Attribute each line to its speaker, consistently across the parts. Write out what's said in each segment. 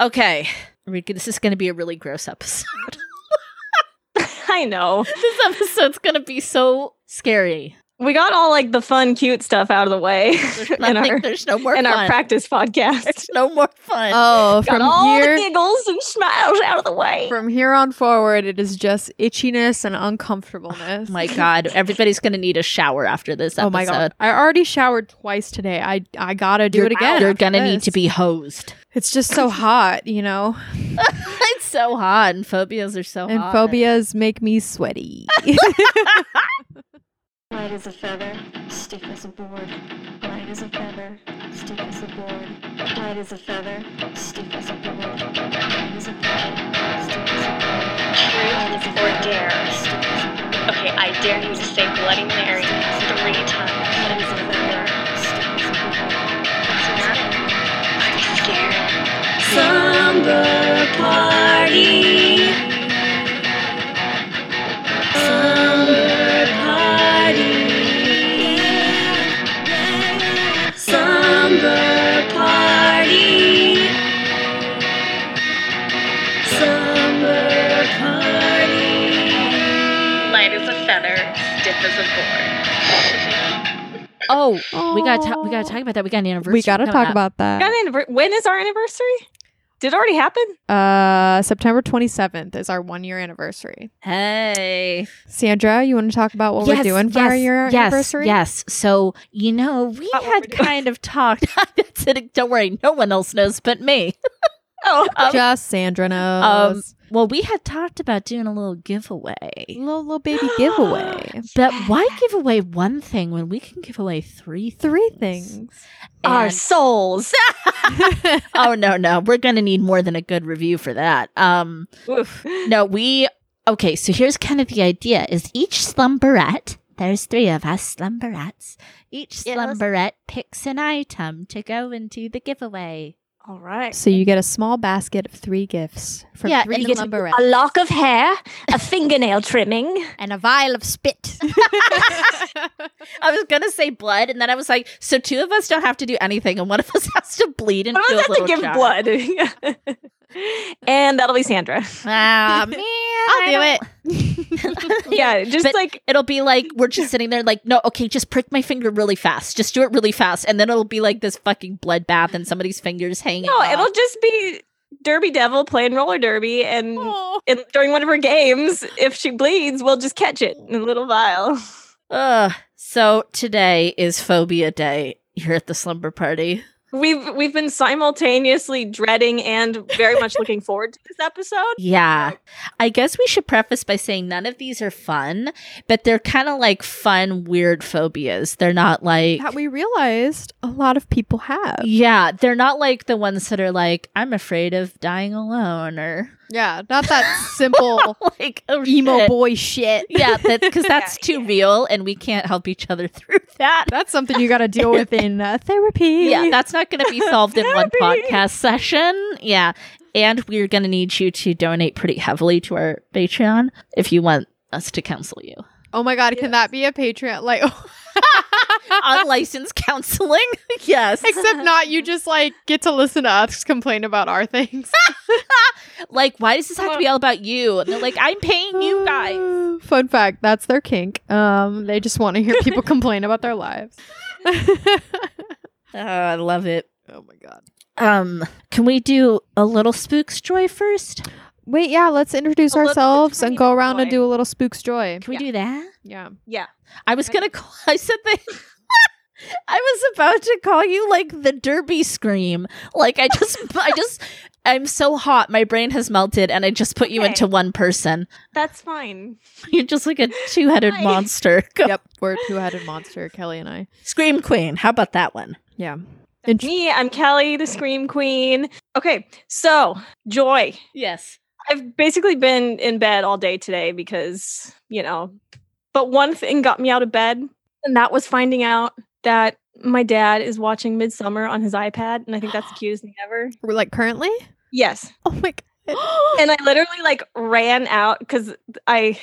Speaker 1: Okay. I mean, This is going to be a really gross episode.
Speaker 2: I know.
Speaker 1: this episode's going to be so scary.
Speaker 2: We got all like the fun, cute stuff out of the way
Speaker 1: There's
Speaker 2: in
Speaker 1: nothing,
Speaker 2: our
Speaker 1: there's no more
Speaker 2: in
Speaker 1: fun.
Speaker 2: our practice podcast.
Speaker 1: there's no more fun.
Speaker 3: Oh,
Speaker 2: Got
Speaker 3: from
Speaker 2: all
Speaker 3: here
Speaker 2: the giggles and smiles out of the way.
Speaker 3: from here on forward, it is just itchiness and uncomfortableness.
Speaker 1: Oh my god, everybody's going to need a shower after this episode.
Speaker 3: Oh my god! I already showered twice today. I I gotta do
Speaker 1: You're-
Speaker 3: it again.
Speaker 1: You're
Speaker 3: after
Speaker 1: going to need
Speaker 3: this.
Speaker 1: to be hosed.
Speaker 3: It's just so hot, you know.
Speaker 1: it's so hot and phobias are so
Speaker 3: and
Speaker 1: hot.
Speaker 3: phobias make me sweaty.
Speaker 4: Light as a feather, stiff as a board. Light as a feather, stiff as a board. Light as a feather, stiff as a board. Light as a feather, stiff as a board. Light
Speaker 5: Truth
Speaker 4: as a
Speaker 5: or
Speaker 4: feather,
Speaker 5: dare?
Speaker 4: stiff as a board.
Speaker 5: Okay, I dare you to say Bloody Mary three times.
Speaker 4: Light as a feather, stiff as a board.
Speaker 5: I'm scared. Light as a feather, stiff as a board.
Speaker 1: Oh, we got to we got to talk about that. We got an anniversary.
Speaker 3: we gotta
Speaker 1: coming
Speaker 3: talk
Speaker 1: up.
Speaker 3: about that.
Speaker 2: Got an anniver- when is our anniversary? Did it already happen?
Speaker 3: Uh, September 27th is our one year anniversary.
Speaker 1: Hey.
Speaker 3: Sandra, you want to talk about what we're doing for our year
Speaker 1: yes,
Speaker 3: anniversary?
Speaker 1: Yes. So, you know, we
Speaker 2: Not what
Speaker 1: had
Speaker 2: we're doing.
Speaker 1: kind of talked. That's it. Don't worry. No one else knows but me.
Speaker 2: Oh,
Speaker 3: Just Sandra
Speaker 1: Um,
Speaker 3: knows.
Speaker 1: well, we had talked about doing a little giveaway.
Speaker 3: little, little baby giveaway.
Speaker 1: But why give away one thing when we can give away three
Speaker 3: Three things.
Speaker 2: our
Speaker 1: And- uh,
Speaker 2: souls.
Speaker 1: oh no, no. We're going to need more than a good review for that. Um
Speaker 2: Oof.
Speaker 1: No, we okay. So here's kind of the idea: is each slumberette. There's three of us slumberettes. Each
Speaker 2: Yes.
Speaker 1: slumberette picks an item to go into the giveaway.
Speaker 2: All right.
Speaker 3: So you get a small basket of three gifts from
Speaker 1: Yeah,
Speaker 3: three
Speaker 1: and you get-
Speaker 3: lumberettes.
Speaker 2: A lock of hair, a fingernail trimming.
Speaker 1: And a vial of spit. I was gonna say blood, and then I was like, so two of us don't have to do anything, and one of us has to bleed and
Speaker 2: I
Speaker 1: do
Speaker 2: was
Speaker 1: a
Speaker 2: have to
Speaker 1: little
Speaker 2: give
Speaker 1: jar.
Speaker 2: blood. and that'll be Sandra.
Speaker 1: Ah man,
Speaker 3: I'll do it.
Speaker 2: Yeah, just
Speaker 1: But-
Speaker 2: like
Speaker 1: It'll be like we're just sitting there, like, no, okay, just prick my finger really fast. Just do it really fast, and then it'll be like this fucking bloodbath, and somebody's fingers hanging.
Speaker 2: no,
Speaker 1: off.
Speaker 2: it'll just be Derby Devil playing roller derby, and
Speaker 1: Oh.
Speaker 2: in, during one of her games, if she bleeds, we'll just catch it in a little vial.
Speaker 1: Ugh. So today is phobia day here at the slumber party.
Speaker 2: We've we've been simultaneously dreading and very much looking forward to this episode.
Speaker 1: Yeah. I guess we should preface by saying none of these are fun, but they're kind of like fun, weird phobias. They're not like.
Speaker 3: that we realized a lot of people have.
Speaker 1: yeah, they're not like the ones that are like, I'm afraid of dying alone or
Speaker 3: Yeah, not that simple
Speaker 1: like oh,
Speaker 3: emo
Speaker 1: shit.
Speaker 3: boy shit.
Speaker 1: Yeah, because that's
Speaker 2: Yeah,
Speaker 1: too
Speaker 2: yeah.
Speaker 1: real and we can't help each other through that.
Speaker 3: That's something you got to deal with in uh, therapy.
Speaker 1: yeah, that's not going to be solved in one
Speaker 2: Therapy.
Speaker 1: podcast session. Yeah. And we're going to need you to donate pretty heavily to our Patreon if you want us to counsel you.
Speaker 3: oh my god, can that be a Patreon? Like,
Speaker 1: Unlicensed counseling? yes.
Speaker 3: except not you just like get to listen to us complain about our things.
Speaker 1: Like, why does this have to be all about you? And they're like, I'm paying you guys.
Speaker 3: Fun fact: that's their kink. Um, they just want to hear people complain about their lives.
Speaker 1: Oh, I love it.
Speaker 3: Oh my god.
Speaker 1: Um, can we do a little spooks joy first?
Speaker 3: Wait, yeah, let's introduce
Speaker 2: A little
Speaker 3: ourselves and go
Speaker 2: tiny
Speaker 3: around and
Speaker 2: joy.
Speaker 3: do a little spooks joy.
Speaker 1: Can we do that?
Speaker 3: Yeah.
Speaker 2: Yeah.
Speaker 1: I was gonna call. I said the. I was about to call you like the Derby scream. Like I just, I just, I'm so hot. My brain has melted, and I just put you
Speaker 2: Okay.
Speaker 1: into one person.
Speaker 2: That's fine.
Speaker 1: You're just like a two-headed
Speaker 2: Hi.
Speaker 1: monster. Go-
Speaker 3: Yep, we're a two-headed monster, Kelly and I.
Speaker 1: Scream queen. How about that one?
Speaker 3: Yeah.
Speaker 2: Me, I'm Kelly, the Scream Queen. Okay, so Joy.
Speaker 1: Yes.
Speaker 2: I've basically been in bed all day today because, you know, but one thing got me out of bed, and that was finding out that my dad is watching Midsummer on his iPad, and I think that's the cutest thing ever.
Speaker 3: We're like currently?
Speaker 2: Yes.
Speaker 3: Oh my god.
Speaker 2: And I literally like ran out because I,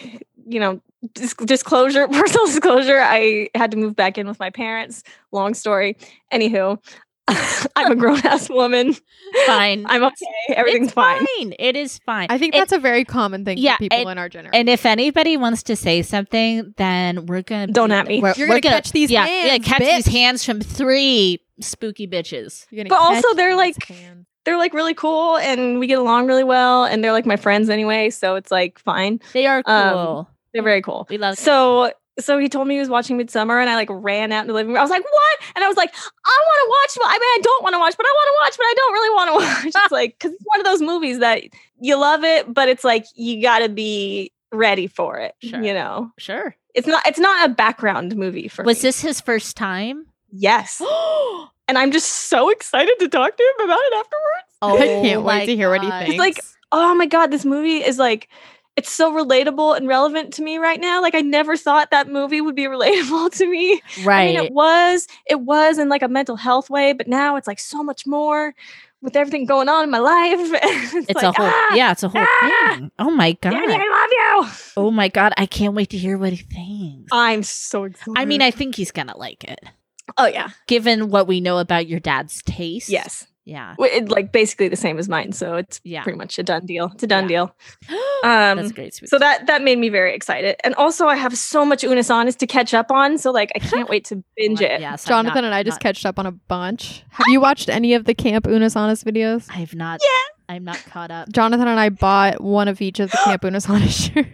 Speaker 2: you know, dis- disclosure, personal disclosure, I had to move back in with my parents. Long story. Anywho, I'm a grown ass woman.
Speaker 1: Fine.
Speaker 2: I'm okay. Everything's
Speaker 1: It's
Speaker 2: fine.
Speaker 1: It is fine.
Speaker 3: I think
Speaker 1: It-
Speaker 3: that's a very common thing
Speaker 1: yeah,
Speaker 3: for people
Speaker 1: and-
Speaker 3: in our generation.
Speaker 1: And if anybody wants to say something, then we're gonna be-
Speaker 2: Don't at me.
Speaker 1: We're,
Speaker 3: You're
Speaker 1: we're
Speaker 3: gonna catch these
Speaker 1: yeah,
Speaker 3: hands,
Speaker 1: Yeah, catch
Speaker 3: bitch.
Speaker 1: these hands from three spooky bitches.
Speaker 3: You're gonna
Speaker 2: But
Speaker 3: catch
Speaker 2: also they're,
Speaker 3: these
Speaker 2: like-
Speaker 3: hands.
Speaker 2: They're like really cool and we get along really well and they're like my friends anyway, so it's like fine.
Speaker 1: They are cool.
Speaker 2: Um, They're very cool.
Speaker 1: we love
Speaker 2: So so he told me he was watching Midsummer, and I like ran out in the living room. I was like, "What?" And I them. And I was like, "I want to watch, but I mean, I don't want to watch, but I want to watch, but I don't really want to watch." It's like because it's one of those movies that you love it, but it's like you got to be ready for it.
Speaker 1: Sure.
Speaker 2: You know,
Speaker 1: sure.
Speaker 2: it's not it's not a background movie for
Speaker 1: Was
Speaker 2: me.
Speaker 1: this his first time?
Speaker 2: Yes, and I'm just so excited to talk to him about it afterwards.
Speaker 1: Oh,
Speaker 3: I can't wait
Speaker 1: my
Speaker 3: to hear what he
Speaker 1: God.
Speaker 3: thinks.
Speaker 2: It's like- oh my god this movie is like it's so relatable and relevant to me right now like i never thought that movie would be relatable to me i
Speaker 1: right.
Speaker 2: mean it was it was in like a mental health way but now it's like so much more with everything going on in my life it's,
Speaker 1: it's
Speaker 2: like,
Speaker 1: a whole
Speaker 2: ah,
Speaker 1: yeah, it's a whole
Speaker 2: ah,
Speaker 1: thing. Oh my god.
Speaker 2: Daddy, i love you
Speaker 1: Oh my god, I can't wait to hear what he thinks.
Speaker 2: i'm so excited
Speaker 1: I mean, I think he's gonna like it.
Speaker 2: oh yeah
Speaker 1: Given what we know about your dad's taste.
Speaker 2: yes
Speaker 1: Yeah.
Speaker 2: W- it, like basically the same as mine so it's
Speaker 1: Yeah.
Speaker 2: pretty much a done deal it's a done
Speaker 1: Yeah.
Speaker 2: deal um
Speaker 1: That's great. Sweet.
Speaker 2: So that that made me very excited, and also I have so much Unis Honest to catch up on. So like I can't wait to binge it.
Speaker 1: Yes, I'm
Speaker 3: Jonathan
Speaker 1: not-
Speaker 3: and I just
Speaker 1: not-
Speaker 3: catched up on a bunch. Have you watched any of the Camp Unas Honest videos?
Speaker 1: I've not.
Speaker 2: Yeah.
Speaker 1: I'm not caught up.
Speaker 3: Jonathan and I bought one of each of the Camp Unas Honest shirts.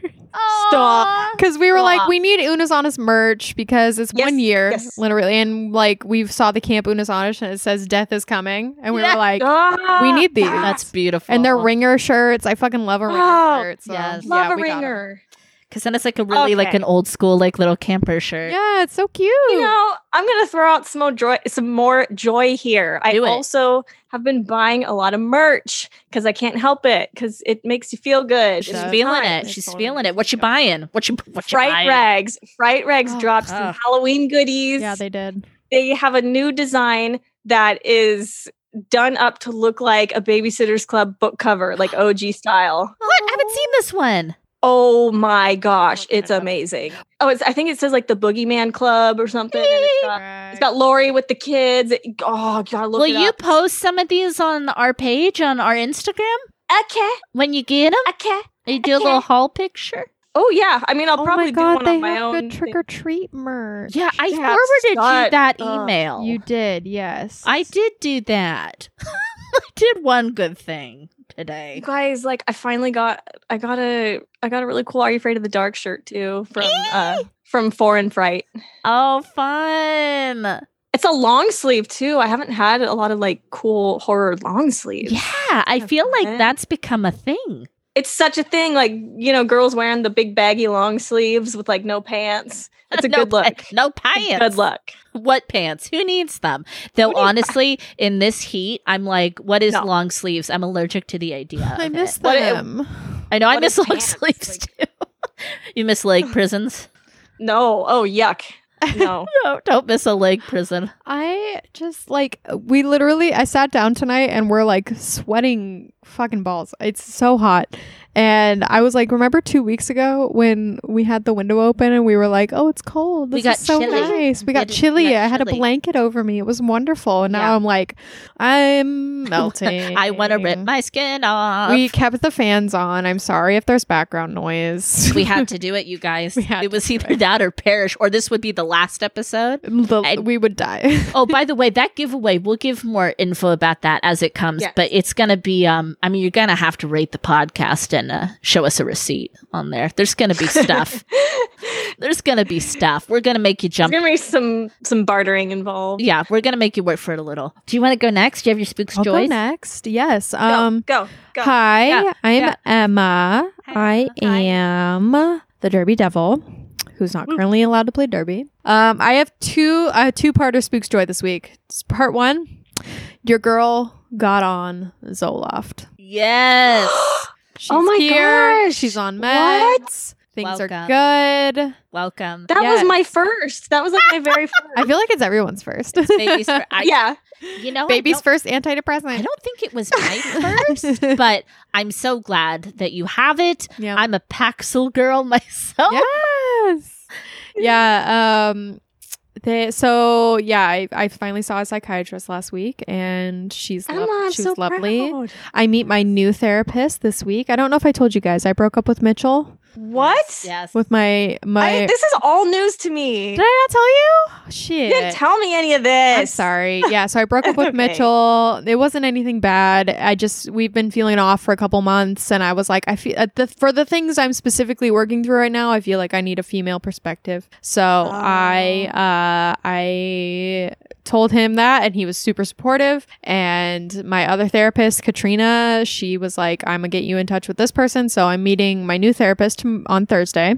Speaker 1: Stop.
Speaker 3: Because we were like,
Speaker 2: Stop.
Speaker 3: we need Unas Honest merch because it's
Speaker 2: Yes,
Speaker 3: one year,
Speaker 2: yes.
Speaker 3: literally. And like, we saw the Camp Unas Honest and it says death is coming. And we
Speaker 1: Yeah.
Speaker 3: were like,
Speaker 2: Ah,
Speaker 3: we need these.
Speaker 1: That's beautiful.
Speaker 3: and they're ringer shirts. I fucking love a ringer
Speaker 2: Oh,
Speaker 3: shirt. So.
Speaker 1: yes.
Speaker 2: love
Speaker 3: yeah,
Speaker 2: a
Speaker 3: we got 'em.
Speaker 2: ringer.
Speaker 1: because then it's like a really like
Speaker 2: Okay.
Speaker 1: an old school like little camper shirt.
Speaker 3: Yeah, it's so cute.
Speaker 2: You know, I'm gonna throw out some more joy, some more joy here. I
Speaker 1: Do it.
Speaker 2: also have been buying a lot of merch because I can't help it because it makes you feel good.
Speaker 1: She's
Speaker 3: Does.
Speaker 2: It's
Speaker 1: feeling
Speaker 2: fun.
Speaker 1: it.
Speaker 3: It's
Speaker 1: She's
Speaker 3: all
Speaker 1: feeling
Speaker 3: nice.
Speaker 1: it. What you buying? What you what you
Speaker 2: Fright
Speaker 1: buying?
Speaker 2: rags, Fright rags
Speaker 3: Oh,
Speaker 2: dropped some
Speaker 1: ugh.
Speaker 2: Halloween goodies.
Speaker 3: yeah, they did.
Speaker 2: they have a new design that is done up to look like a Babysitters Club book cover, like OG style.
Speaker 1: What? I haven't seen this one.
Speaker 2: Oh my gosh,
Speaker 3: Okay.
Speaker 2: it's amazing. Oh, it's I think it says like the Boogeyman Club or something. and it's uh, got- It's got Lori with the kids. It- oh, you gotta look
Speaker 1: Will
Speaker 2: it
Speaker 1: you
Speaker 2: up.
Speaker 1: post some of these on our page on our Instagram
Speaker 2: okay,
Speaker 1: when you get them?
Speaker 2: okay.
Speaker 1: You do a little haul picture.
Speaker 2: Oh yeah. I mean, I'll
Speaker 3: oh
Speaker 2: probably
Speaker 3: my god,
Speaker 2: do one
Speaker 3: they
Speaker 2: on my
Speaker 3: have
Speaker 2: own.
Speaker 3: good
Speaker 2: thing.
Speaker 3: trick or treat merch.
Speaker 1: Yeah, I
Speaker 2: Yeah,
Speaker 1: forwarded you
Speaker 2: shut
Speaker 1: that
Speaker 2: up.
Speaker 1: email.
Speaker 3: you did. Yes,
Speaker 1: I did do that. I did one good thing
Speaker 2: You
Speaker 1: today.
Speaker 2: guys, like, I finally got, I got a, I got a really cool "Are You Afraid of the Dark" shirt too from uh, from Foreign Fright.
Speaker 1: Oh, fun.
Speaker 2: It's a long sleeve too. I haven't had a lot of like cool horror long sleeves.
Speaker 1: Yeah, I
Speaker 2: of
Speaker 1: feel like
Speaker 2: fun.
Speaker 1: that's become a thing.
Speaker 2: It's such a thing. Like you know, girls wearing the big baggy long sleeves with like no pants. It's a
Speaker 1: No
Speaker 2: good
Speaker 1: pa-
Speaker 2: look.
Speaker 1: No
Speaker 2: It's a
Speaker 1: pants.
Speaker 2: Good luck.
Speaker 1: What pants? Who needs them? Though
Speaker 2: Who needs-
Speaker 1: honestly, in this heat, I'm like, what is
Speaker 2: No.
Speaker 1: long sleeves? I'm allergic to the idea.
Speaker 3: I
Speaker 1: of
Speaker 3: miss
Speaker 1: it.
Speaker 2: What it-
Speaker 3: them.
Speaker 1: I know I
Speaker 2: what
Speaker 1: miss
Speaker 2: is
Speaker 1: long
Speaker 2: pants?
Speaker 1: sleeves too. you miss leg prisons?
Speaker 2: No. Oh yuck. No.
Speaker 1: No, don't miss a leg prison.
Speaker 3: I just like we literally. I sat down tonight and we're like sweating fucking balls. It's so hot, and I was like, remember two weeks ago when we had the window open and we were like, oh, it's cold.
Speaker 1: We
Speaker 3: This
Speaker 1: got
Speaker 3: is so
Speaker 1: chilly.
Speaker 3: nice. We got
Speaker 1: It-
Speaker 3: chilly.
Speaker 1: we got
Speaker 3: I had a
Speaker 1: chilly.
Speaker 3: blanket over me. It was wonderful, and now
Speaker 1: Yeah.
Speaker 3: I'm like, I'm melting.
Speaker 1: I want to rip my skin off.
Speaker 3: We kept the fans on. I'm sorry if there's background noise.
Speaker 1: we had to do it, you guys.
Speaker 3: We had
Speaker 1: It was
Speaker 3: to do
Speaker 1: either that or perish, or this would be the last episode.
Speaker 3: The-
Speaker 1: I-
Speaker 3: we would die.
Speaker 1: Oh, by the way, that giveaway, we'll give more info about that as it comes,
Speaker 2: Yes.
Speaker 1: but it's going to be, um, I mean, you're going to have to rate the podcast and uh, show us a receipt on there. There's going to be stuff. There's going to be stuff. We're going to make you
Speaker 2: There's
Speaker 1: jump.
Speaker 2: gonna be some some bartering involved.
Speaker 1: Yeah, we're going to make you work for it a little. Do you want to go next? Do you have your spooks,
Speaker 3: I'll go
Speaker 1: Joyce?
Speaker 3: next. Yes.
Speaker 2: Go,
Speaker 3: Um.
Speaker 2: go go.
Speaker 3: Hi,
Speaker 1: Yeah,
Speaker 3: I'm
Speaker 1: yeah.
Speaker 3: Emma. I am the Derby Devil, who's not currently allowed to play Derby. Um, I have two uh, two parter spooks joy this week. It's part one, your girl got on Zoloft.
Speaker 1: Yes.
Speaker 3: She's
Speaker 2: Oh my
Speaker 3: here.
Speaker 2: gosh.
Speaker 3: She's on
Speaker 2: What?
Speaker 3: meds. Things
Speaker 1: Welcome.
Speaker 3: are good.
Speaker 1: Welcome.
Speaker 2: That
Speaker 3: Yes.
Speaker 2: was my first. That was like my very first.
Speaker 3: I feel like it's everyone's first.
Speaker 1: Baby's fir- I,
Speaker 2: yeah.
Speaker 1: You know, I
Speaker 3: Baby's
Speaker 1: don't-
Speaker 3: first antidepressant.
Speaker 1: I don't think it was my first, but I'm so glad that you have it.
Speaker 3: Yeah.
Speaker 1: I'm a Paxil girl myself.
Speaker 3: Yes. Yeah. Um, they so yeah, I, I finally saw a psychiatrist last week and she's
Speaker 2: Emma,
Speaker 3: lov-
Speaker 2: I'm
Speaker 3: she
Speaker 2: so
Speaker 3: was lovely.
Speaker 2: proud.
Speaker 3: I meet my new therapist this week. I don't know if I told you guys. I broke up with Mitchell
Speaker 2: What?
Speaker 1: Yes.
Speaker 3: with my my
Speaker 2: I, this is all news to me.
Speaker 3: Did I not tell you?
Speaker 2: you
Speaker 3: Shit.
Speaker 2: didn't tell me any of this.
Speaker 3: I'm sorry. Yeah, so I broke up with
Speaker 2: Okay.
Speaker 3: Mitchell. It wasn't anything bad. I just we've been feeling off for a couple months, and I was like, I feel uh, the, for the things I'm specifically working through right now. I feel like I need a female perspective. So I
Speaker 2: Um,
Speaker 3: uh, I told him that, and he was super supportive. And my other therapist, Katrina, she was like, I'm gonna get you in touch with this person. So I'm meeting my new therapist m- on Thursday.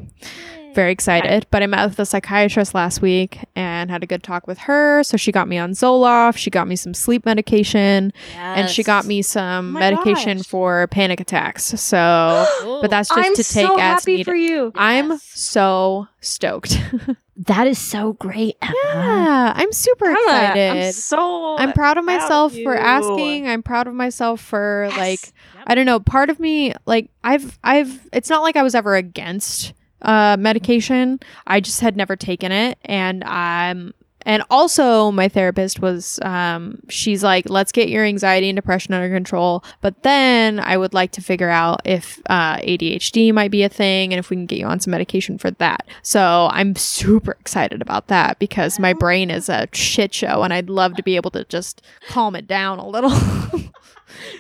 Speaker 3: Very excited. But I met with a psychiatrist last week and had a good talk with her. So she got me on Zoloft. She got me some sleep medication and she got me some
Speaker 2: Oh My
Speaker 3: medication
Speaker 2: gosh.
Speaker 3: for panic attacks. So, but that's just
Speaker 2: I'm
Speaker 3: to take
Speaker 2: so
Speaker 3: as
Speaker 2: happy
Speaker 3: needed.
Speaker 2: for you.
Speaker 3: I'm
Speaker 1: Yes.
Speaker 3: so stoked.
Speaker 1: that is so great. Emma.
Speaker 3: yeah, I'm super
Speaker 2: Emma,
Speaker 3: excited.
Speaker 2: Uh-huh. I'm so.
Speaker 3: I'm proud of
Speaker 2: proud of
Speaker 3: myself for
Speaker 2: you.
Speaker 3: asking. I'm proud of myself for
Speaker 2: Yes.
Speaker 3: like I don't know, part of me like I've I've it's not like I was ever against uh medication. I just had never taken it and I'm and also my therapist was um she's like let's get your anxiety and depression under control but then i would like to figure out if uh, adhd might be a thing and if we can get you on some medication for that so i'm super excited about that because my brain is a shit show and i'd love to be able to just calm it down a little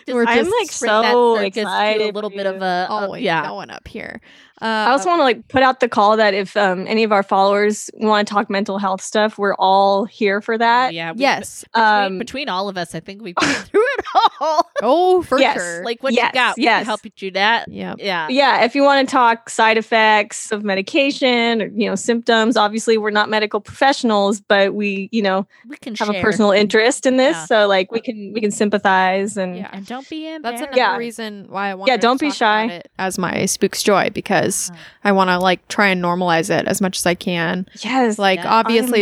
Speaker 3: We're
Speaker 1: Just
Speaker 2: I'm, like,
Speaker 1: bring that
Speaker 2: so
Speaker 1: circus to
Speaker 2: excited
Speaker 1: A little
Speaker 2: for
Speaker 1: bit
Speaker 2: you.
Speaker 1: of a, a
Speaker 3: always
Speaker 1: Oh, yeah.
Speaker 3: going up here. Uh,
Speaker 2: I also want to like put out the call that if um, any of our followers want to talk mental health stuff, we're all here for that.
Speaker 1: yeah. we-
Speaker 3: yes.
Speaker 1: Between,
Speaker 2: Um,
Speaker 1: between all of us, I think we've been through it all.
Speaker 3: Oh, for
Speaker 2: Yes,
Speaker 3: sure.
Speaker 1: like what
Speaker 2: Yes,
Speaker 1: you got?
Speaker 2: yes.
Speaker 1: Yes. Help you do that.
Speaker 3: yeah.
Speaker 1: Yeah.
Speaker 2: yeah if you want to talk side effects of medication or you know symptoms obviously we're not medical professionals but we you know
Speaker 1: We can
Speaker 2: have
Speaker 1: share.
Speaker 2: a personal interest in this
Speaker 1: Yeah.
Speaker 2: so like we can we can sympathize and
Speaker 3: Yeah.
Speaker 1: And don't be in.
Speaker 3: That's another
Speaker 2: Mm. Yeah.
Speaker 3: reason why I want.
Speaker 2: don't be shy. Uh-huh.
Speaker 3: as my spooks joy because
Speaker 1: Oh.
Speaker 3: I want to like try and normalize it as much as I can.
Speaker 2: yes
Speaker 3: Like
Speaker 1: Yeah.
Speaker 3: obviously,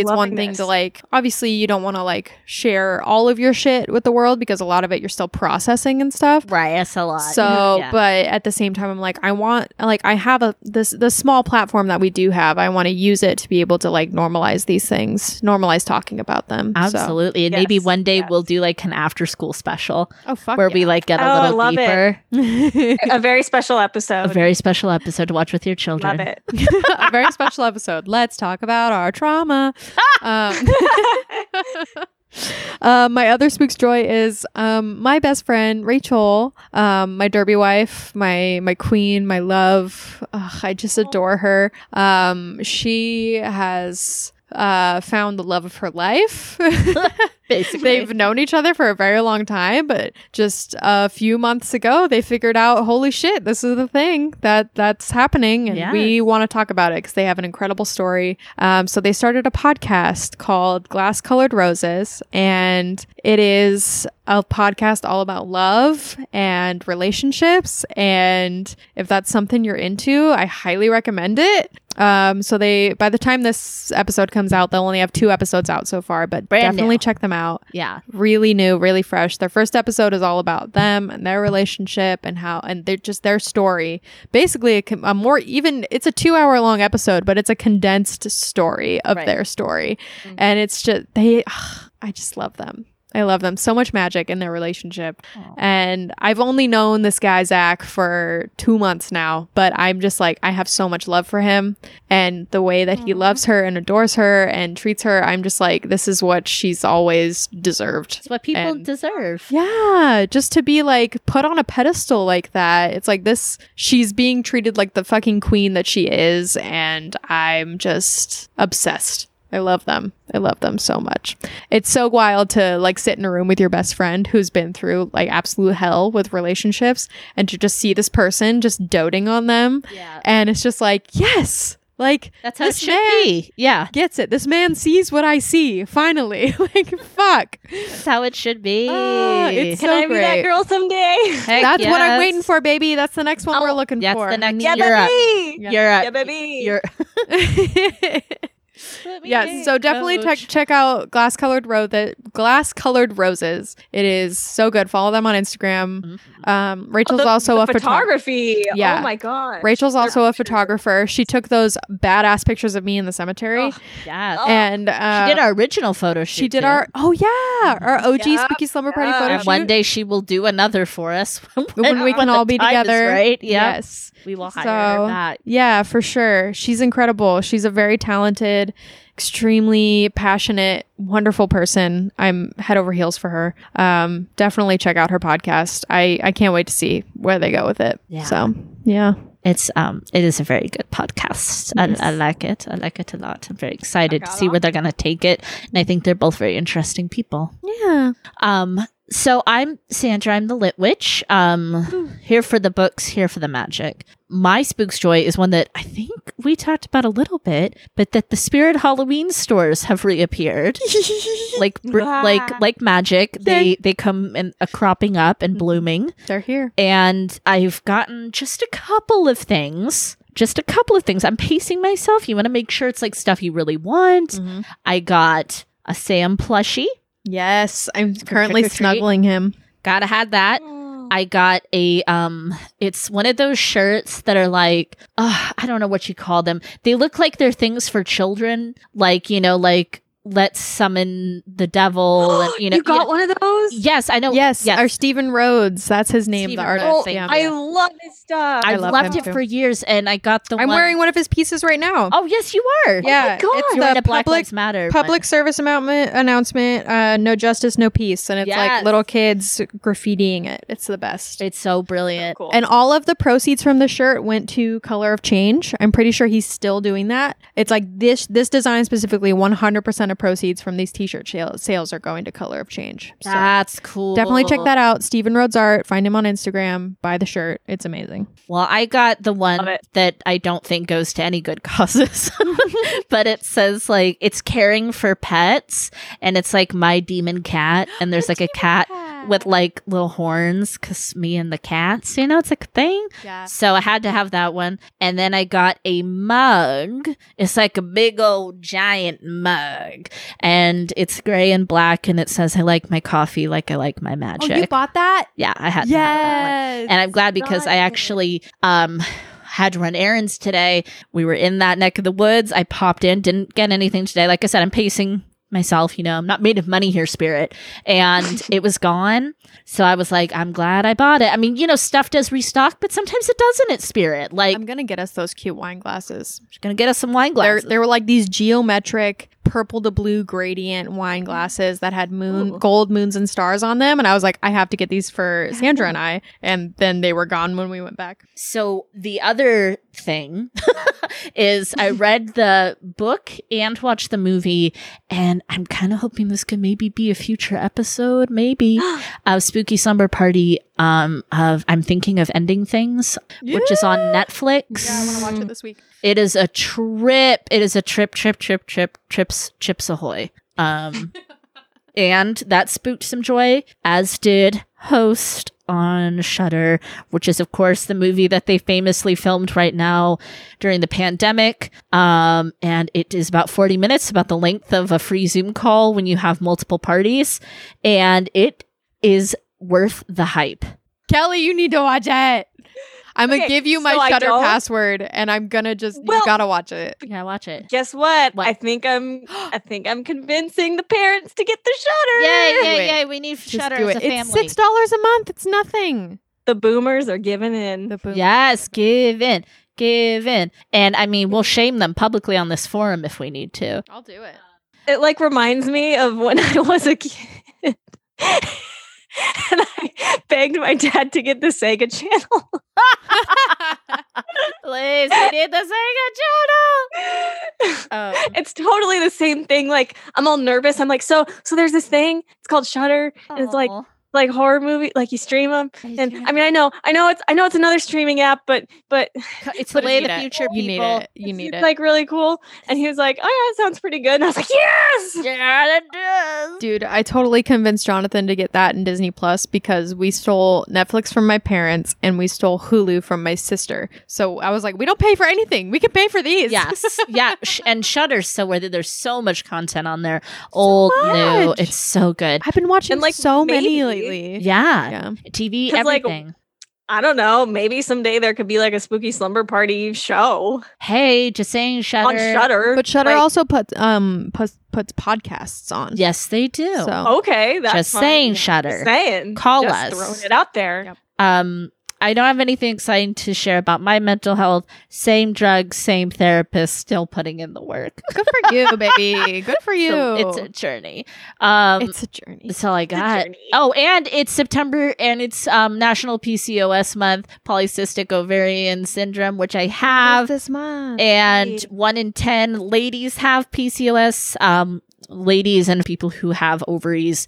Speaker 2: I'm
Speaker 3: it's one
Speaker 2: loving
Speaker 3: thing
Speaker 2: this.
Speaker 3: to like. Obviously, you don't want to like share all of your shit with the world because a lot of it you're still processing and stuff.
Speaker 1: Right. That's a lot.
Speaker 3: So,
Speaker 1: Yeah.
Speaker 3: but at the same time, I'm like, I want, like, I have a this the small platform that we do have. I want to use it to be able to like normalize these things, normalize talking about them. So-
Speaker 1: Absolutely. And maybe
Speaker 2: Yes,
Speaker 1: one day
Speaker 2: yes.
Speaker 1: we'll do like an after school special
Speaker 3: Oh fuck.
Speaker 1: where we
Speaker 3: yeah.
Speaker 1: like get
Speaker 2: Oh,
Speaker 1: a
Speaker 2: I
Speaker 1: little
Speaker 2: love it.
Speaker 1: deeper.
Speaker 2: a very special episode
Speaker 1: A very special episode to watch with your
Speaker 2: love
Speaker 1: children.
Speaker 2: it
Speaker 3: a very special episode. Let's talk about our trauma. um, Uh, my other spook's joy is um, my best friend Rachel, um, my derby wife, my my queen, my love. Ugh, I just adore her. Um, she has uh, found the love of her life.
Speaker 1: Basically.
Speaker 3: They've known each other for a very long time, but just a few months ago, they figured out, holy shit, this is the thing that that's happening, and we
Speaker 1: Yes.
Speaker 3: want to talk about it because they have an incredible story. Um, so they started a podcast called Glass Colored Roses, and it is a podcast all about love and relationships. And if that's something you're into, I highly recommend it. Um, so they, by the time this episode comes out, they'll only have two episodes out so far, but
Speaker 1: Brand
Speaker 3: definitely
Speaker 1: new.
Speaker 3: check them out.
Speaker 1: yeah.
Speaker 3: Really new, really fresh. Their first episode is all about them and their relationship and how, and they're just their story. Basically, a, con- a more even, it's a two hour long episode, but it's a condensed story of
Speaker 1: Right.
Speaker 3: their story. And it's just, they, ugh, I just love them. I love them. So much magic in their relationship. And I've only known this guy, Zach, for two months now, but I'm just like, I have so much love for him. And the way that he loves her and adores her and treats her, I'm just like, this is what she's always deserved.
Speaker 1: It's what people
Speaker 3: And-
Speaker 1: deserve.
Speaker 3: Yeah, just to be like put on a pedestal like that. It's like this, she's being treated like the fucking queen that she is. And I'm just obsessed. I love them. I love them so much. It's so wild to like sit in a room with your best friend who's been through like absolute hell with relationships and to just see this person just doting on them.
Speaker 1: Yeah.
Speaker 3: And it's just like, yes, like
Speaker 1: That's how it
Speaker 3: this
Speaker 1: should
Speaker 3: man
Speaker 1: be. Yeah.
Speaker 3: gets it. This man sees what I see finally. like, fuck.
Speaker 1: That's how it should be.
Speaker 3: Ah, it's-
Speaker 2: can
Speaker 3: So
Speaker 2: i be
Speaker 3: great.
Speaker 2: that girl someday
Speaker 1: Heck
Speaker 3: That's what I'm
Speaker 1: yes.
Speaker 3: waiting for, baby. That's the next one
Speaker 1: Oh,
Speaker 3: we're looking
Speaker 1: That's
Speaker 3: for.
Speaker 1: the next
Speaker 2: yeah
Speaker 1: Europe.
Speaker 2: baby
Speaker 1: Europe.
Speaker 2: yeah baby
Speaker 1: Europe.
Speaker 3: yes so definitely check check out glass colored ro- that glass colored roses it is so good follow them on instagram
Speaker 1: Mm-hmm.
Speaker 3: um rachel's
Speaker 2: The-
Speaker 3: also
Speaker 2: the
Speaker 3: a photographer
Speaker 2: photography.
Speaker 3: Yeah.
Speaker 2: Oh my god.
Speaker 3: rachel's
Speaker 2: Their
Speaker 3: also a
Speaker 2: pictures.
Speaker 3: photographer she took those badass pictures of me in the cemetery
Speaker 2: Ugh.
Speaker 1: Yeah.
Speaker 2: Oh,
Speaker 3: and uh,
Speaker 1: she did our original photo shoot.
Speaker 3: she did
Speaker 1: too.
Speaker 3: our oh yeah our og
Speaker 2: Yep,
Speaker 3: spooky slumber party
Speaker 2: yep.
Speaker 3: photo
Speaker 1: And
Speaker 3: shoot
Speaker 1: one day she will do another for us when,
Speaker 3: when we can
Speaker 1: the
Speaker 3: all be
Speaker 1: time is
Speaker 3: together
Speaker 1: right? Yeah.
Speaker 3: yes
Speaker 1: We will hire
Speaker 3: So-
Speaker 1: her back.
Speaker 3: Yeah, for sure. She's incredible. She's a very talented, extremely passionate, wonderful person. I'm head over heels for her. Um, definitely check out her podcast. I, I can't wait to see where they go with it.
Speaker 1: Yeah.
Speaker 3: So, yeah.
Speaker 1: It's um it is a very good podcast.
Speaker 3: Yes.
Speaker 1: I, I like it. I like it a lot. I'm very excited to
Speaker 2: got
Speaker 1: see
Speaker 2: on.
Speaker 1: where they're gonna take it. And I think they're both very interesting people.
Speaker 3: Yeah.
Speaker 1: Um so I'm Sandra, I'm the Lit Witch. Um here for the books, here for the magic. My Spooks Joy is one that I think we talked about a little bit, but that the Spirit Halloween stores have reappeared. like br- like like magic, they they come in a cropping up and blooming
Speaker 3: They're here.
Speaker 1: and I've gotten just a couple of things. Just a couple of things. I'm pacing myself. You want to make sure it's like stuff you really want.
Speaker 3: Mm.
Speaker 1: I got a Sam plushie.
Speaker 3: Yes. I'm currently
Speaker 1: trick or treat.
Speaker 3: snuggling him.
Speaker 1: Gotta have that.
Speaker 2: Oh.
Speaker 1: I got a um it's one of those shirts that are like uh, I don't know what you call them. They look like they're things for children, like, you know, like let's summon the devil and you know
Speaker 2: you got
Speaker 1: know-
Speaker 2: one of those.
Speaker 1: Yes, I know.
Speaker 3: yes,
Speaker 1: Oh, yes.
Speaker 3: Our Stephen Rhodes. That's his name,
Speaker 1: Stephen
Speaker 3: the
Speaker 1: Rhodes,
Speaker 3: artist.
Speaker 2: Oh,
Speaker 1: thank
Speaker 3: yeah.
Speaker 2: I love this stuff.
Speaker 1: I've
Speaker 3: love
Speaker 1: loved
Speaker 3: him
Speaker 1: it
Speaker 3: too.
Speaker 1: for years and I got the
Speaker 3: I'm
Speaker 1: one
Speaker 3: wearing one of his pieces right now.
Speaker 1: Oh yes, you are.
Speaker 3: yeah.
Speaker 2: God.
Speaker 3: It's
Speaker 1: You're in
Speaker 3: the
Speaker 1: a Black
Speaker 3: public
Speaker 1: Lives Matter. one.
Speaker 3: public service announcement announcement uh no justice no peace and it's like
Speaker 1: Yes.
Speaker 3: little kids graffitiing it it's the best
Speaker 1: It's so brilliant.
Speaker 2: cool.
Speaker 3: and all of the proceeds from the shirt went to color of change i'm pretty sure he's still doing that it's like this this design specifically 100% of proceeds from these t-shirt sales sales are going to color of change so
Speaker 1: That's cool.
Speaker 3: definitely check that out stephen rhodes art find him on instagram buy the shirt it's amazing
Speaker 1: Well, I got the
Speaker 2: Love
Speaker 1: one
Speaker 2: it.
Speaker 1: that I don't think goes to any good causes, but it says like it's caring for pets, and it's like my demon cat, and there's like a cat with like little horns, cause me and the cats, you know, it's like a thing.
Speaker 3: yeah
Speaker 1: So I had to have that one. And then I got a mug. It's like a big old giant mug. And it's gray and black and it says, I like my coffee like I like my
Speaker 3: oh you
Speaker 1: magic.
Speaker 3: bought that
Speaker 1: yeah, I had to have that one.
Speaker 3: yes
Speaker 1: And I'm glad because I
Speaker 2: Nice.
Speaker 1: actually um had to run errands today. We were in that neck of the woods. I popped in, didn't get anything today. Like I said, I'm pacing myself, you know, I'm not made of money here, spirit. And it was gone. So I was like, I'm glad I bought it. I mean, you know, stuff does restock, but sometimes it doesn't at spirit. Like
Speaker 3: i'm gonna get us those cute wine glasses
Speaker 1: she's gonna get us some wine
Speaker 3: There,
Speaker 1: glasses.
Speaker 3: there were like these geometric purple to blue gradient wine glasses that had moon
Speaker 2: Ooh.
Speaker 3: gold moons and stars on them, and I was like, I have to get these for Sandra and I. And then they were gone when we went back.
Speaker 1: So the other thing is I read the book and watched the movie and I'm kind of hoping this could maybe be a future episode maybe of Spooky Slumber Party um of I'm thinking of ending things which is on Netflix.
Speaker 3: Yeah, I want to watch it this week.
Speaker 1: It is a trip. It is a trip, trip, trip, trip, trips, chips ahoy. Um, and that spooked some joy, as did Host on Shudder, which is, of course, the movie that they famously filmed right now during the pandemic. Um, and it is about 40 minutes, about the length of a free Zoom call when you have multiple parties. And it is worth the hype.
Speaker 3: Kelly, you need to watch it. I'm gonna
Speaker 2: Okay,
Speaker 3: give you my
Speaker 2: so I
Speaker 3: Shutter
Speaker 2: don't?
Speaker 3: password, and I'm gonna just you
Speaker 2: Well-
Speaker 3: gotta watch it.
Speaker 1: Yeah, watch it.
Speaker 2: Guess what?
Speaker 1: What?
Speaker 2: I think I'm. I think I'm convincing the parents to get the shutter.
Speaker 1: Yay,
Speaker 3: Do it.
Speaker 1: yay, yay. We need
Speaker 3: Just
Speaker 1: Shudder
Speaker 3: do
Speaker 1: as
Speaker 3: it.
Speaker 1: a
Speaker 3: It's
Speaker 1: family.
Speaker 3: six dollars a month. It's nothing.
Speaker 2: The boomers are giving in.
Speaker 3: The boom.
Speaker 1: Yes, give in, give in. And I mean, we'll shame them publicly on this forum if we need to.
Speaker 3: I'll do it.
Speaker 2: It like reminds me of when I was a kid. And I begged my dad to get the Sega channel.
Speaker 1: Please, we need the Sega channel. Um,
Speaker 2: it's totally the same thing. Like I'm all nervous. I'm like, so so there's this thing. It's called Shutter. And it's like
Speaker 1: aw.
Speaker 2: like horror movie, like you stream them.
Speaker 1: I
Speaker 2: And
Speaker 1: stream
Speaker 2: I mean, I know, I know it's, I know it's another streaming app, but, but
Speaker 1: It's the
Speaker 3: But you
Speaker 1: way
Speaker 3: need
Speaker 1: the
Speaker 3: it.
Speaker 1: future
Speaker 3: You need
Speaker 1: people.
Speaker 3: it. You need
Speaker 2: it's
Speaker 3: it.
Speaker 2: like really cool. And he was like, oh yeah, it sounds pretty good. And I was like, yes.
Speaker 1: Yeah, that does.
Speaker 3: Dude, I totally convinced Jonathan to get that in Disney Plus because we stole Netflix from my parents and we stole Hulu from my sister. So I was like, we don't pay for anything. We can pay for these.
Speaker 1: yes, yeah, sh- and Shudder's so worth it. There's so much content on there, old, new.
Speaker 3: much.
Speaker 1: It's so good.
Speaker 3: I've been watching
Speaker 2: And, like,
Speaker 3: so many
Speaker 2: maybe-
Speaker 3: lately.
Speaker 1: Yeah,
Speaker 3: Yeah.
Speaker 1: TV,
Speaker 2: 'Cause, like,
Speaker 1: everything.
Speaker 2: I don't know. Maybe someday there could be like a spooky slumber party show
Speaker 1: hey, just saying, Shudder.
Speaker 2: on Shutter.
Speaker 3: But Shutter
Speaker 2: Like,
Speaker 3: also puts um puts, puts podcasts on.
Speaker 1: Yes, they do.
Speaker 3: So
Speaker 2: Okay, that's
Speaker 1: just
Speaker 2: fine.
Speaker 1: saying,
Speaker 2: Just
Speaker 1: Shutter.
Speaker 2: saying.
Speaker 1: Call
Speaker 2: Just
Speaker 1: us.
Speaker 2: Throwing it out there.
Speaker 3: Yep.
Speaker 1: Um, I don't have anything exciting to share about my mental health. Same drugs, same therapist, still putting in the work.
Speaker 3: good for you, baby. Good for you.
Speaker 1: So it's a journey. Um,
Speaker 3: It's a journey.
Speaker 1: that's all I
Speaker 2: It's a
Speaker 1: got.
Speaker 2: journey.
Speaker 1: Oh, and it's September and it's um, National PCOS Month, Polycystic Ovarian Syndrome, which I have.
Speaker 3: this month.
Speaker 1: And
Speaker 2: Yay.
Speaker 1: one in 10 ladies have PCOS. Um, ladies and people who have ovaries,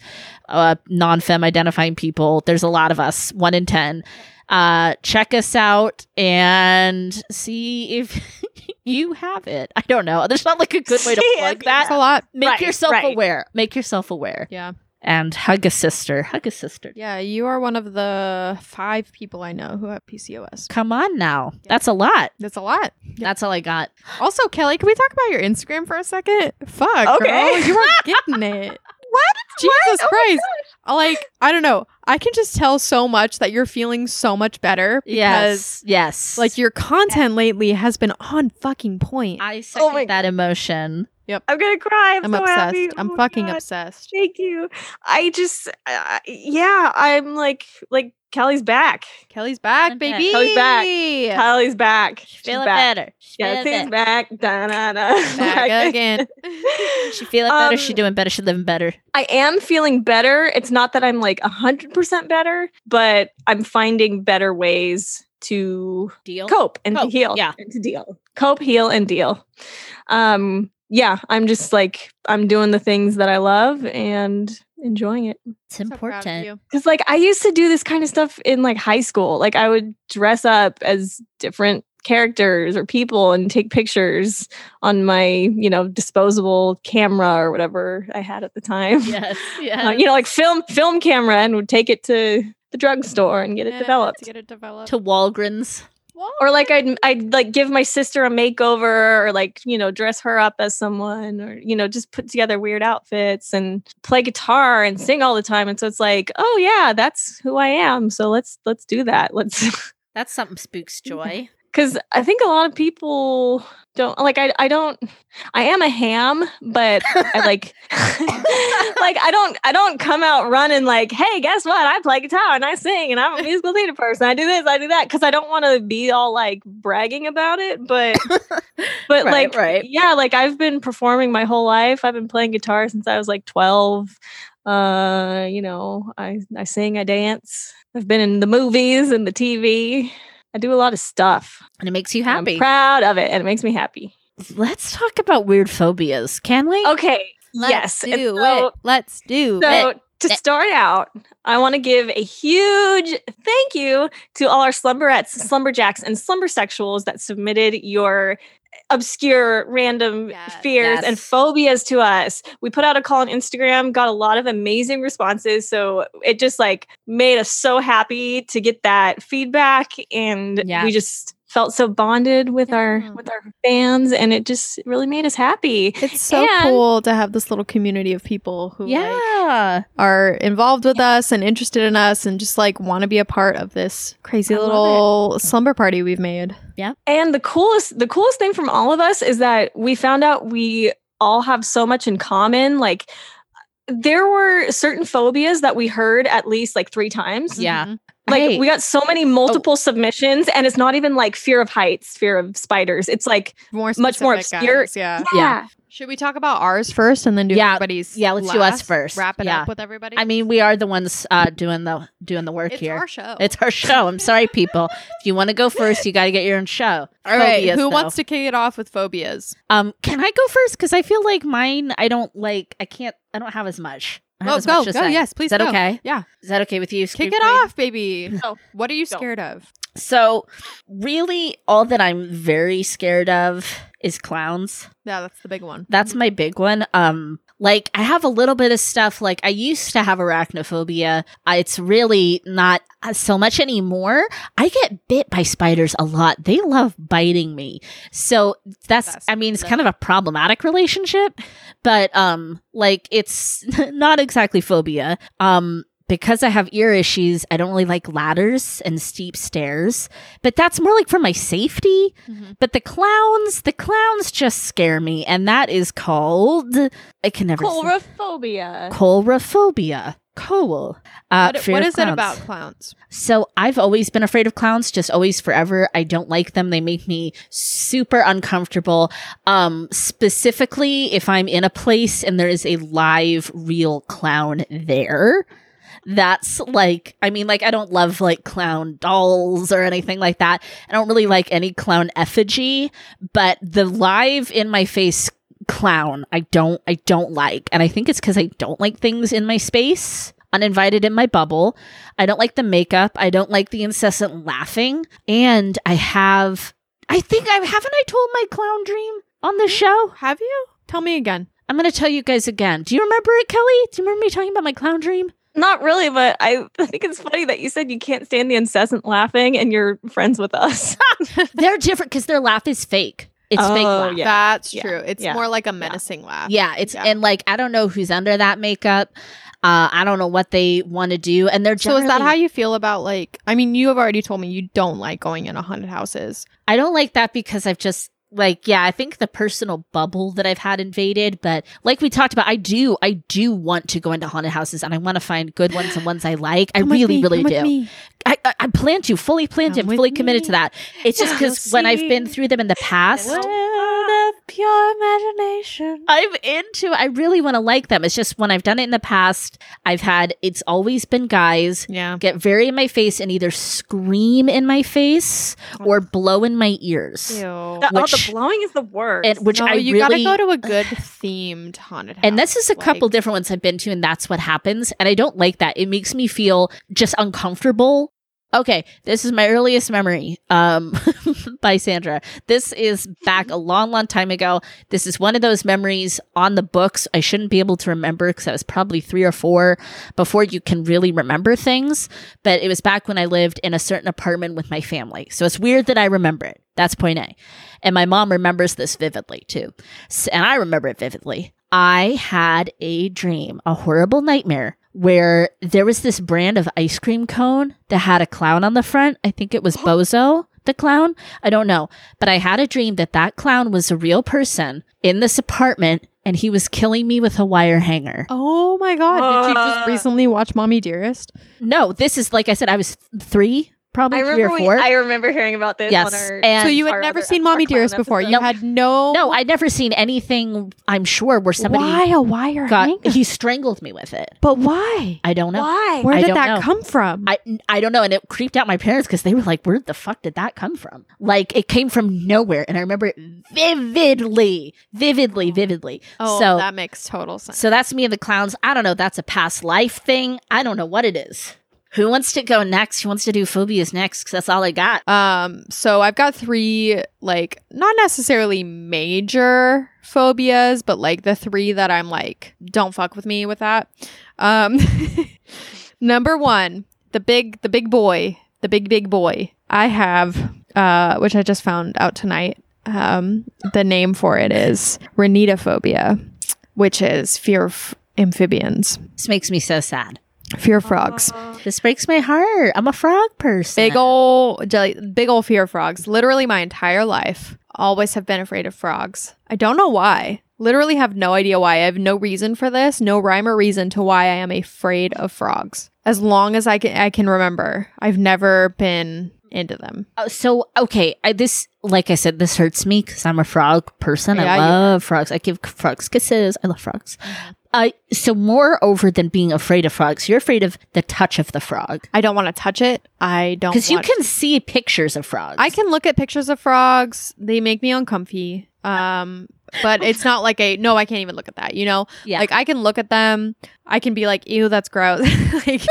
Speaker 1: uh, non femme identifying people. There's a lot of us, one in 10. Uh, check us out and see if you have it. I don't know. There's not like a good way to
Speaker 2: See
Speaker 1: plug
Speaker 2: if-
Speaker 3: That's a
Speaker 1: that.
Speaker 3: lot.
Speaker 1: Make
Speaker 2: Right,
Speaker 1: yourself
Speaker 2: right.
Speaker 1: aware. Make yourself aware.
Speaker 3: Yeah.
Speaker 1: And hug a sister. Hug a sister.
Speaker 3: Yeah, you are one of the five people I know who have PCOS.
Speaker 1: Come on now. That's a lot.
Speaker 3: That's a lot.
Speaker 1: That's all I got.
Speaker 3: Also, Kelly, can we talk about your Instagram for a second? Fuck,
Speaker 2: Okay.
Speaker 3: girl, you weren't getting it.
Speaker 2: What?
Speaker 3: Jesus
Speaker 2: What? Oh my
Speaker 3: Christ! like, I don't know. I can just tell so much that you're feeling so much better because,
Speaker 1: Yes. Yes.
Speaker 3: like, your content lately has been on fucking point.
Speaker 1: I second
Speaker 2: Oh my-
Speaker 1: that emotion.
Speaker 2: I'm gonna cry. I'm,
Speaker 3: I'm
Speaker 2: so
Speaker 3: obsessed.
Speaker 2: happy.
Speaker 3: I'm
Speaker 2: Oh my
Speaker 3: fucking
Speaker 2: God.
Speaker 3: obsessed.
Speaker 2: Thank you. I just, uh, yeah, I'm like, like Kelly's back.
Speaker 3: Kelly's back,
Speaker 1: I'm back.
Speaker 3: baby.
Speaker 2: Kelly's back. Kelly's back. She's
Speaker 1: Feeling
Speaker 2: back.
Speaker 1: better. She's
Speaker 2: Yeah,
Speaker 1: feeling
Speaker 2: things
Speaker 1: better.
Speaker 2: back. Da, da, da.
Speaker 3: Back again.
Speaker 1: She feeling better.
Speaker 2: Um,
Speaker 1: she doing better. She living better.
Speaker 2: I am feeling better. It's not that I'm like 100% better, but I'm finding better ways to
Speaker 1: Deal.
Speaker 2: cope and to
Speaker 1: Cope,
Speaker 2: heal
Speaker 1: yeah.
Speaker 2: and to deal cope heal and deal um yeah i'm just like i'm doing the things that i love and enjoying it
Speaker 1: It's
Speaker 3: So proud of
Speaker 1: important.
Speaker 3: you.
Speaker 2: because like i used to do this kind of stuff in like high school like i would dress up as different characters or people and take pictures on my you know disposable camera or whatever i had at the time
Speaker 1: Yes.
Speaker 2: Uh,
Speaker 1: Yes.
Speaker 2: you know like film film camera and would take it to the drugstore and get it
Speaker 3: Yeah,
Speaker 2: developed
Speaker 3: To get it developed.
Speaker 1: to Walgreens.
Speaker 2: or like I'd I'd like give my sister a makeover or like you know dress her up as someone or you know just put together weird outfits and play guitar and sing all the time and so it's like oh yeah that's who I am so let's let's do that let's
Speaker 1: That's something spooks joy.
Speaker 2: cuz I think a lot of people don't like I I don't I am a ham but I like like I don't I don't come out running like hey guess what I play guitar and I sing and I'm a musical theater person I do this I do that because I don't want to be all like bragging about it but but
Speaker 1: Right,
Speaker 2: like
Speaker 1: right.
Speaker 2: yeah like I've been performing my whole life I've been playing guitar since I was like 12 uh you know I I sing I dance I've been in the movies and the TV I do a lot of stuff
Speaker 1: and it makes you
Speaker 2: and I'm
Speaker 1: happy.
Speaker 2: proud of it and it makes me happy
Speaker 1: Let's talk about weird phobias, can we?
Speaker 2: okay
Speaker 3: Let's
Speaker 2: yes and
Speaker 3: do
Speaker 2: so-
Speaker 3: it. Let's do it.
Speaker 2: So to
Speaker 1: Eh.
Speaker 2: start out, I want to give a huge thank you to all our slumberettes, slumberjacks, and slumber sexuals that submitted your obscure random
Speaker 3: Yes.
Speaker 2: fears
Speaker 1: Yes.
Speaker 2: and phobias to us. We put out a call on Instagram, got a lot of amazing responses. So it just like made us so happy to get that feedback. And
Speaker 1: Yeah.
Speaker 2: we just felt so bonded with our
Speaker 3: Yeah.
Speaker 2: with our fans and it just really made us happy.
Speaker 3: It's so
Speaker 2: And-
Speaker 3: cool to have this little community of people who like,
Speaker 1: Yeah.
Speaker 3: are involved with us and interested in us and just like want to be a part of this crazy
Speaker 2: I love
Speaker 3: little slumber party we've made.
Speaker 2: And the coolest the coolest thing from all of us is that we found out we all have so much in common. Like there were certain phobias that we heard at least like three times.
Speaker 1: Yeah.
Speaker 3: Mhm.
Speaker 2: Like
Speaker 1: Right.
Speaker 2: we got so many multiple submissions and it's not even like fear of heights, fear of spiders. It's like
Speaker 3: More
Speaker 2: Much more
Speaker 3: specific,
Speaker 2: obscure-
Speaker 3: guys, Yeah.
Speaker 1: Yeah.
Speaker 3: Should we talk about ours first and then do
Speaker 1: Yeah.
Speaker 3: everybody's?
Speaker 1: Yeah, let's do us
Speaker 3: last?
Speaker 1: first.
Speaker 3: Wrap it
Speaker 1: Yeah.
Speaker 3: up with everybody.
Speaker 1: I mean, we are the ones uh, doing the doing the work
Speaker 3: it's
Speaker 1: here.
Speaker 3: our show.
Speaker 1: It's our show. I'm sorry, people. if you want to go first, you got to get your own show.
Speaker 3: all right.
Speaker 1: Phobias,
Speaker 3: Who
Speaker 1: though.
Speaker 3: wants to kick it off with phobias?
Speaker 1: Um, can I go first? Because I feel like mine, I don't like, I can't, I don't have as much. I have
Speaker 3: Oh,
Speaker 1: as much
Speaker 3: go,
Speaker 1: to
Speaker 3: go.
Speaker 1: say.
Speaker 3: Yes, please.
Speaker 1: Is that
Speaker 3: go.
Speaker 1: okay?
Speaker 3: Yeah.
Speaker 1: Is that okay with you?
Speaker 3: Kick
Speaker 1: Screw
Speaker 3: it
Speaker 1: Queen?
Speaker 3: off, baby.
Speaker 2: Go.
Speaker 3: What are you
Speaker 2: Go.
Speaker 3: scared of?
Speaker 1: So, really, all that I'm very scared of is clowns.
Speaker 3: Yeah, that's the big one.
Speaker 1: That's my big one. Um, like I have a little bit of stuff. Like I used to have arachnophobia. I, it's really not uh, so much anymore. I get bit by spiders a lot. They love biting me. So that's.
Speaker 3: That's
Speaker 1: I mean, it's
Speaker 3: the-
Speaker 1: kind of a problematic relationship, but um, like it's not exactly phobia. Um. Because I have ear issues, I don't really like ladders and steep stairs, but that's more like for my safety. But the clowns, the clowns just scare me, and that is called I can never say-
Speaker 2: Chlorophobia.
Speaker 1: chlorophobia. Coal. Uh,
Speaker 3: What-
Speaker 1: fear
Speaker 3: what
Speaker 1: of
Speaker 3: is
Speaker 1: clowns.
Speaker 3: it about clowns?
Speaker 1: So I've always been afraid of clowns, just always forever. I don't like them. They make me super uncomfortable. Um, specifically if I'm in a place and there is a live real clown there. That's like, I mean, like, I don't love like clown dolls or anything like that. I don't really like any clown effigy, but the live in my face clown, I don't, I don't like. And I think it's because I don't like things in my space, uninvited in my bubble. I don't like the makeup. I don't like the incessant laughing. And I have, I think I haven't I told my clown dream on the show?
Speaker 3: Have you? Tell me again.
Speaker 1: I'm going to tell you guys again. Do you remember it, Kelly? Do you remember me talking about my clown dream?
Speaker 2: Not really, but I I think it's funny that you said you can't stand the incessant laughing and you're friends with us.
Speaker 1: They're different because their laugh is fake. It's fake
Speaker 2: Oh,
Speaker 1: laugh.
Speaker 2: Yeah,
Speaker 3: That's
Speaker 2: yeah,
Speaker 3: true. It's
Speaker 2: yeah,
Speaker 3: more like a menacing laugh.
Speaker 1: Yeah, it's
Speaker 3: Yeah.
Speaker 1: and like I don't know who's under that makeup. Uh, I don't know what they want to do, and they're
Speaker 3: So
Speaker 1: generally,
Speaker 3: is that how you feel about like? I mean, you have already told me you don't like going into haunted houses.
Speaker 1: I don't like that because I've just like yeah, I think the personal bubble that I've had invaded, but like we talked about, I do I do want to go into haunted houses and I want to find good ones and ones I like. I really really do. I, I I plan to fully plan to
Speaker 3: Come
Speaker 1: I'm fully
Speaker 3: with
Speaker 1: committed
Speaker 3: me.
Speaker 1: to that. It's just because
Speaker 3: You'll
Speaker 1: when I've been
Speaker 3: see.
Speaker 1: through them in the past,
Speaker 3: World of pure imagination.
Speaker 1: I'm into. I really want to like them. It's just when I've done it in the past, I've had. It's always been guys
Speaker 3: Yeah.
Speaker 1: get very in my face and either scream in my face
Speaker 3: Oh,
Speaker 1: or blow in my ears.
Speaker 3: Ew.
Speaker 2: The, oh, the
Speaker 1: Which-
Speaker 2: blowing is the worst.
Speaker 1: And which
Speaker 3: no,
Speaker 1: I
Speaker 3: you
Speaker 1: really
Speaker 3: gotta go to a good themed haunted house.
Speaker 1: and this is a couple
Speaker 3: like-
Speaker 1: different ones I've been to, and that's what happens. And I don't like that. It makes me feel just uncomfortable. Okay, this is my earliest memory um, by Sandra. This is back a long, long time ago. This is one of those memories on the books I shouldn't be able to remember because I was probably three or four before you can really remember things. But it was back when I lived in a certain apartment with my family. So it's weird that I remember it. That's point A. And my mom remembers this vividly too. S- And I remember it vividly. I had a dream, a horrible nightmare, where there was this brand of ice cream cone that had a clown on the front. I think it was Bozo, the clown. I don't know. But I had a dream that that clown was a real person in this apartment and he was killing me with a wire hanger.
Speaker 3: Oh my god! Did you just
Speaker 2: Uh,
Speaker 3: recently watch Mommy Dearest?
Speaker 1: No, this is like I said, I was th- three, probably
Speaker 2: I
Speaker 1: three
Speaker 2: remember
Speaker 1: or
Speaker 2: we-
Speaker 1: four.
Speaker 2: I remember hearing about this.
Speaker 1: Yes,
Speaker 2: on our,
Speaker 1: and-
Speaker 3: So you
Speaker 2: our
Speaker 3: had never
Speaker 2: other-
Speaker 3: seen
Speaker 2: our
Speaker 3: Mommy
Speaker 2: clown
Speaker 3: Dearest before. You
Speaker 2: episode.
Speaker 3: had no.
Speaker 1: no, I'd never seen anything, I'm sure, where somebody
Speaker 3: why a wire
Speaker 1: got,
Speaker 3: hanger?
Speaker 1: he strangled me with it.
Speaker 3: But why?
Speaker 1: I don't know.
Speaker 2: Why?
Speaker 3: Where
Speaker 1: I
Speaker 3: did
Speaker 1: don't
Speaker 3: that
Speaker 1: know.
Speaker 3: come from?
Speaker 1: I, I don't know. And it creeped out my parents because they were like, where the fuck did that come from? Like, it came from nowhere. And I remember it vividly, vividly, vividly.
Speaker 3: oh,
Speaker 1: so,
Speaker 3: that makes total sense.
Speaker 1: so that's me and the clowns. I don't know. That's a past life thing. I don't know what it is. Who wants to go next? Who wants to do phobias next? 'Cause that's all I got.
Speaker 3: Um, so I've got three, like, not necessarily major phobias, but like the three that I'm like, don't fuck with me with that. Um, number one, the big, the big boy, the big, big boy. I have, uh, which I just found out tonight. Um, the name for it is Rhinidophobia, which is fear of amphibians,
Speaker 1: This makes me so sad.
Speaker 3: fear of frogs.
Speaker 1: This breaks my heart. I'm a frog person.
Speaker 3: Big ol' jelly, big ol' fear of frogs. Literally my entire life, always have been afraid of frogs. I don't know why. Literally have no idea why. I have no reason for this, no rhyme or reason to why I am afraid of frogs. As long as I can, I can remember. I've never been into them.
Speaker 1: Oh, so okay I, this like i said this hurts me because i'm a frog person i
Speaker 3: Yeah, you Mm-hmm.
Speaker 1: love frogs i give frogs kisses i love frogs I so moreover than being afraid of frogs you're afraid of the touch of the frog
Speaker 3: I don't want to touch it. I don't.
Speaker 1: because you
Speaker 3: want-
Speaker 1: can see pictures of frogs
Speaker 3: I can look at pictures of frogs. They make me uncomfy. Um, but it's not like a no, I can't even look at that, you know?
Speaker 1: Yeah.
Speaker 3: Like I can look at them, I can be like, ew, that's gross. like,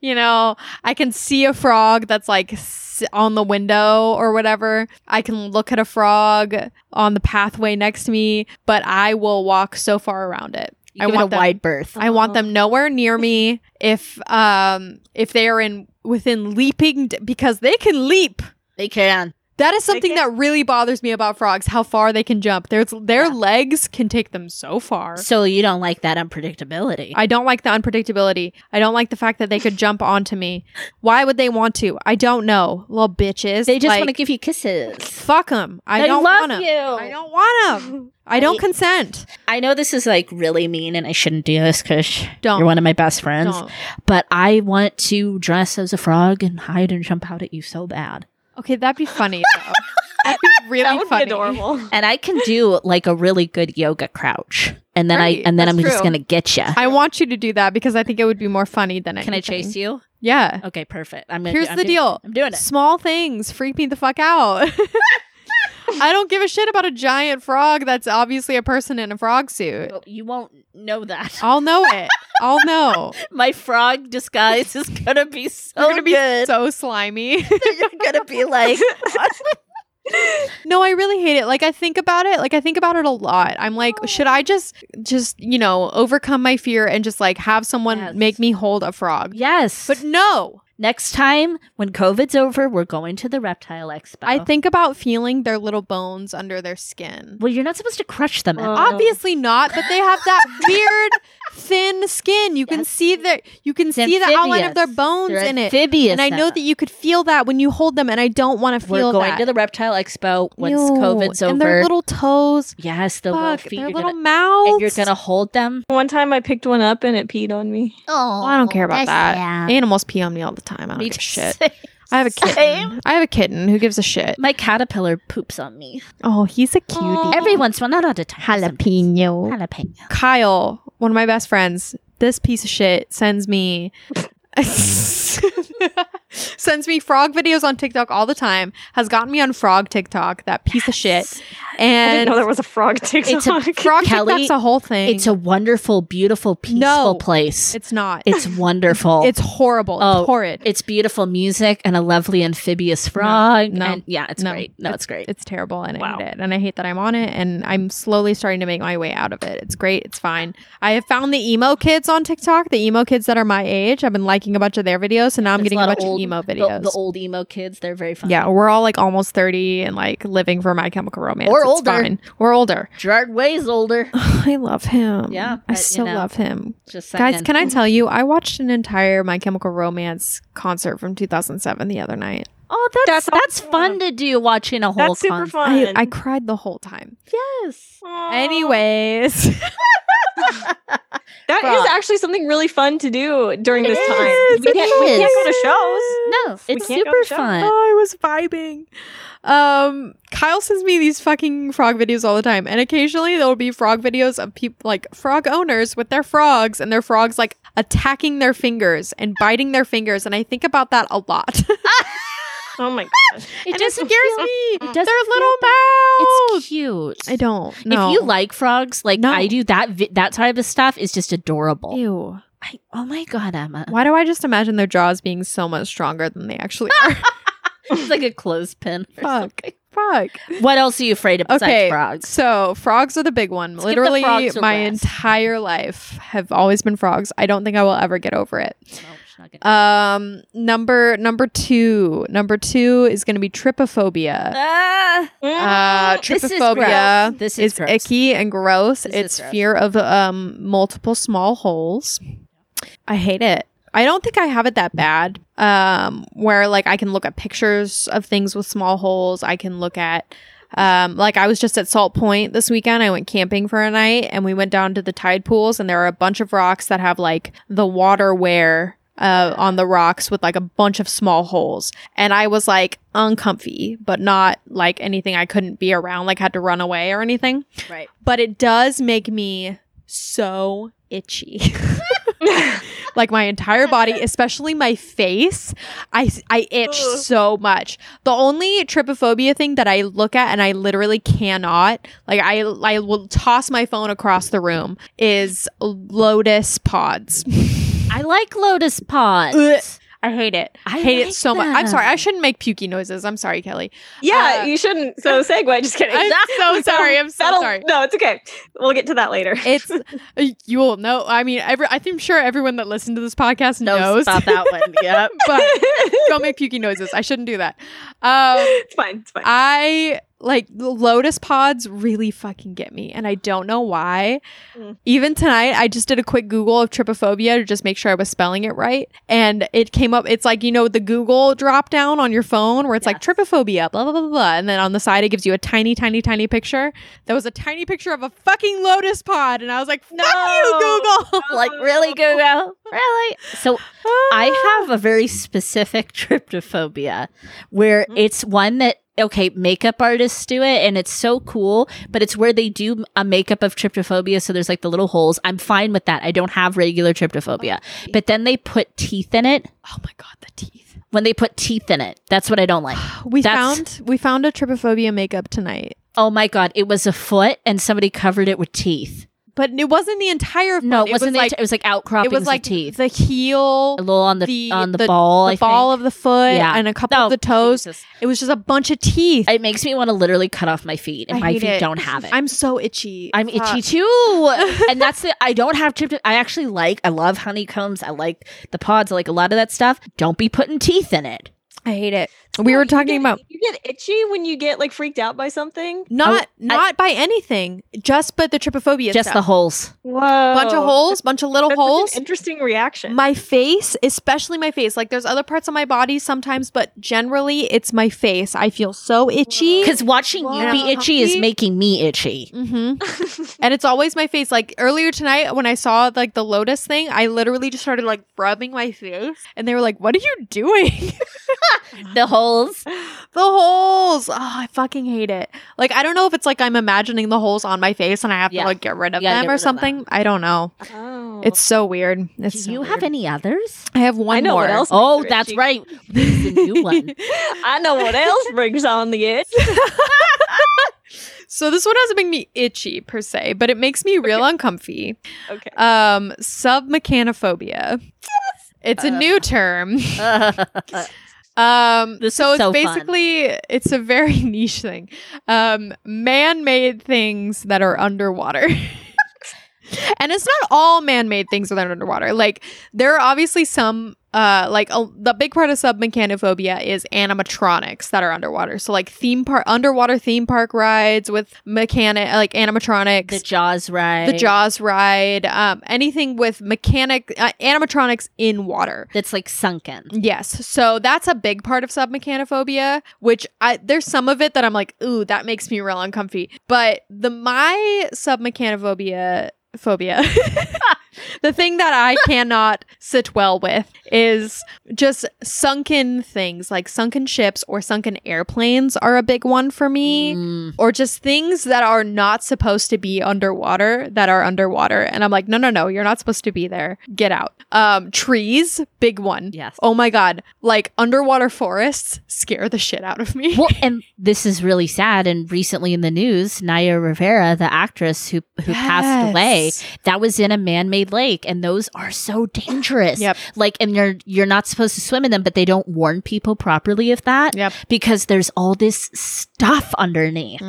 Speaker 3: you know, I can see a frog that's like s- on the window or whatever. I can look at a frog on the pathway next to me, but I will walk so far around it.
Speaker 1: You
Speaker 3: I
Speaker 1: give it a
Speaker 3: want them-
Speaker 1: wide berth.
Speaker 3: I want them nowhere near me. If um if they are in within leaping d- because they can leap.
Speaker 1: They can.
Speaker 3: That is
Speaker 2: They
Speaker 3: something
Speaker 2: can.
Speaker 3: that really bothers me about frogs. How far they can jump. Their their
Speaker 1: Yeah.
Speaker 3: legs can take them so far.
Speaker 1: So you don't like that unpredictability.
Speaker 3: I don't like the unpredictability. I don't like the fact that they could jump onto me. Why would they want to? I don't know. Little bitches.
Speaker 1: they just
Speaker 3: Like,
Speaker 1: want to give you kisses.
Speaker 3: fuck them. I
Speaker 1: They
Speaker 3: don't
Speaker 1: love
Speaker 3: want them.
Speaker 1: you.
Speaker 3: I don't want them. I don't
Speaker 1: Right.
Speaker 3: consent.
Speaker 1: I know this is like really mean and I shouldn't do this because
Speaker 3: Don't.
Speaker 1: you're one of my best friends,
Speaker 3: don't.
Speaker 1: but I want to dress as a frog and hide and jump out at you so bad.
Speaker 3: Okay, that'd be funny. Though. that'd be really
Speaker 2: that would
Speaker 3: funny.
Speaker 2: be adorable.
Speaker 1: And I can do like a really good yoga crouch. And then
Speaker 3: Right,
Speaker 1: I and then I'm
Speaker 2: that's
Speaker 1: just
Speaker 2: true.
Speaker 1: going to get you.
Speaker 3: I want you to do that because I think it would be more funny than
Speaker 1: Can I chase you?
Speaker 3: Yeah.
Speaker 1: Okay, perfect. I'm gonna
Speaker 3: Here's
Speaker 1: do- I'm
Speaker 3: the
Speaker 1: doing-
Speaker 3: deal.
Speaker 1: I'm doing it.
Speaker 3: Small things freak me the fuck out. I don't give a shit about a giant frog that's obviously a person in a frog suit.
Speaker 1: But you won't know that.
Speaker 3: I'll know it. I'll know.
Speaker 1: My frog disguise is going to be so
Speaker 3: You're gonna be
Speaker 1: good.
Speaker 3: so slimy.
Speaker 1: you're going to be like
Speaker 3: no, I really hate it. Like I think about it. Like I think about it a lot. I'm like, should I just just, you know, overcome my fear and just like have someone
Speaker 1: Yes.
Speaker 3: make me hold a frog?
Speaker 1: Yes.
Speaker 3: But no.
Speaker 1: Next time, when COVID's over, we're going to the reptile expo.
Speaker 3: I think about feeling their little bones under their skin.
Speaker 1: Well, you're not supposed to crush them. at
Speaker 2: Oh.
Speaker 1: all.
Speaker 3: Obviously not, but they have that weird thin skin. You can
Speaker 1: Yes.
Speaker 3: see their you can
Speaker 1: It's
Speaker 3: see the outline of their
Speaker 1: amphibious.
Speaker 3: bones
Speaker 1: They're
Speaker 3: in it.
Speaker 1: amphibious.
Speaker 3: And I know
Speaker 1: Emma.
Speaker 3: that you could feel that when you hold them and I don't want to feel
Speaker 1: we're going
Speaker 3: that.
Speaker 1: to the reptile expo once
Speaker 3: Ew.
Speaker 1: COVID's
Speaker 3: and
Speaker 1: over.
Speaker 3: their little toes.
Speaker 1: yes, the little
Speaker 3: Fuck,
Speaker 1: feet.
Speaker 3: their
Speaker 1: You're
Speaker 3: little
Speaker 1: gonna,
Speaker 3: mouths.
Speaker 1: and you're gonna hold them.
Speaker 2: One time I picked one up and it peed on me.
Speaker 1: Oh,
Speaker 3: Well, I don't care about that. Animals pee on me all the time. I don't
Speaker 1: Me
Speaker 3: give a
Speaker 1: too.
Speaker 3: shit. I have a kitten.
Speaker 1: Same.
Speaker 3: I have a kitten. Who gives a shit?
Speaker 1: My caterpillar poops on me
Speaker 3: Oh, he's a cutie.
Speaker 2: Aw.
Speaker 1: every once in a while, not all the time. sometimes. Jalapeno.
Speaker 3: Kyle, one of my best friends, this piece of shit sends me sends me frog videos on TikTok all the time. Has gotten me on frog TikTok. That piece of shit.
Speaker 2: I didn't know there
Speaker 3: And
Speaker 2: was a frog TikTok.
Speaker 3: frog
Speaker 1: Kelly,
Speaker 3: TikTok's a whole thing.
Speaker 1: It's a wonderful, beautiful, peaceful
Speaker 3: No.
Speaker 1: place.
Speaker 3: It's not.
Speaker 1: It's wonderful.
Speaker 3: It's horrible.
Speaker 1: Oh,
Speaker 3: it's horrid.
Speaker 1: it's beautiful music and a lovely amphibious frog.
Speaker 3: no,
Speaker 1: and yeah, it's
Speaker 3: no.
Speaker 1: great. No, it's great.
Speaker 3: it's terrible and I
Speaker 2: Wow.
Speaker 3: hate it. And I hate that I'm on it and I'm slowly starting to make my way out of it. It's great. It's fine. I have found the emo kids on TikTok, the emo kids that are my age. I've been liking a bunch of their videos and now I'm
Speaker 1: There's
Speaker 3: getting a,
Speaker 1: lot
Speaker 3: bunch of,
Speaker 1: old-
Speaker 3: emo
Speaker 1: the-
Speaker 3: videos.
Speaker 1: The, old emo kids, they're very fun.
Speaker 3: yeah, we're all like almost 30 and like living for my chemical romance.
Speaker 1: Or
Speaker 3: It's
Speaker 1: older.
Speaker 3: fine. We're older.
Speaker 1: Gerard Way's older.
Speaker 3: I love him.
Speaker 1: Yeah, but,
Speaker 3: I
Speaker 1: you
Speaker 3: still
Speaker 1: know,
Speaker 3: love him.
Speaker 1: Just
Speaker 3: Guys, can I tell you, I watched an entire My Chemical Romance concert from 2007 the other night.
Speaker 1: Oh, that's that's,
Speaker 2: That's awesome.
Speaker 1: fun to do watching a whole.
Speaker 2: That's super
Speaker 1: concert.
Speaker 2: fun.
Speaker 3: I, I cried the whole time.
Speaker 1: Yes.
Speaker 2: Aw.
Speaker 3: Anyways.
Speaker 2: That is
Speaker 1: Frog.
Speaker 2: actually something really fun to do during
Speaker 1: It
Speaker 2: this time.
Speaker 1: is,
Speaker 2: we,
Speaker 1: it
Speaker 2: can't, we can't go to shows.
Speaker 1: No,
Speaker 2: We
Speaker 1: it's
Speaker 2: can't go
Speaker 1: super
Speaker 2: to show.
Speaker 1: fun.
Speaker 3: Oh, I was vibing. Um, Kyle sends me these fucking frog videos all the time, and occasionally there will be frog videos of people like frog owners with their frogs and their frogs like attacking their fingers and biting their fingers, and I think about that a lot.
Speaker 2: Oh my gosh.
Speaker 1: It
Speaker 3: and it
Speaker 1: doesn't
Speaker 3: scares
Speaker 1: feel-
Speaker 3: me.
Speaker 1: it doesn't
Speaker 3: their
Speaker 1: feel
Speaker 3: little
Speaker 1: It's
Speaker 3: mouths.
Speaker 1: cute.
Speaker 3: I don't know
Speaker 1: If you like frogs, like
Speaker 3: No.
Speaker 1: I do, that vi- that type of stuff is just adorable.
Speaker 3: Ew.
Speaker 1: I, oh my god, Emma!
Speaker 3: Why do I just imagine their jaws being so much stronger than they actually are?
Speaker 1: It's like a clothespin. or
Speaker 3: Fuck.
Speaker 1: something.
Speaker 3: Fuck.
Speaker 1: What else are you afraid of besides
Speaker 3: Okay,
Speaker 1: frogs?
Speaker 3: So frogs are the big one.
Speaker 1: Let's give the
Speaker 3: Literally,
Speaker 1: frogs a
Speaker 3: my
Speaker 1: rest.
Speaker 3: entire life have always been frogs. I don't think I will ever get over it. Um, number number two, number two is going to be trypophobia.
Speaker 1: Ah,
Speaker 3: Uh,
Speaker 1: This is
Speaker 3: trypophobia
Speaker 1: gross. This is
Speaker 3: is
Speaker 1: gross.
Speaker 3: icky and gross.
Speaker 1: This is
Speaker 3: it's
Speaker 1: gross.
Speaker 3: fear of um multiple small holes. I hate it. I don't think I have it that bad. Um, where like I can look at pictures of things with small holes. I can look at um like I was just at Salt Point this weekend. I went camping for a night and we went down to the tide pools and there are a bunch of rocks that have like the water wear uh on the rocks with like a bunch of small holes. And I was like uncomfy, but not like anything I couldn't be around, like had to run away or anything.
Speaker 1: right.
Speaker 2: Mm.
Speaker 3: But it does make me so itchy. like my entire body, especially my face. I I itch
Speaker 2: Ugh.
Speaker 3: so much. The only trypophobia thing that I look at and I literally cannot, like I I will toss my phone across the room is lotus pods.
Speaker 1: I like lotus pods.
Speaker 3: Ugh. I hate it.
Speaker 1: I
Speaker 3: I hate
Speaker 1: like
Speaker 3: it so much. I'm sorry. I
Speaker 1: them.
Speaker 3: shouldn't make pukey noises. I'm sorry, Kelly.
Speaker 2: Yeah,
Speaker 3: Uh,
Speaker 2: you shouldn't. So segue. Just kidding.
Speaker 3: I'm so sorry. I'm so
Speaker 2: That'll-
Speaker 3: sorry.
Speaker 2: No, it's okay. We'll get to that later.
Speaker 3: It's you will know. I mean, every I'm sure everyone that listened to this podcast
Speaker 1: No,
Speaker 3: knows.
Speaker 1: stop that one. Yep.
Speaker 3: but
Speaker 2: it's
Speaker 3: don't make pukey noises. I shouldn't do that. Um,
Speaker 2: fine. It's fine.
Speaker 3: I like the lotus pods really fucking get me, and I don't know why.
Speaker 2: Mm.
Speaker 3: Even tonight, I just did a quick Google of trypophobia to just make sure I was spelling it right, and it came up. It's like you know the Google drop down on your phone where it's like trypophobia, blah blah blah blah, and then on the side it gives you a tiny, tiny, tiny picture. There was a tiny picture of a fucking lotus pod, and I was like, "Fuck
Speaker 2: No.
Speaker 3: you, Google!"
Speaker 1: like really Google? Really? So I have a very specific tryptophobia where
Speaker 3: Mm-hmm.
Speaker 2: Mhm.
Speaker 1: it's one that okay, makeup artists do it and it's so cool, but it's where they do a makeup of tryptophobia so there's like the little holes. I'm fine with that. I don't have regular tryptophobia. But then they put teeth in it.
Speaker 3: oh my god, the teeth.
Speaker 1: When they put teeth in it, that's what I don't like.
Speaker 3: We
Speaker 1: That's-
Speaker 3: found we found a trypophobia makeup tonight.
Speaker 1: Oh my god, it was a foot and somebody covered it with teeth.
Speaker 3: But it wasn't the entire.
Speaker 1: No,
Speaker 3: foot.
Speaker 1: it wasn't
Speaker 3: was
Speaker 1: like, it was like outcroppings
Speaker 3: it was like
Speaker 1: of teeth.
Speaker 3: the heel,
Speaker 1: a little on the,
Speaker 3: the-
Speaker 1: on the,
Speaker 3: the-
Speaker 1: ball,
Speaker 3: the
Speaker 1: I
Speaker 3: ball
Speaker 1: think.
Speaker 3: of the foot,
Speaker 1: Yeah.
Speaker 3: and a couple
Speaker 1: No,
Speaker 3: of the toes.
Speaker 1: Jesus.
Speaker 3: It was just a bunch of teeth.
Speaker 1: It makes me want to literally cut off my feet, and
Speaker 3: I
Speaker 1: my
Speaker 3: hate
Speaker 1: feet
Speaker 3: it.
Speaker 1: don't have it.
Speaker 3: I'm so itchy.
Speaker 1: I'm
Speaker 3: Fuck.
Speaker 1: itchy too, and that's the I don't have tryptophan. I actually like I love honeycombs. I like the pods. I like a lot of that stuff. Don't be putting teeth in it.
Speaker 3: I hate it. We were
Speaker 2: You get-
Speaker 3: talking about
Speaker 2: you get itchy when you get like freaked out by something.
Speaker 3: not not by anything, just but the trypophobia.
Speaker 1: Just the
Speaker 3: stuff.
Speaker 1: holes.
Speaker 2: Whoa.
Speaker 3: bunch of holes, bunch of little
Speaker 2: That's such an
Speaker 3: holes.
Speaker 2: interesting reaction.
Speaker 3: My face, especially my face. Like there's other parts of my body sometimes, but generally it's my face. I feel so itchy.
Speaker 1: Because watching you be
Speaker 3: Wow.
Speaker 1: itchy is making me itchy.
Speaker 3: Mm-hmm. and it's always my face. Like earlier tonight when I saw like the lotus thing, I literally just started like rubbing my face, and they were like, "What are you doing?"
Speaker 1: The holes.
Speaker 3: the holes. Oh, I fucking hate it. Like I don't know if it's like I'm imagining the holes on my face, and I have
Speaker 1: Yeah.
Speaker 3: to like get rid of
Speaker 1: You gotta
Speaker 3: them
Speaker 1: get rid
Speaker 3: or
Speaker 1: of
Speaker 3: something. I don't know.
Speaker 2: oh.
Speaker 3: It's so weird. It's
Speaker 1: Do
Speaker 3: so
Speaker 1: you
Speaker 3: weird.
Speaker 1: have any others?
Speaker 3: I have one
Speaker 2: I know
Speaker 3: more.
Speaker 2: what else.
Speaker 1: Oh,
Speaker 2: makes you
Speaker 1: that's
Speaker 2: itchy.
Speaker 1: right. It's a new one.
Speaker 2: I know what else brings on the itch.
Speaker 3: So this one doesn't make me itchy per se, but it makes me real uncomfy.
Speaker 2: Okay.
Speaker 3: Um, submechanophobia. It's a
Speaker 1: Uh.
Speaker 3: new term.
Speaker 1: That's
Speaker 3: Um,
Speaker 1: This
Speaker 3: so
Speaker 1: is
Speaker 3: it's
Speaker 1: so fun.
Speaker 3: basically it's a very niche thing. Um, man-made things that are underwater. and it's not all man-made things that are underwater. Like there are obviously some uh like a, the big part of submechanophobia is animatronics that are underwater. So like theme park underwater theme park rides with mechanic like animatronics
Speaker 1: the jaws right.
Speaker 3: the Jaws ride, um, anything with mechanic uh, animatronics in water.
Speaker 1: That's like sunken.
Speaker 3: Yes. So that's a big part of submechanophobia, which I there's some of it that I'm like, ooh, that makes me real uncomfy. But the my submechanophobia phobia the thing that I cannot sit well with is just sunken things like sunken ships or sunken airplanes are a big one for me
Speaker 1: Mm.
Speaker 3: or just things that are not supposed to be underwater that are underwater and i'm like no no no you're not supposed to be there get out um trees big one
Speaker 1: Yes.
Speaker 3: oh my god like underwater forests scare the shit out of me
Speaker 1: well, and this is really sad. And recently in the news, Naya Rivera, the actress who who passed away,
Speaker 3: Yes.
Speaker 1: that was in a man-made lake, and those are so dangerous.
Speaker 3: Yep.
Speaker 1: Like, and you're you're not supposed to swim in them, but they don't warn people properly of that.
Speaker 3: Yep.
Speaker 1: Because there's all this stuff underneath.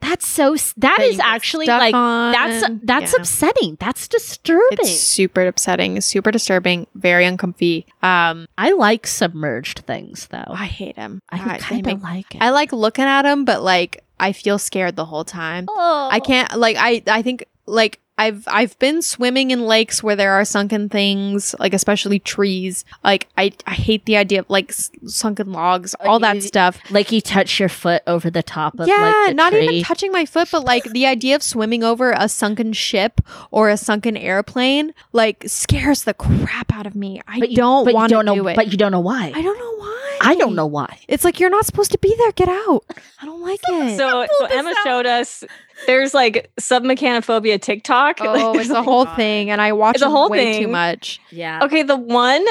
Speaker 1: That's so. s- That
Speaker 3: Mm. Mm-hmm. That you
Speaker 1: is
Speaker 3: get
Speaker 1: actually
Speaker 3: stuck
Speaker 1: like
Speaker 3: on.
Speaker 1: that's that's
Speaker 3: Yeah.
Speaker 1: upsetting. That's disturbing.
Speaker 3: it's super upsetting super disturbing very uncomfy um oh,
Speaker 1: I like submerged things though.
Speaker 3: i hate them
Speaker 1: I kind of like it.
Speaker 3: I like looking at them but like i feel scared the whole time
Speaker 1: oh.
Speaker 3: I can't like I I think like I've I've been swimming in lakes where there are sunken things like especially trees like I I hate the idea of like s- sunken logs all that
Speaker 1: you-
Speaker 3: stuff
Speaker 1: like you touch your foot over the top of
Speaker 3: yeah
Speaker 1: like the
Speaker 3: not
Speaker 1: tree.
Speaker 3: even touching my foot but like the idea of swimming over a sunken ship or a sunken airplane like scares the crap out of me I
Speaker 1: But you-
Speaker 3: don't
Speaker 1: but you
Speaker 3: want to
Speaker 1: don't know,
Speaker 3: do it
Speaker 1: But you don't know why.
Speaker 3: I don't know why
Speaker 1: I don't know why.
Speaker 3: It's like you're not supposed to be there. Get out. I don't like it.
Speaker 2: So, so Emma showed us there's like submechanophobia TikTok.
Speaker 3: oh, it's a whole thing, and I watch
Speaker 2: It's a
Speaker 3: them
Speaker 2: whole
Speaker 3: way
Speaker 2: thing.
Speaker 3: too much.
Speaker 1: Yeah.
Speaker 2: Okay, the one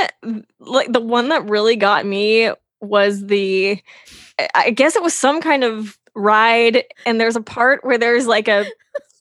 Speaker 2: like the one that really got me was the I- I guess it was some kind of ride and there's a part where there's like a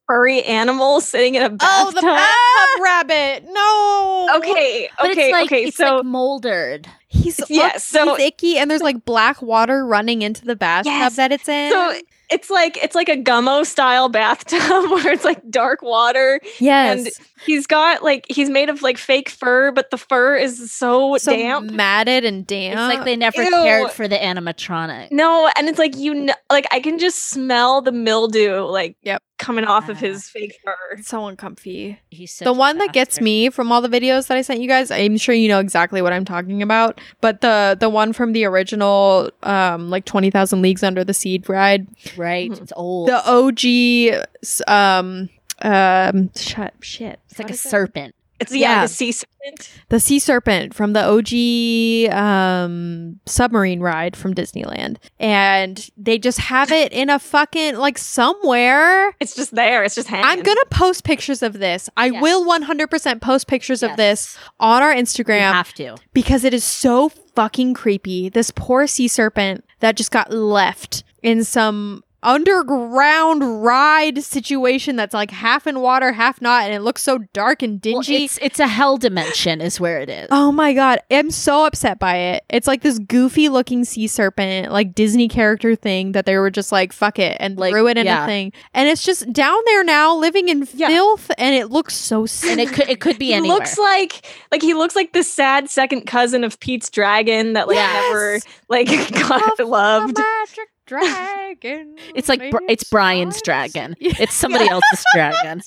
Speaker 2: furry animal sitting in a
Speaker 3: Oh,
Speaker 2: bathtub.
Speaker 3: the bathtub rabbit. No.
Speaker 2: okay,
Speaker 1: But
Speaker 2: okay,
Speaker 1: it's like
Speaker 2: okay.
Speaker 1: it's
Speaker 2: So
Speaker 1: like moldered.
Speaker 3: He's
Speaker 2: Yeah,
Speaker 3: up-
Speaker 2: so-
Speaker 3: he's icky, and there's like black water running into the bathtub
Speaker 2: Yes.
Speaker 3: that it's in.
Speaker 2: so it's like it's like a gummo style bathtub where it's like dark water.
Speaker 3: yes,
Speaker 2: He's got like he's made of like fake fur, but the fur is so,
Speaker 3: so
Speaker 2: damp.
Speaker 3: matted and damp.
Speaker 1: It's like they never
Speaker 2: Ew.
Speaker 1: cared for the animatronic.
Speaker 2: No, and it's like you know, like I can just smell the mildew like
Speaker 3: Yep.
Speaker 2: coming off of
Speaker 1: Yeah.
Speaker 2: his fake fur.
Speaker 3: It's so uncomfy.
Speaker 1: He's such
Speaker 3: the
Speaker 1: a
Speaker 3: one that gets
Speaker 1: bastard.
Speaker 3: me from all the videos that I sent you guys, I'm sure you know exactly what I'm talking about. But the the one from the original, um, like Twenty Thousand Leagues Under the Sea ride,
Speaker 1: right. It's old.
Speaker 3: Mm-hmm. the OG, s- um, um, shut shit,
Speaker 1: it's like
Speaker 3: What
Speaker 1: a
Speaker 3: is it?
Speaker 1: serpent.
Speaker 2: It's yeah,
Speaker 3: Yeah.
Speaker 2: the sea serpent.
Speaker 3: the sea serpent from the OG um, submarine ride from Disneyland, and they just have it in a fucking like somewhere.
Speaker 2: It's just there. It's just hanging.
Speaker 3: I'm gonna post pictures of this. I
Speaker 1: Yes.
Speaker 3: will 100% post pictures of this
Speaker 1: Yes.
Speaker 3: on our
Speaker 1: You
Speaker 3: Instagram
Speaker 1: have to.
Speaker 3: because it is so fucking creepy. This poor sea serpent that just got left in some underground ride situation that's like half in water, half not, and it looks so dark and
Speaker 1: Well,
Speaker 3: dingy.
Speaker 1: it's it's a hell dimension, is where it is.
Speaker 3: Oh my god, I'm so upset by it. It's like this goofy looking sea serpent, like Disney character thing that they were just like, fuck it, and
Speaker 1: Like,
Speaker 3: threw it in
Speaker 1: yeah.
Speaker 3: a thing. And it's just down there now, living in
Speaker 2: Yeah.
Speaker 3: filth, and it looks so sick.
Speaker 1: and it could it could be
Speaker 2: He
Speaker 1: anywhere.
Speaker 2: looks like like he looks like the sad second cousin of Pete's dragon that like
Speaker 1: Yes.
Speaker 2: never like got
Speaker 3: Of
Speaker 2: loved.
Speaker 3: magic dragon.
Speaker 1: it's like Bri- it's Brian's dragon.
Speaker 3: Yeah.
Speaker 1: It's somebody else's dragon.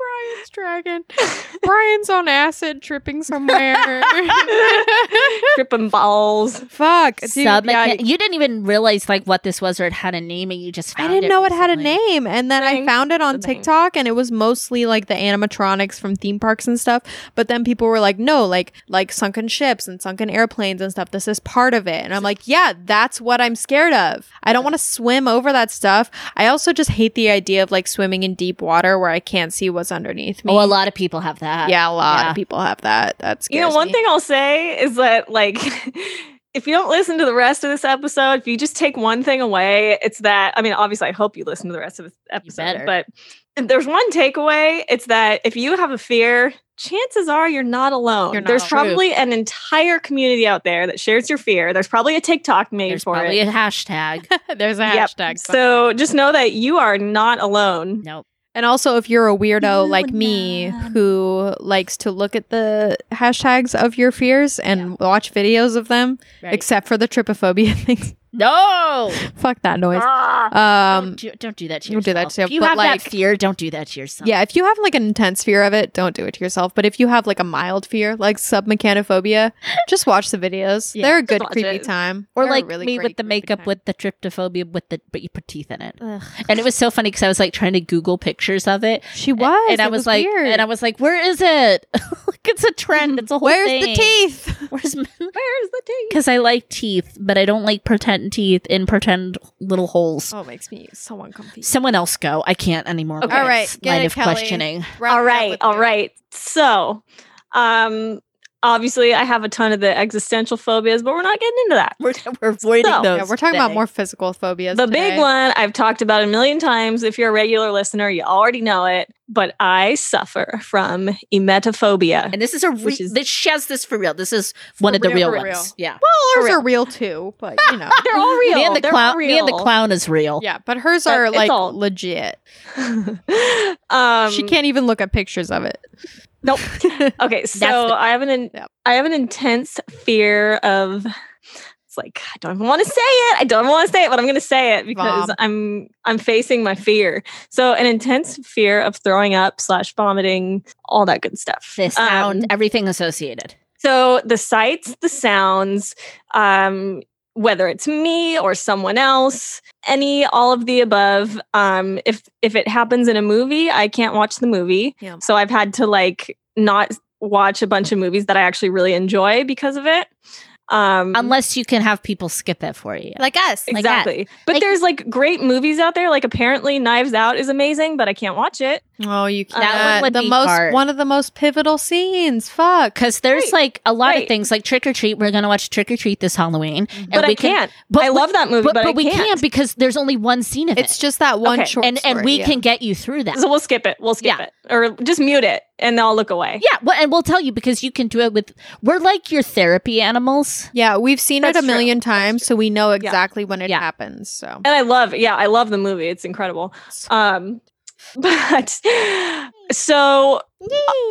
Speaker 3: Brian's dragon. Brian's on acid, tripping somewhere.
Speaker 2: Tripping balls.
Speaker 3: Fuck. dude,
Speaker 1: Submecha-
Speaker 3: yeah,
Speaker 1: you didn't even realize like what this was or it had a name, and you just
Speaker 3: I
Speaker 1: found
Speaker 3: didn't know it had a
Speaker 1: recently.
Speaker 3: name. And then I
Speaker 2: Thanks.
Speaker 3: found it on
Speaker 2: The name.
Speaker 3: TikTok and it was mostly like the animatronics from theme parks and stuff. But then people were like, no, like like sunken ships and sunken airplanes and stuff. This is part of it. And I'm like, yeah, that's what I'm scared of. I don't want to swim over that stuff. I also just hate the idea of like swimming in deep water where I can't see what's underneath me.
Speaker 1: Oh, a lot of people have that.
Speaker 3: yeah, a lot
Speaker 1: yeah.
Speaker 3: of people have that. That's
Speaker 2: You know, one thing I'll say is that like if you don't listen to the rest of this episode, if you just take one thing away, it's that I mean, obviously I hope you listen to the rest of this episode,
Speaker 1: better.
Speaker 2: but if there's one takeaway, it's that if you have a fear, chances are you're not alone.
Speaker 3: You're not
Speaker 2: there's
Speaker 3: alone.
Speaker 2: probably an entire community out there that shares your fear. There's probably a TikTok made
Speaker 1: There's
Speaker 2: for
Speaker 1: probably
Speaker 2: it.
Speaker 1: a hashtag.
Speaker 3: There's a
Speaker 2: Yep.
Speaker 3: hashtag.
Speaker 2: So just know that you are not alone.
Speaker 1: nope.
Speaker 3: And also, if you're a weirdo
Speaker 1: You
Speaker 3: like
Speaker 1: and
Speaker 3: me
Speaker 1: I.
Speaker 3: who likes to look at the hashtags of your fears and watch videos of them,
Speaker 1: Right.
Speaker 3: except for the trypophobia things,
Speaker 1: no.
Speaker 3: fuck that noise.
Speaker 2: Ah.
Speaker 3: Um,
Speaker 1: don't, do, don't do that to
Speaker 3: don't
Speaker 1: yourself.
Speaker 3: do that to yourself,
Speaker 1: If you
Speaker 3: but,
Speaker 1: have
Speaker 3: like-
Speaker 1: that fear, don't do that to yourself.
Speaker 3: yeah, if you have like an intense fear of it, don't do it to yourself. But if you have like a mild fear, like submechanophobia, just watch the videos.
Speaker 1: Yeah.
Speaker 3: They're a good
Speaker 2: watch
Speaker 3: creepy
Speaker 2: it.
Speaker 3: time,
Speaker 1: Or
Speaker 3: They're a
Speaker 1: like
Speaker 3: really
Speaker 1: me with
Speaker 3: great
Speaker 1: the
Speaker 3: creepy
Speaker 1: makeup
Speaker 3: time.
Speaker 1: with the tryptophobia with the but you put teeth in it.
Speaker 3: Ugh.
Speaker 1: And it was so funny because I was like trying to Google pictures of it.
Speaker 3: she was,
Speaker 1: and I was, like,
Speaker 3: weird.
Speaker 1: and I was like, where is it? like it's a trend. It's a whole
Speaker 3: where's the
Speaker 1: thing.
Speaker 3: teeth?
Speaker 1: Where's
Speaker 2: Where's the teeth?
Speaker 1: because I like teeth, but I don't like pretend teeth in pretend little holes.
Speaker 3: Oh, it makes me so uncomfy.
Speaker 1: Someone else go. I can't anymore. with
Speaker 2: Okay. All
Speaker 1: this
Speaker 3: right, get
Speaker 1: line
Speaker 3: it,
Speaker 1: of
Speaker 3: Kelly.
Speaker 1: questioning.
Speaker 2: all right all right so um obviously i have a ton of the existential phobias but we're not getting into that
Speaker 1: We're, we're avoiding
Speaker 2: So-
Speaker 1: those.
Speaker 3: Yeah, we're talking about
Speaker 1: today.
Speaker 3: more physical phobias.
Speaker 2: the
Speaker 3: today.
Speaker 2: big one i've talked about a million times if you're a regular listener you already know it but i suffer from emetophobia
Speaker 1: And this is a re-
Speaker 2: Which is-
Speaker 1: this she has this for real. This is one of the
Speaker 3: real,
Speaker 1: real,
Speaker 3: for
Speaker 1: ones.
Speaker 3: real.
Speaker 1: Yeah.
Speaker 3: Well,
Speaker 2: For
Speaker 3: ours
Speaker 2: real.
Speaker 3: are real too, but you know.
Speaker 2: they're all real
Speaker 1: Me and the
Speaker 2: They're
Speaker 1: clown.
Speaker 2: all
Speaker 1: Me and the
Speaker 2: real.
Speaker 1: clown is real.
Speaker 3: yeah, but hers
Speaker 2: But
Speaker 3: are
Speaker 2: it's
Speaker 3: like
Speaker 2: all-
Speaker 3: legit.
Speaker 2: um
Speaker 3: she can't even look at pictures of it.
Speaker 2: nope okay so
Speaker 1: the-
Speaker 2: i have an in-
Speaker 3: Yep.
Speaker 2: i have an intense fear of it's like i don't even want to say it i don't even want to say it but i'm going to say it because
Speaker 3: Vom.
Speaker 2: i'm i'm facing my fear so an intense fear of throwing up slash vomiting all that good stuff
Speaker 1: The sound,
Speaker 2: Um, mm-hmm.
Speaker 1: everything associated.
Speaker 2: so the sights the sounds um whether it's me or someone else any all of the above um if if it happens in a movie i can't watch the movie
Speaker 3: Yeah.
Speaker 2: so i've had to like not watch a bunch of movies that I actually really enjoy because of it. Um,
Speaker 1: Unless you can have people skip it for you.
Speaker 6: Like us. Like that.
Speaker 2: exactly. but
Speaker 6: Like-
Speaker 2: there's like great movies out there. Like apparently Knives Out is amazing, but I can't watch it.
Speaker 3: Oh, you
Speaker 2: That
Speaker 3: can't.
Speaker 1: one would
Speaker 3: the
Speaker 1: be
Speaker 3: most
Speaker 1: hard.
Speaker 3: one of the most pivotal scenes. Fuck.
Speaker 1: Because there's
Speaker 2: Right.
Speaker 1: like a lot
Speaker 2: Right.
Speaker 1: of things like Trick or Treat. We're going to watch Trick or Treat this Halloween. And
Speaker 2: but
Speaker 1: we
Speaker 2: I can't.
Speaker 1: But
Speaker 2: I
Speaker 1: we-
Speaker 2: love that movie,
Speaker 1: But,
Speaker 2: but,
Speaker 1: but
Speaker 2: I
Speaker 1: we can't because there's only one scene of
Speaker 3: It's
Speaker 1: it.
Speaker 3: just that one
Speaker 2: Okay.
Speaker 3: short
Speaker 1: and and
Speaker 3: story,
Speaker 1: we
Speaker 3: yeah.
Speaker 1: can get you through that.
Speaker 2: So we'll skip it. We'll skip
Speaker 1: Yeah.
Speaker 2: it, or just mute it, and I'll look away.
Speaker 1: yeah, well, and we'll tell you because you can do it with. We're like your therapy animals.
Speaker 3: Yeah, we've seen
Speaker 2: That's
Speaker 3: it a
Speaker 2: true.
Speaker 3: million
Speaker 2: That's
Speaker 3: times,
Speaker 2: true.
Speaker 3: so we know exactly when it
Speaker 1: Yeah.
Speaker 3: happens. So
Speaker 2: And uh, I love, yeah, I love the movie. It's incredible. Um, but so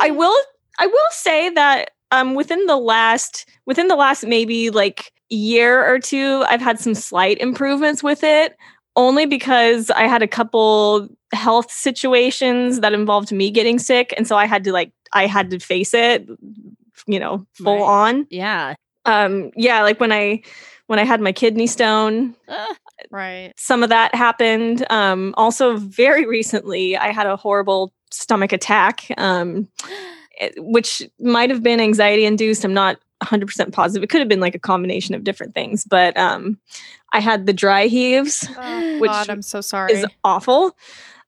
Speaker 2: I will, I will say that um, within the last, within the last maybe like year or two, I've had some slight improvements with it, only because I had a couple health situations that involved me getting sick, and so I had to like, I had to face it, you know, full
Speaker 1: Right.
Speaker 2: on.
Speaker 1: Yeah.
Speaker 2: Um, yeah, like when I, when I had my kidney stone,
Speaker 1: Uh,
Speaker 3: right.
Speaker 2: some of that happened. Um, also, very recently, I had a horrible stomach attack, um, it- which might have been anxiety induced. I'm not 100% positive. It could have been like a combination of different things, but um, I had the dry heaves, Which
Speaker 3: Oh, God, I'm so sorry.
Speaker 2: is awful.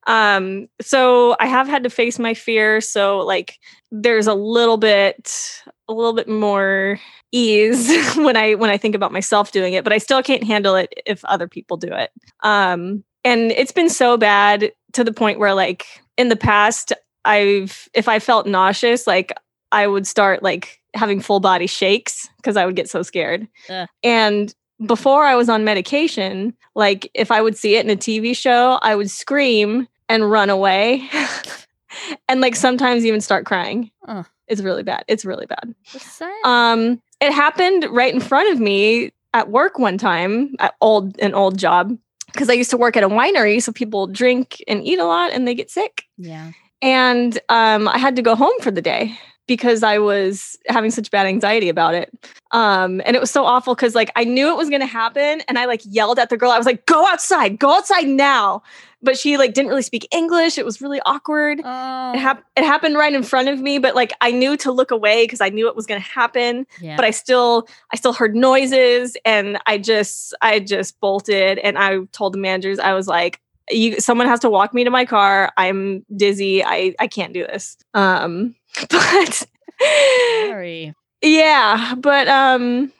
Speaker 2: Um, so I have had to face my fear. So like there's a little bit a little bit more ease when I when I think about myself doing it, but I still can't handle it if other people do it. Um and it's been so bad to the point where like in the past I've if I felt nauseous, like I would start like having full body shakes because I would get so scared.
Speaker 1: Ugh.
Speaker 2: And before I was on medication, like if I would see it in a TV show, I would scream and run away. and like sometimes even start crying.
Speaker 1: Ugh.
Speaker 2: It's really bad. It's really bad.
Speaker 1: Uh,
Speaker 2: Um it happened right in front of me at work one time at old an old job because I used to work at a winery so people drink and eat a lot and they get sick
Speaker 1: yeah.
Speaker 2: and um, I had to go home for the day because I was having such bad anxiety about it. Um, and it was so awful because like I knew it was going to happen, and I like yelled at the girl. I was like, "Go outside, go outside now!" But she like didn't really speak English. It was really awkward.
Speaker 1: Oh.
Speaker 2: It, hap- it happened right in front of me, but like I knew to look away because I knew it was going to happen
Speaker 1: Oh, yeah.
Speaker 2: but I still I still heard noises and I just I just bolted and I told the managers I was like you someone has to walk me to my car I'm dizzy I I can't do this um but
Speaker 1: Sorry.
Speaker 2: yeah but um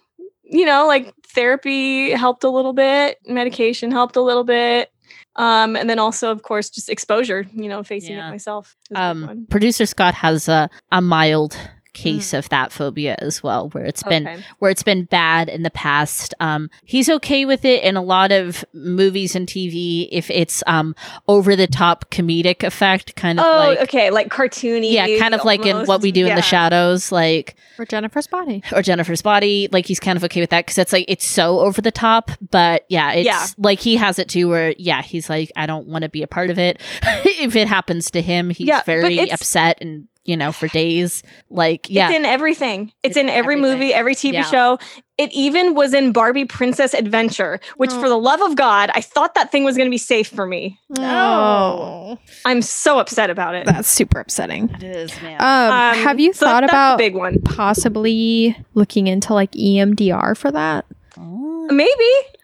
Speaker 2: you know like therapy helped a little bit medication helped a little bit um and then also of course just exposure you know facing
Speaker 1: Yeah.
Speaker 2: it myself is a big
Speaker 1: Um,
Speaker 2: one. Mm.
Speaker 1: producer Scott has a, a mild case of that phobia as well, where it's been
Speaker 2: Okay.
Speaker 1: where it's been bad in the past. Um, he's okay with it in a lot of movies and TV if it's um over the top comedic effect, kind of
Speaker 2: oh
Speaker 1: like
Speaker 2: okay like cartoony
Speaker 1: yeah, kind of like in what we do in the
Speaker 2: shadow.
Speaker 1: shadows, like
Speaker 3: For Jennifer's body.
Speaker 1: or Jennifer's body. Like he's kind of okay with that because it's like it's so over the top. But yeah, it's
Speaker 2: Yeah.
Speaker 1: like he has it too, where yeah, he's like I don't want to be a part of it. if it happens to him, he's
Speaker 2: Yeah, but
Speaker 1: very
Speaker 2: it's-
Speaker 1: upset and you know for days. Like yeah,
Speaker 2: It's in everything.
Speaker 1: It's
Speaker 2: It's, in every
Speaker 1: everything.
Speaker 2: movie, every TV
Speaker 1: Yeah.
Speaker 2: show. It even was in Barbie Princess Adventure, which for the love of God, I thought that thing was going to be safe for me.
Speaker 3: Oh,
Speaker 2: I'm so upset about it.
Speaker 3: that's super upsetting.
Speaker 1: it is man.
Speaker 3: Um,
Speaker 2: Um,
Speaker 3: have you
Speaker 2: so
Speaker 3: thought
Speaker 2: that's
Speaker 3: about
Speaker 2: the big one?
Speaker 3: possibly looking into like E EMDR for that?
Speaker 1: Oh.
Speaker 2: Maybe.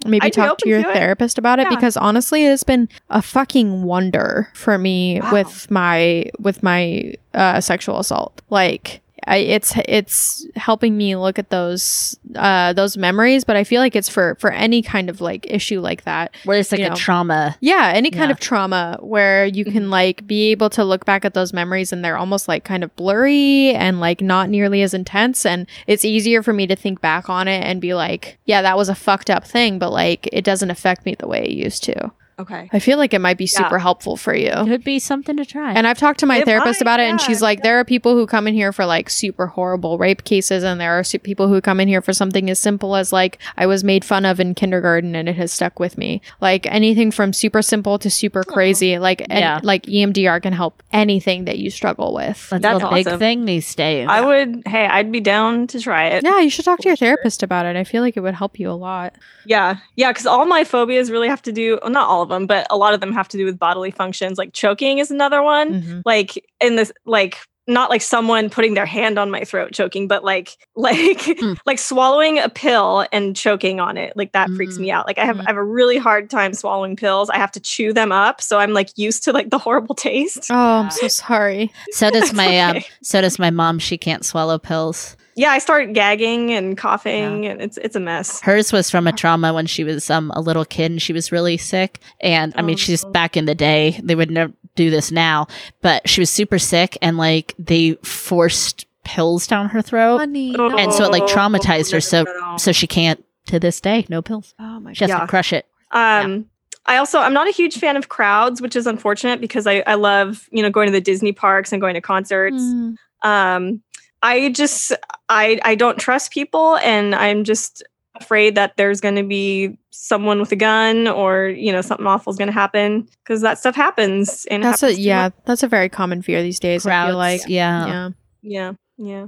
Speaker 3: Maybe
Speaker 2: I'd be
Speaker 3: talk to
Speaker 2: open
Speaker 3: your
Speaker 2: to it.
Speaker 3: therapist about it
Speaker 2: Yeah.
Speaker 3: because honestly, it has been a fucking wonder for me
Speaker 2: Wow.
Speaker 3: with my with my uh, sexual assault. Like, I, it's it's helping me look at those uh, those memories, but I feel like it's for for any kind of like issue like that.
Speaker 1: Where it's like
Speaker 3: you
Speaker 1: a
Speaker 3: know.
Speaker 1: trauma.
Speaker 3: Yeah, any kind
Speaker 1: Yeah.
Speaker 3: of trauma where you can like be able to look back at those memories and they're almost like kind of blurry and like not nearly as intense and it's easier for me to think back on it and be like, yeah, that was a fucked up thing, but like it doesn't affect me the way it used to.
Speaker 2: Okay.
Speaker 3: I feel like it might be
Speaker 2: Yeah.
Speaker 3: super helpful for you.
Speaker 1: Could be something to try.
Speaker 3: And I've talked to my
Speaker 2: It
Speaker 3: therapist
Speaker 2: might,
Speaker 3: about it, and
Speaker 2: yeah,
Speaker 3: she's like, there are people who come in here for like super horrible rape cases, and there are su- people who come in here for something as simple as like, I was made fun of in kindergarten and it has stuck with me. Like anything from super simple to super crazy. Like, and,
Speaker 1: Yeah.
Speaker 3: like E EMDR can help anything that you struggle with.
Speaker 1: that's,
Speaker 2: That's
Speaker 1: a big
Speaker 2: awesome.
Speaker 1: thing these days.
Speaker 2: I would, hey, I'd be down to try it.
Speaker 3: yeah, you should talk to your
Speaker 2: For sure.
Speaker 3: therapist about it. I feel like it would help you a lot.
Speaker 2: Yeah. Yeah. Because all my phobias really have to do, well, not all of
Speaker 1: Mm-hmm.
Speaker 2: them, but a lot of them have to do with bodily functions. Like choking is another one. like in this like not like someone putting their hand on my throat choking but like like like swallowing a pill and choking on it like that freaks me out like i have i have a really hard time swallowing pills i have to chew them up so i'm like used to like the horrible taste
Speaker 3: Oh,
Speaker 1: Yeah.
Speaker 3: I'm so sorry.
Speaker 1: So does
Speaker 2: That's
Speaker 1: my um,
Speaker 2: okay.
Speaker 1: so does my mom. She can't swallow pills.
Speaker 2: yeah i start gagging and coughing and it's it's a mess
Speaker 1: Hers was from a trauma when she was um a little kid and she was really sick. And I mean,
Speaker 2: Oh,
Speaker 1: she's
Speaker 2: no.
Speaker 1: back in the day. They would never do this now, but she was super sick and like they forced pills down her
Speaker 2: Oh.
Speaker 1: throat,
Speaker 3: Honey.
Speaker 1: and so it
Speaker 3: Oh,
Speaker 2: Mm.
Speaker 1: like traumatized her. So so she can't to this day no pills.
Speaker 3: Oh my
Speaker 1: She has
Speaker 2: Yeah.
Speaker 1: to crush it.
Speaker 2: Um, I also I'm not a huge fan of crowds, which is unfortunate because I I love you know going to the Disney parks and going to concerts.
Speaker 3: Mm.
Speaker 2: Um, I just I I don't trust people, and I'm just afraid that there's going to be someone with a gun or you know something awful is going to happen because that stuff happens. And it
Speaker 3: That's a
Speaker 2: happens to-
Speaker 3: yeah. That's a very common fear these days. I
Speaker 1: Crowds,
Speaker 3: feel like
Speaker 1: yeah.
Speaker 3: yeah.
Speaker 2: yeah, yeah.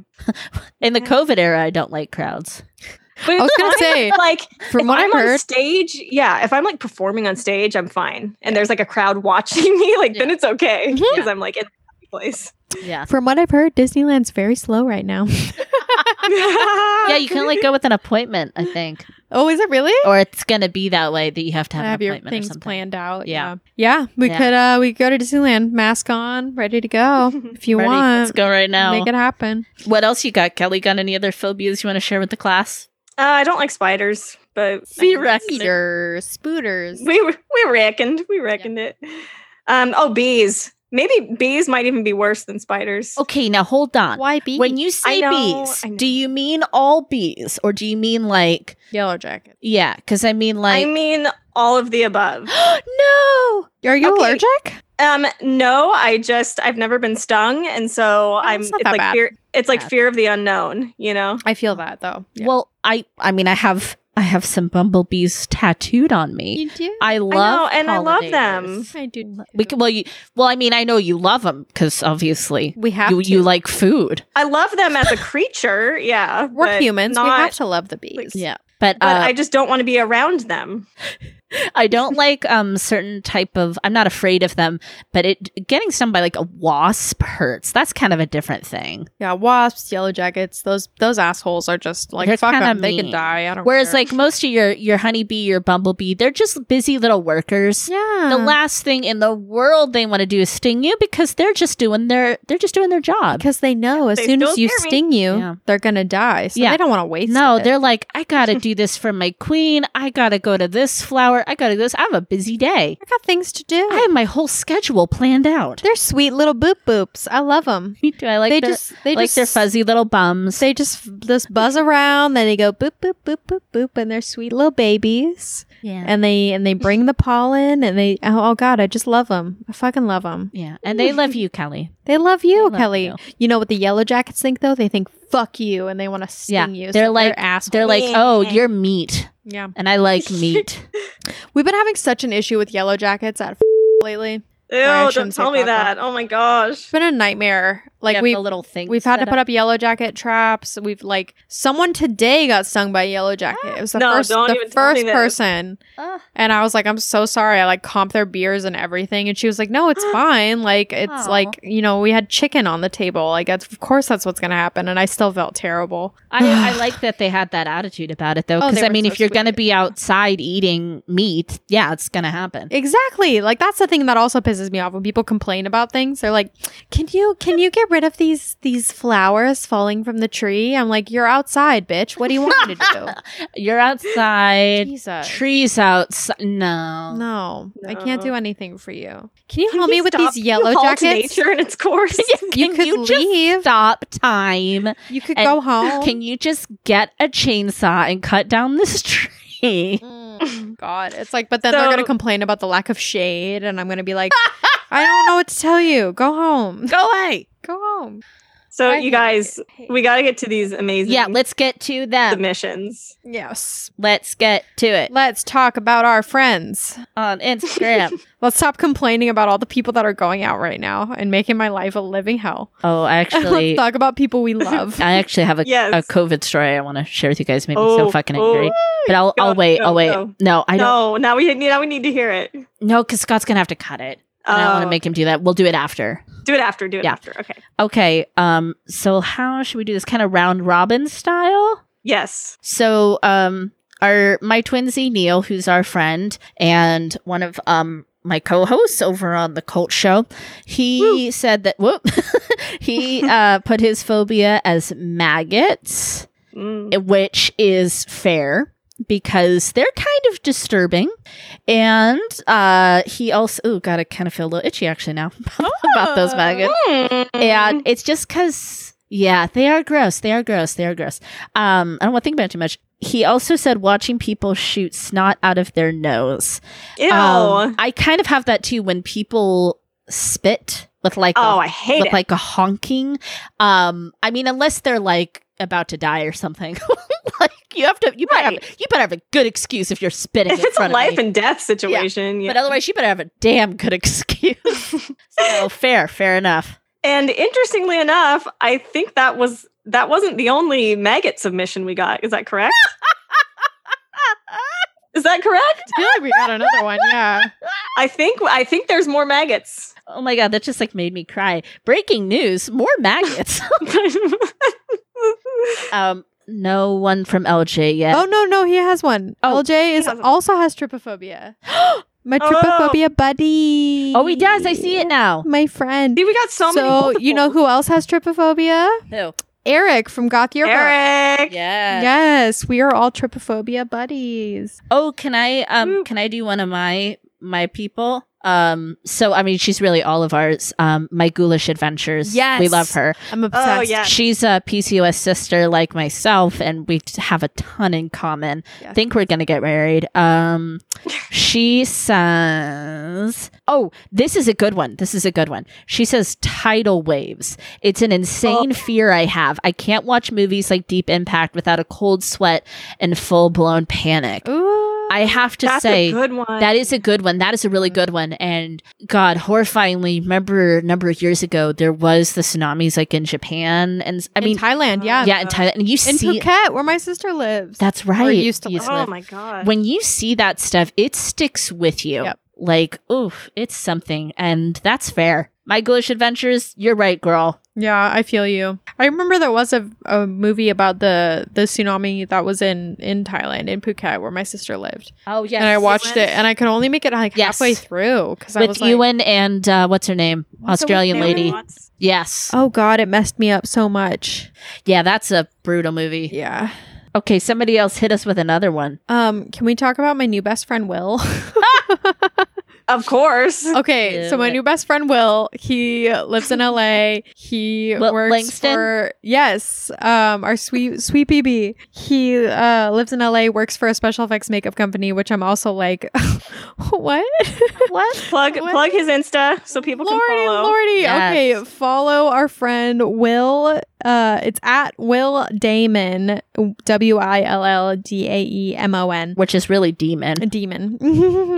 Speaker 1: In the
Speaker 2: Yeah.
Speaker 1: COVID era, I don't like crowds.
Speaker 2: But
Speaker 3: I was
Speaker 2: it's
Speaker 3: gonna
Speaker 2: fine,
Speaker 3: say,
Speaker 2: like
Speaker 3: From
Speaker 2: if
Speaker 3: what
Speaker 2: I'm
Speaker 3: I've
Speaker 2: on
Speaker 3: heard,
Speaker 2: stage, yeah, if I'm like performing on stage, I'm fine. And there's like a crowd watching me, like then it's okay
Speaker 3: Mhm.
Speaker 2: because I'm like in a happy place.
Speaker 1: Yeah.
Speaker 3: from what I've heard, Disneyland's very slow right now.
Speaker 1: Yeah,
Speaker 2: yeah,
Speaker 1: you can like go with an appointment, I think,
Speaker 3: oh, is it really?
Speaker 1: or it's gonna be that way that you have to have,
Speaker 3: have
Speaker 1: an
Speaker 3: your
Speaker 1: appointment or
Speaker 3: things
Speaker 1: something.
Speaker 3: planned out.
Speaker 1: Yeah.
Speaker 3: yeah, Yeah, We
Speaker 1: Yeah.
Speaker 3: could uh we could go to Disneyland, mask on, ready to go if you
Speaker 1: Ready? Let's
Speaker 3: want.
Speaker 1: go right now.
Speaker 3: Make it happen.
Speaker 1: What else you got, Kelly? Got any other phobias you want to share with the class?
Speaker 2: Uh, I don't like spiders, but I
Speaker 1: Be
Speaker 2: can-
Speaker 1: reckoned.
Speaker 3: Spooters, spooters.
Speaker 2: we were- we reckoned we reckoned it. Um, oh, bees. Maybe bees might even be worse than spiders.
Speaker 3: Oh,
Speaker 1: Okay, now hold on.
Speaker 3: Why be
Speaker 1: When you say
Speaker 2: know,
Speaker 1: bees,
Speaker 2: I know.
Speaker 1: do you mean all bees, or do you mean like
Speaker 3: yellow jacket?
Speaker 1: yeah? Because I mean like
Speaker 2: I mean all of the above.
Speaker 1: no.
Speaker 3: Are you
Speaker 2: Okay.
Speaker 3: allergic?
Speaker 2: Um, no, I just I've never been stung, and so I'm
Speaker 3: it's
Speaker 2: it's
Speaker 3: Oh, not that
Speaker 2: like
Speaker 3: bad.
Speaker 2: fear. It's like
Speaker 1: Yeah.
Speaker 2: fear of the unknown, you know.
Speaker 3: I feel that though.
Speaker 1: Well, I I mean I have I have some bumblebees tattooed on me.
Speaker 3: do.
Speaker 1: I love
Speaker 2: and I love them.
Speaker 1: pollinators.
Speaker 3: I do.
Speaker 1: We can, well, you, well, I mean, I know you love them because obviously
Speaker 3: We have
Speaker 1: you,
Speaker 3: to.
Speaker 1: you like food.
Speaker 2: I love them as a creature. Yeah,
Speaker 3: We're
Speaker 2: but
Speaker 3: humans. we
Speaker 2: not-
Speaker 3: have to love the bees.
Speaker 1: Yeah, but,
Speaker 2: but
Speaker 1: uh,
Speaker 2: I just don't want to be around them.
Speaker 1: I don't like um certain type of. I'm not afraid of them, but it getting stung by like a wasp hurts. That's kind of a different thing.
Speaker 3: Yeah, wasps, yellow jackets, those those assholes are just like
Speaker 1: They're
Speaker 3: fuck
Speaker 1: kinda
Speaker 3: 'em, They can
Speaker 1: mean.
Speaker 3: die. I don't.
Speaker 1: Whereas
Speaker 3: care.
Speaker 1: like most of your your honeybee, your bumblebee, they're just busy little workers.
Speaker 3: yeah,
Speaker 1: The last thing in the world they want to do is sting you because they're just doing their they're just doing their job.
Speaker 3: because they know as
Speaker 2: They
Speaker 3: soon as
Speaker 2: still
Speaker 3: you
Speaker 2: scare me.
Speaker 3: sting you,
Speaker 1: Yeah.
Speaker 3: they're gonna die. So
Speaker 1: Yeah.
Speaker 3: they don't want to waste.
Speaker 1: No,
Speaker 3: it.
Speaker 1: they're like, I gotta do this for my queen. I gotta go to this flower. I gotta do this. I have a busy day.
Speaker 3: I got things to do.
Speaker 1: I have my whole schedule planned out.
Speaker 3: they're sweet little boop boops. I love them.
Speaker 1: Me too. I like
Speaker 3: they
Speaker 1: their,
Speaker 3: just they
Speaker 1: like
Speaker 3: just
Speaker 1: their fuzzy little bums.
Speaker 3: They just just buzz around. Then they go boop boop boop boop boop, and they're sweet little babies.
Speaker 1: yeah.
Speaker 3: And they and they bring the pollen. And they oh, oh god, I just love them. I fucking love them.
Speaker 1: yeah. And they love you, Kelly.
Speaker 3: They love you,
Speaker 1: love
Speaker 3: Kelly.
Speaker 1: you.
Speaker 3: You. know what the yellow jackets think though? They think fuck you, and they want to sting
Speaker 1: Yeah,
Speaker 3: you.
Speaker 1: they're
Speaker 3: so
Speaker 1: like-
Speaker 3: assholes.
Speaker 1: They're like, oh, you're meat.
Speaker 3: yeah.
Speaker 1: And I like meat.
Speaker 3: We've been having such an issue with yellow jackets at f- lately. It's
Speaker 2: Ew,
Speaker 3: I
Speaker 2: don't
Speaker 3: shouldn't say
Speaker 2: tell me
Speaker 3: fuck
Speaker 2: that. Oh my gosh.
Speaker 3: been a nightmare. Like
Speaker 1: Yeah,
Speaker 3: we
Speaker 1: the little thing.
Speaker 3: we've had to put up yellow jacket traps. We've like someone today got stung by a yellow jacket. It was the
Speaker 2: No,
Speaker 3: 1st
Speaker 2: don't
Speaker 3: the
Speaker 2: even tell me
Speaker 3: first
Speaker 2: this.
Speaker 3: person.
Speaker 1: Ugh.
Speaker 3: And I was like, I'm so sorry. I like comped their beers and everything. And she was like, No, it's fine. Like it's
Speaker 1: Aw.
Speaker 3: like you know we had chicken on the table. Like that's of course that's what's gonna happen. And I still felt terrible.
Speaker 1: I, I like that they had that attitude about it though,
Speaker 3: Oh,
Speaker 1: because
Speaker 3: they
Speaker 1: I
Speaker 3: were
Speaker 1: mean,
Speaker 3: so
Speaker 1: if you're gonna
Speaker 3: sweet.
Speaker 1: be outside eating meat, yeah, it's gonna happen.
Speaker 3: Exactly. Like that's the thing that also pisses me off when people complain about things. They're like, "Can you can you get rid of these these flowers falling from the tree?" I'm like, "You're outside, bitch. What do you want me to
Speaker 1: You're
Speaker 3: do?"
Speaker 1: outside,
Speaker 3: Jesus.
Speaker 1: trees outside. No,
Speaker 3: No, I can't do
Speaker 2: No.
Speaker 3: anything for you. Can you
Speaker 2: Can
Speaker 3: help
Speaker 2: we
Speaker 3: me with
Speaker 2: stop?
Speaker 3: these yellow
Speaker 2: Call to
Speaker 3: jackets?
Speaker 2: nature in its course.
Speaker 3: You
Speaker 1: Can
Speaker 3: could
Speaker 1: you just
Speaker 3: leave. Oh.
Speaker 1: stop time.
Speaker 3: You could
Speaker 1: and
Speaker 3: go home.
Speaker 1: Can you just get a chainsaw and cut down this tree?
Speaker 3: Mm, God, it's like, but then they're gonna
Speaker 2: So-
Speaker 3: complain about the lack of shade, and I'm gonna be like, I don't know what to tell you. Go home.
Speaker 1: Go away.
Speaker 3: Go home.
Speaker 2: So
Speaker 3: I
Speaker 2: you
Speaker 3: hate
Speaker 2: guys,
Speaker 3: it. Hate
Speaker 2: we got to get to these amazing
Speaker 1: Yeah, let's get to them.
Speaker 2: submissions.
Speaker 3: it. yes.
Speaker 1: Let's get to it
Speaker 3: Let's talk about our friends.
Speaker 1: on Instagram.
Speaker 3: Let's stop complaining about all the people that are going out right now and making my life a living hell.
Speaker 1: oh,
Speaker 3: Let's
Speaker 1: actually, I
Speaker 3: talk about people we love.
Speaker 1: actually have a,
Speaker 2: Yes.
Speaker 1: a COVID story oh, I want to share with you guys. Made me so
Speaker 2: Oh,
Speaker 1: fucking
Speaker 2: oh.
Speaker 1: angry. But I'll,
Speaker 2: Go,
Speaker 1: I'll wait.
Speaker 2: go,
Speaker 1: I'll wait.
Speaker 2: go.
Speaker 1: No, I don't.
Speaker 2: No, now we now we need to hear it.
Speaker 1: No, because Scott's gonna have to cut it. I don't want
Speaker 2: Oh,
Speaker 1: to make him do that. We'll do it after.
Speaker 2: do it after. Do it
Speaker 1: Yeah.
Speaker 2: after. Okay.
Speaker 1: Okay. Um. So how should we do this? Kind of round robin style.
Speaker 2: Yes.
Speaker 1: So um, our my twinsy Neil, who's our friend and one of um my co-hosts over on the Cult Show, he said that whoop, he uh put his phobia as maggots,
Speaker 2: Mm.
Speaker 1: which is fair because they're kind of disturbing and uh he also oh god i kind of feel a little itchy actually now about those maggots
Speaker 2: Mm.
Speaker 1: and
Speaker 2: Mm-hmm.
Speaker 1: it's just because yeah they are gross they are gross they are gross um i don't want to think about it too much he also said watching people shoot snot out of their nose
Speaker 2: Ew.
Speaker 1: Um, i kind of have that too when people spit with like
Speaker 2: oh,
Speaker 1: a,
Speaker 2: I hate
Speaker 1: with
Speaker 2: it.
Speaker 1: like a honking um i mean unless they're like about to die or something like you have to you better have, you better have a good excuse if you're spitting
Speaker 2: if
Speaker 1: in
Speaker 2: it's a
Speaker 1: front of me.
Speaker 2: life and death situation, yeah.
Speaker 1: but otherwise you better have a damn good excuse so fair fair enough
Speaker 2: And interestingly enough, I think that was that wasn't the only maggot submission we got. Is that correct? Is that correct?
Speaker 3: I feel like we got another one. Yeah.
Speaker 2: I think I think there's more maggots.
Speaker 1: Oh my god, that just like made me cry. Breaking news, more maggots. um no one from LJ yet.
Speaker 3: Oh no, no, he has one.
Speaker 1: Oh,
Speaker 3: LJ is
Speaker 2: has one.
Speaker 3: also has trypophobia. My
Speaker 2: Oh, no.
Speaker 3: trypophobia buddy.
Speaker 1: Oh, he does. I see it now.
Speaker 3: My friend.
Speaker 2: See, we got so, many.
Speaker 3: So you know
Speaker 2: multiples.
Speaker 3: who else has trypophobia?
Speaker 1: Who?
Speaker 3: Eric from Goth Yearbook.
Speaker 2: Eric.
Speaker 1: Yeah.
Speaker 3: Yes, we are all trypophobia buddies.
Speaker 1: Oh, can I um
Speaker 2: Woo.
Speaker 1: can I do one of my my people? Um so I mean she's really all of ours. Um my ghoulish adventures.
Speaker 3: Yes.
Speaker 1: We love her.
Speaker 3: I'm obsessed.
Speaker 2: Oh yeah.
Speaker 1: She's a PCOS sister like myself and we t- have a ton in common.
Speaker 3: Yeah.
Speaker 1: think we're gonna get married. Um, she says, "Oh, this is a good one. This is a good one." She says, "Tidal waves. It's an
Speaker 2: Oh.
Speaker 1: insane fear I have. I can't watch movies like Deep Impact without a cold sweat and full blown panic.
Speaker 3: Ooh.
Speaker 1: I have to
Speaker 2: That's
Speaker 1: say."
Speaker 2: a good one.
Speaker 1: that is a good one. That is a really
Speaker 3: Mm.
Speaker 1: good one. And God, horrifyingly, remember a number of years ago there was the tsunamis like in Japan, and I
Speaker 3: In
Speaker 1: mean,
Speaker 3: Thailand, yeah.
Speaker 1: yeah, in Thailand. And you
Speaker 3: In
Speaker 1: see,
Speaker 3: Phuket, where my sister lives.
Speaker 1: that's right.
Speaker 3: used to
Speaker 1: You
Speaker 3: live.
Speaker 1: live
Speaker 2: Oh my god.
Speaker 1: when you see that stuff, it sticks with you.
Speaker 3: Yep.
Speaker 1: Like, oof, it's something. And that's fair. My Ghoulish Adventures, you're right, girl.
Speaker 3: Yeah, I feel you. I remember there was a, a movie about the the tsunami that was in in Thailand in Phuket where my sister lived,
Speaker 1: Oh, yes.
Speaker 3: and I watched
Speaker 2: was.
Speaker 3: it, and I could only make it like
Speaker 1: Yes.
Speaker 3: halfway through because I was
Speaker 1: with
Speaker 3: like,
Speaker 1: Ewan and uh, what's her name?
Speaker 3: What's the
Speaker 1: Australian
Speaker 3: woman's
Speaker 1: lady.
Speaker 3: name?
Speaker 2: Watts.
Speaker 1: Yes.
Speaker 3: "Oh God, it messed me up so much."
Speaker 1: Yeah, that's a brutal movie.
Speaker 3: Yeah.
Speaker 1: Okay, somebody else hit us with another one.
Speaker 3: Um, can we talk about my new best friend Will?
Speaker 2: Of course.
Speaker 3: okay, so my
Speaker 1: Yeah.
Speaker 3: new best friend Will, he lives in LA. He
Speaker 1: Will
Speaker 3: works
Speaker 1: Langston?
Speaker 3: for yes, um, our sweet sweet BB. He uh, lives in LA, works for a special effects makeup company, which I'm also like, what?
Speaker 1: What?
Speaker 2: Plug
Speaker 3: What?
Speaker 2: plug his Insta so people
Speaker 3: Lordy,
Speaker 2: can follow.
Speaker 3: Lordy.
Speaker 1: Yes.
Speaker 3: Okay, follow our friend Will. Uh, it's at Will Damon, W I L L D A E M O N.
Speaker 1: Which is really demon.
Speaker 2: Mm-hmm.
Speaker 3: Demon.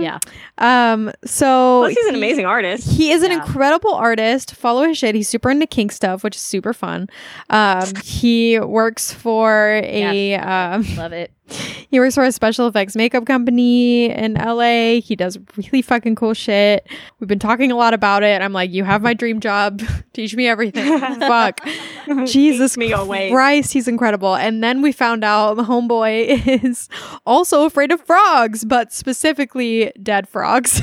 Speaker 1: Yeah.
Speaker 3: Um. So
Speaker 2: Plus, he's an
Speaker 3: he-
Speaker 2: amazing artist.
Speaker 3: He is an
Speaker 1: Yeah.
Speaker 3: incredible artist. Follow his shit. He's super into kink stuff, which is super fun. Um, he works for a um,
Speaker 1: Love it.
Speaker 3: he works for a special effects makeup company in LA. He does really fucking cool shit. We've been talking a lot about it. I'm like, you have my dream job. Teach me everything. Fuck. Jesus
Speaker 2: Take me away.
Speaker 3: Christ, he's incredible. And then we found out the homeboy is also afraid of frogs, but specifically dead frogs.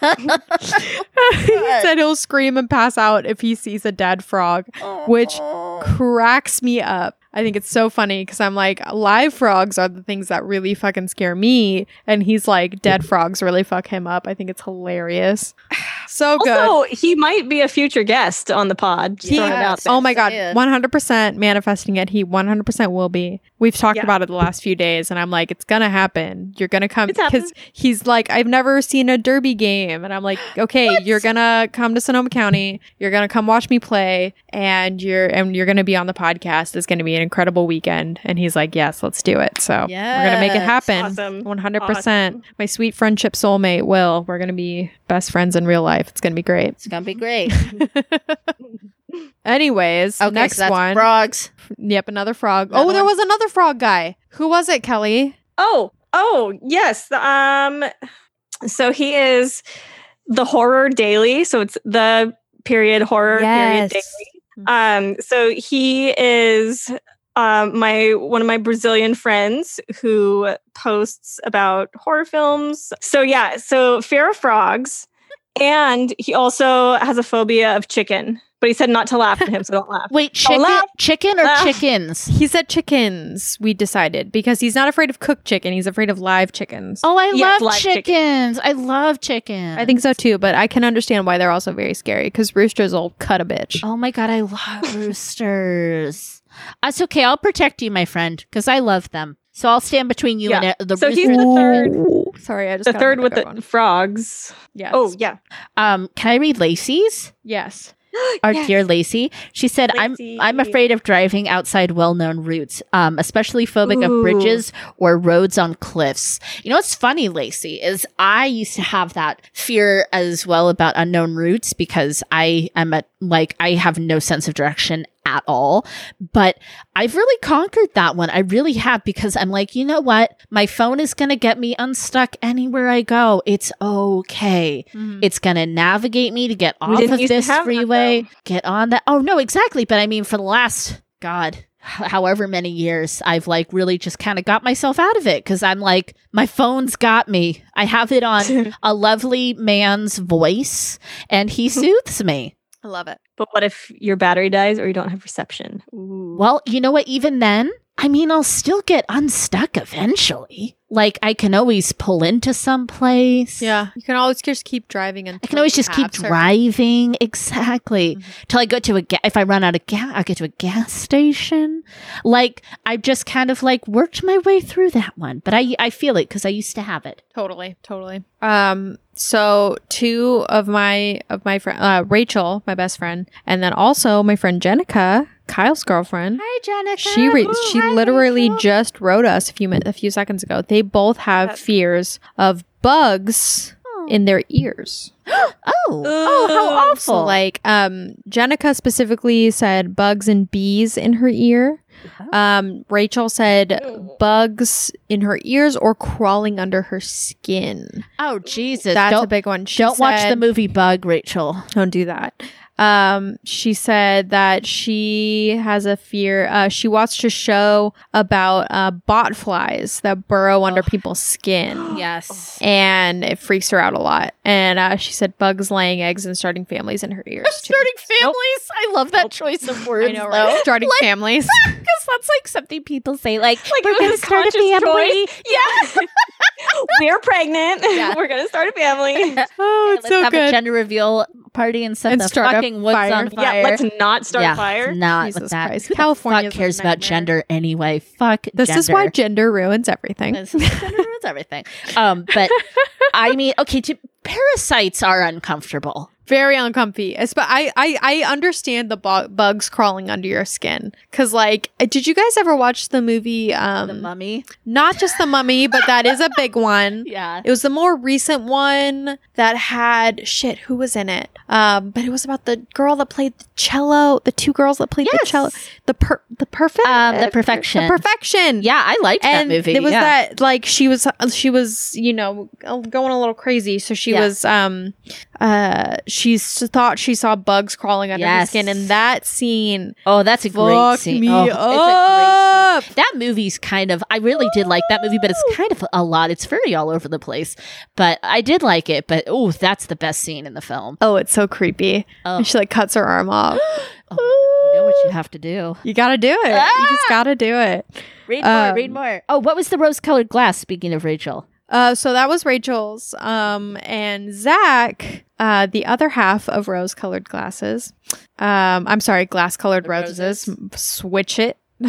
Speaker 3: he said he'll scream and pass out if he sees a dead frog, which
Speaker 1: oh,
Speaker 3: cracks me up. I think it's so funny because I'm like, live frogs are the things that really fucking scare me. And he's like, dead frogs really fuck him up. I think it's hilarious. So good.
Speaker 2: Also, he might be a future guest on the pod. Just
Speaker 3: He-
Speaker 2: throwing it out there.
Speaker 3: oh my god,
Speaker 1: Yeah.
Speaker 3: 100% manifesting it. He 100% will be. We've talked
Speaker 2: Yeah.
Speaker 3: about it the last few days, and I'm like, it's gonna happen. You're gonna come
Speaker 2: It's happening.
Speaker 3: because he's like, I've never seen a derby game, and I'm like, okay, you're gonna come to Sonoma County. You're gonna come watch me play, and you're and you're gonna be on the podcast. It's gonna be an incredible weekend. And he's like, yes, let's do it. So we're gonna make it
Speaker 1: Yes.
Speaker 3: happen.
Speaker 2: Awesome.
Speaker 3: 100%.
Speaker 2: Awesome.
Speaker 3: My sweet friendship soulmate, Will. We're going to be best friends in real life. It's going to be great.
Speaker 1: It's going to be great.
Speaker 3: Anyways,
Speaker 1: Okay,
Speaker 3: next
Speaker 1: so that's
Speaker 3: one.
Speaker 1: Frogs.
Speaker 3: Yep, another frog.
Speaker 1: Another
Speaker 3: oh, there
Speaker 1: one.
Speaker 3: was another frog guy. Who was it, Kelly?
Speaker 2: Oh, oh, yes. Um, so he is the horror daily. So it's the period horror period
Speaker 3: Yes.
Speaker 2: daily. Um, so he is um, my one of my Brazilian friends who posts about horror films. So yeah, so fear of frogs, and he also has a phobia of chicken. But he said not to laugh at him, so don't laugh.
Speaker 1: Wait,
Speaker 2: Oh,
Speaker 1: chicken,
Speaker 2: laugh.
Speaker 1: chicken or
Speaker 2: Laugh.
Speaker 1: chickens?
Speaker 3: He said chickens, we decided, because he's not afraid of cooked chicken. He's afraid of live chickens.
Speaker 1: Oh, I
Speaker 2: Yes,
Speaker 1: love
Speaker 2: live chicken.
Speaker 1: chickens. I love chickens.
Speaker 3: I think so too, but I can understand why they're also very scary because roosters will cut a bitch.
Speaker 1: Oh my god, I love roosters. That's okay. I'll protect you, my friend, because I love them. So I'll stand between you
Speaker 2: Yeah.
Speaker 1: and the
Speaker 2: So he's
Speaker 1: rooster.
Speaker 2: the third,
Speaker 3: Sorry, I just
Speaker 2: the
Speaker 3: got
Speaker 2: third with
Speaker 3: another
Speaker 2: the
Speaker 3: good one.
Speaker 2: frogs.
Speaker 3: Yes.
Speaker 2: Oh yeah,
Speaker 1: Um, can I read Lacey's?
Speaker 3: yes.
Speaker 1: Our
Speaker 2: Yes.
Speaker 1: dear Lacey. She said,
Speaker 2: Lacey.
Speaker 1: "I'm I'm afraid of driving outside well-known routes, um, especially phobic
Speaker 2: Ooh.
Speaker 1: of bridges or roads on cliffs." You know what's funny, Lacey, is I used to have that fear as well about unknown routes because I am at like I have no sense of direction at all. But I've really conquered that one. I really have because I'm like, you know what? My phone is gonna get me unstuck anywhere I go. It's okay.
Speaker 3: Mm-hmm.
Speaker 1: It's going to navigate me to get
Speaker 2: Mm-hmm. We
Speaker 1: off
Speaker 2: didn't
Speaker 1: of
Speaker 2: used to
Speaker 1: this
Speaker 2: have that,
Speaker 1: freeway, get on that. Oh, no, exactly. But I mean, for the last, God, however many years, I've like really just kind of got myself out of it because I'm like, my phone's got me. I have it on a lovely man's voice and he soothes me.
Speaker 3: I love it.
Speaker 2: but what if your battery dies or you don't have reception? Ooh.
Speaker 1: Well, you know what? Even then, I mean, I'll still get unstuck eventually. Like, I can always pull into someplace.
Speaker 3: Yeah. You can always just keep driving and
Speaker 1: I can always just keep driving. Exactly.
Speaker 3: Mhm.
Speaker 1: Till I go to a ga- if I run out of gas, I'll get to a gas station. Like I've just kind of like worked my way through that one, but I I feel it because I used to have it.
Speaker 3: Totally, totally. Um, so two of my of my friend uh, Rachel, my best friend, and then also my friend Jenica, Kyle's girlfriend.
Speaker 1: Hi, Janica.
Speaker 3: She re- she literally just wrote us a few min- a few seconds ago. They both have
Speaker 2: That's-
Speaker 3: fears of bugs in their ears.
Speaker 1: oh oh how
Speaker 2: Ooh,
Speaker 1: awful!
Speaker 3: So like um Jenica specifically said bugs and bees in her ear. Um Rachel said bugs in her ears or crawling under her skin.
Speaker 1: oh Jesus!
Speaker 3: That's
Speaker 1: don't
Speaker 3: a big one. She
Speaker 1: don't watch
Speaker 3: said-
Speaker 1: the movie Bug, Rachel.
Speaker 3: Don't do that. Um, she said that she has a fear. Uh, she watched a show about uh, bot flies that burrow under people's skin,
Speaker 1: Yes.
Speaker 3: and it freaks her out a lot. And uh, she said bugs laying eggs and starting families in her ears. too.
Speaker 1: Starting families. I love that choice of words.
Speaker 3: I know, right? Starting families.
Speaker 1: Because that's like something people say, like,
Speaker 2: Like, it
Speaker 1: we're
Speaker 2: was
Speaker 1: going
Speaker 2: a
Speaker 1: to start a
Speaker 2: conscious
Speaker 1: family.
Speaker 2: Yeah. We're pregnant.
Speaker 1: Yeah.
Speaker 2: We're going to start a family.
Speaker 3: oh,
Speaker 1: let's have a gender reveal party and set
Speaker 3: And
Speaker 1: the
Speaker 3: start a
Speaker 1: fucking woods
Speaker 3: fire.
Speaker 1: on
Speaker 3: Yeah,
Speaker 1: fire.
Speaker 2: Yeah, let's not start
Speaker 1: Yeah,
Speaker 2: fire.
Speaker 1: Not
Speaker 3: Jesus
Speaker 1: with that.
Speaker 3: Christ.
Speaker 1: Who the
Speaker 3: California's
Speaker 1: fuck
Speaker 3: a
Speaker 1: cares about
Speaker 3: nightmare.
Speaker 1: gender anyway. Fuck.
Speaker 3: This is why
Speaker 1: gender.
Speaker 3: gender ruins everything.
Speaker 1: This is- gender ruins everything. Um, but I mean, okay, to, parasites are uncomfortable.
Speaker 3: very uncomfy. Espe- I, I I understand the bu- bugs crawling under your skin because like, uh, did you guys ever watch the movie? Um,
Speaker 1: the mummy.
Speaker 3: not just the mummy, but that is a big one.
Speaker 1: Yeah.
Speaker 3: It was the more recent one that had shit. Who was in it? Um, but it was about the girl that played the cello. The two girls that played the
Speaker 1: Yes.
Speaker 3: cello. The per the perfect.
Speaker 1: Um, the
Speaker 3: uh,
Speaker 1: perfection.
Speaker 3: The perfection.
Speaker 1: Yeah, I liked
Speaker 3: And
Speaker 1: that movie.
Speaker 3: there was
Speaker 1: yeah.
Speaker 3: that like she was she was you know going a little crazy. So she
Speaker 1: Yeah.
Speaker 3: was um uh she s- thought she saw bugs crawling under her
Speaker 1: Yes.
Speaker 3: skin, and that scene
Speaker 1: oh, that's a great
Speaker 3: fucked
Speaker 1: scene.
Speaker 3: me
Speaker 1: Oh, it's a great scene.
Speaker 3: up.
Speaker 1: That movie's kind of I really did like that movie, but it's kind of a lot. It's very all over the place. But I did like it, but oh, that's the best scene in the film.
Speaker 3: Oh, it's so creepy.
Speaker 1: Oh.
Speaker 3: And she like cuts her arm off.
Speaker 1: You know what you have to do.
Speaker 3: You gotta do it. You just gotta do it.
Speaker 1: Read
Speaker 3: more,
Speaker 2: Um,
Speaker 3: read
Speaker 1: more. Oh, what was the rose colored glass? Speaking of Rachel,
Speaker 3: Uh, so that was Rachel's. Um, and Zach, uh, the other half of rose colored glasses. Um, I'm sorry, glass colored roses. M- Switch it.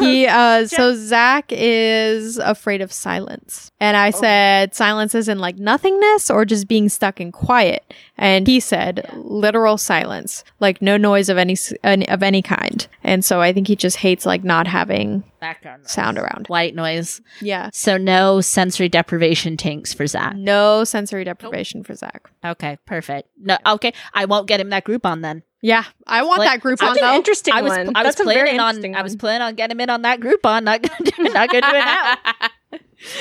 Speaker 3: he uh so Zach is afraid of silence. And I said silence is in like nothingness or just being stuck in quiet. And he said literal silence, like no noise of any, s- any of any kind. And so I think he just hates like not having
Speaker 1: background noise.
Speaker 3: sound around.
Speaker 1: white noise.
Speaker 3: Yeah.
Speaker 1: So no sensory deprivation tanks for Zach.
Speaker 3: No sensory deprivation for Zach.
Speaker 1: Okay, perfect. No, okay, I won't get him that Groupon then.
Speaker 3: Yeah, I want
Speaker 1: Like,
Speaker 3: that group on
Speaker 2: Such an
Speaker 3: though.
Speaker 2: interesting
Speaker 1: I was
Speaker 2: one.
Speaker 1: I was
Speaker 2: That's a very
Speaker 1: planning on
Speaker 2: interesting
Speaker 1: I was
Speaker 2: one.
Speaker 1: planning on getting him in on that Groupon. Not gonna do, not gonna do it now.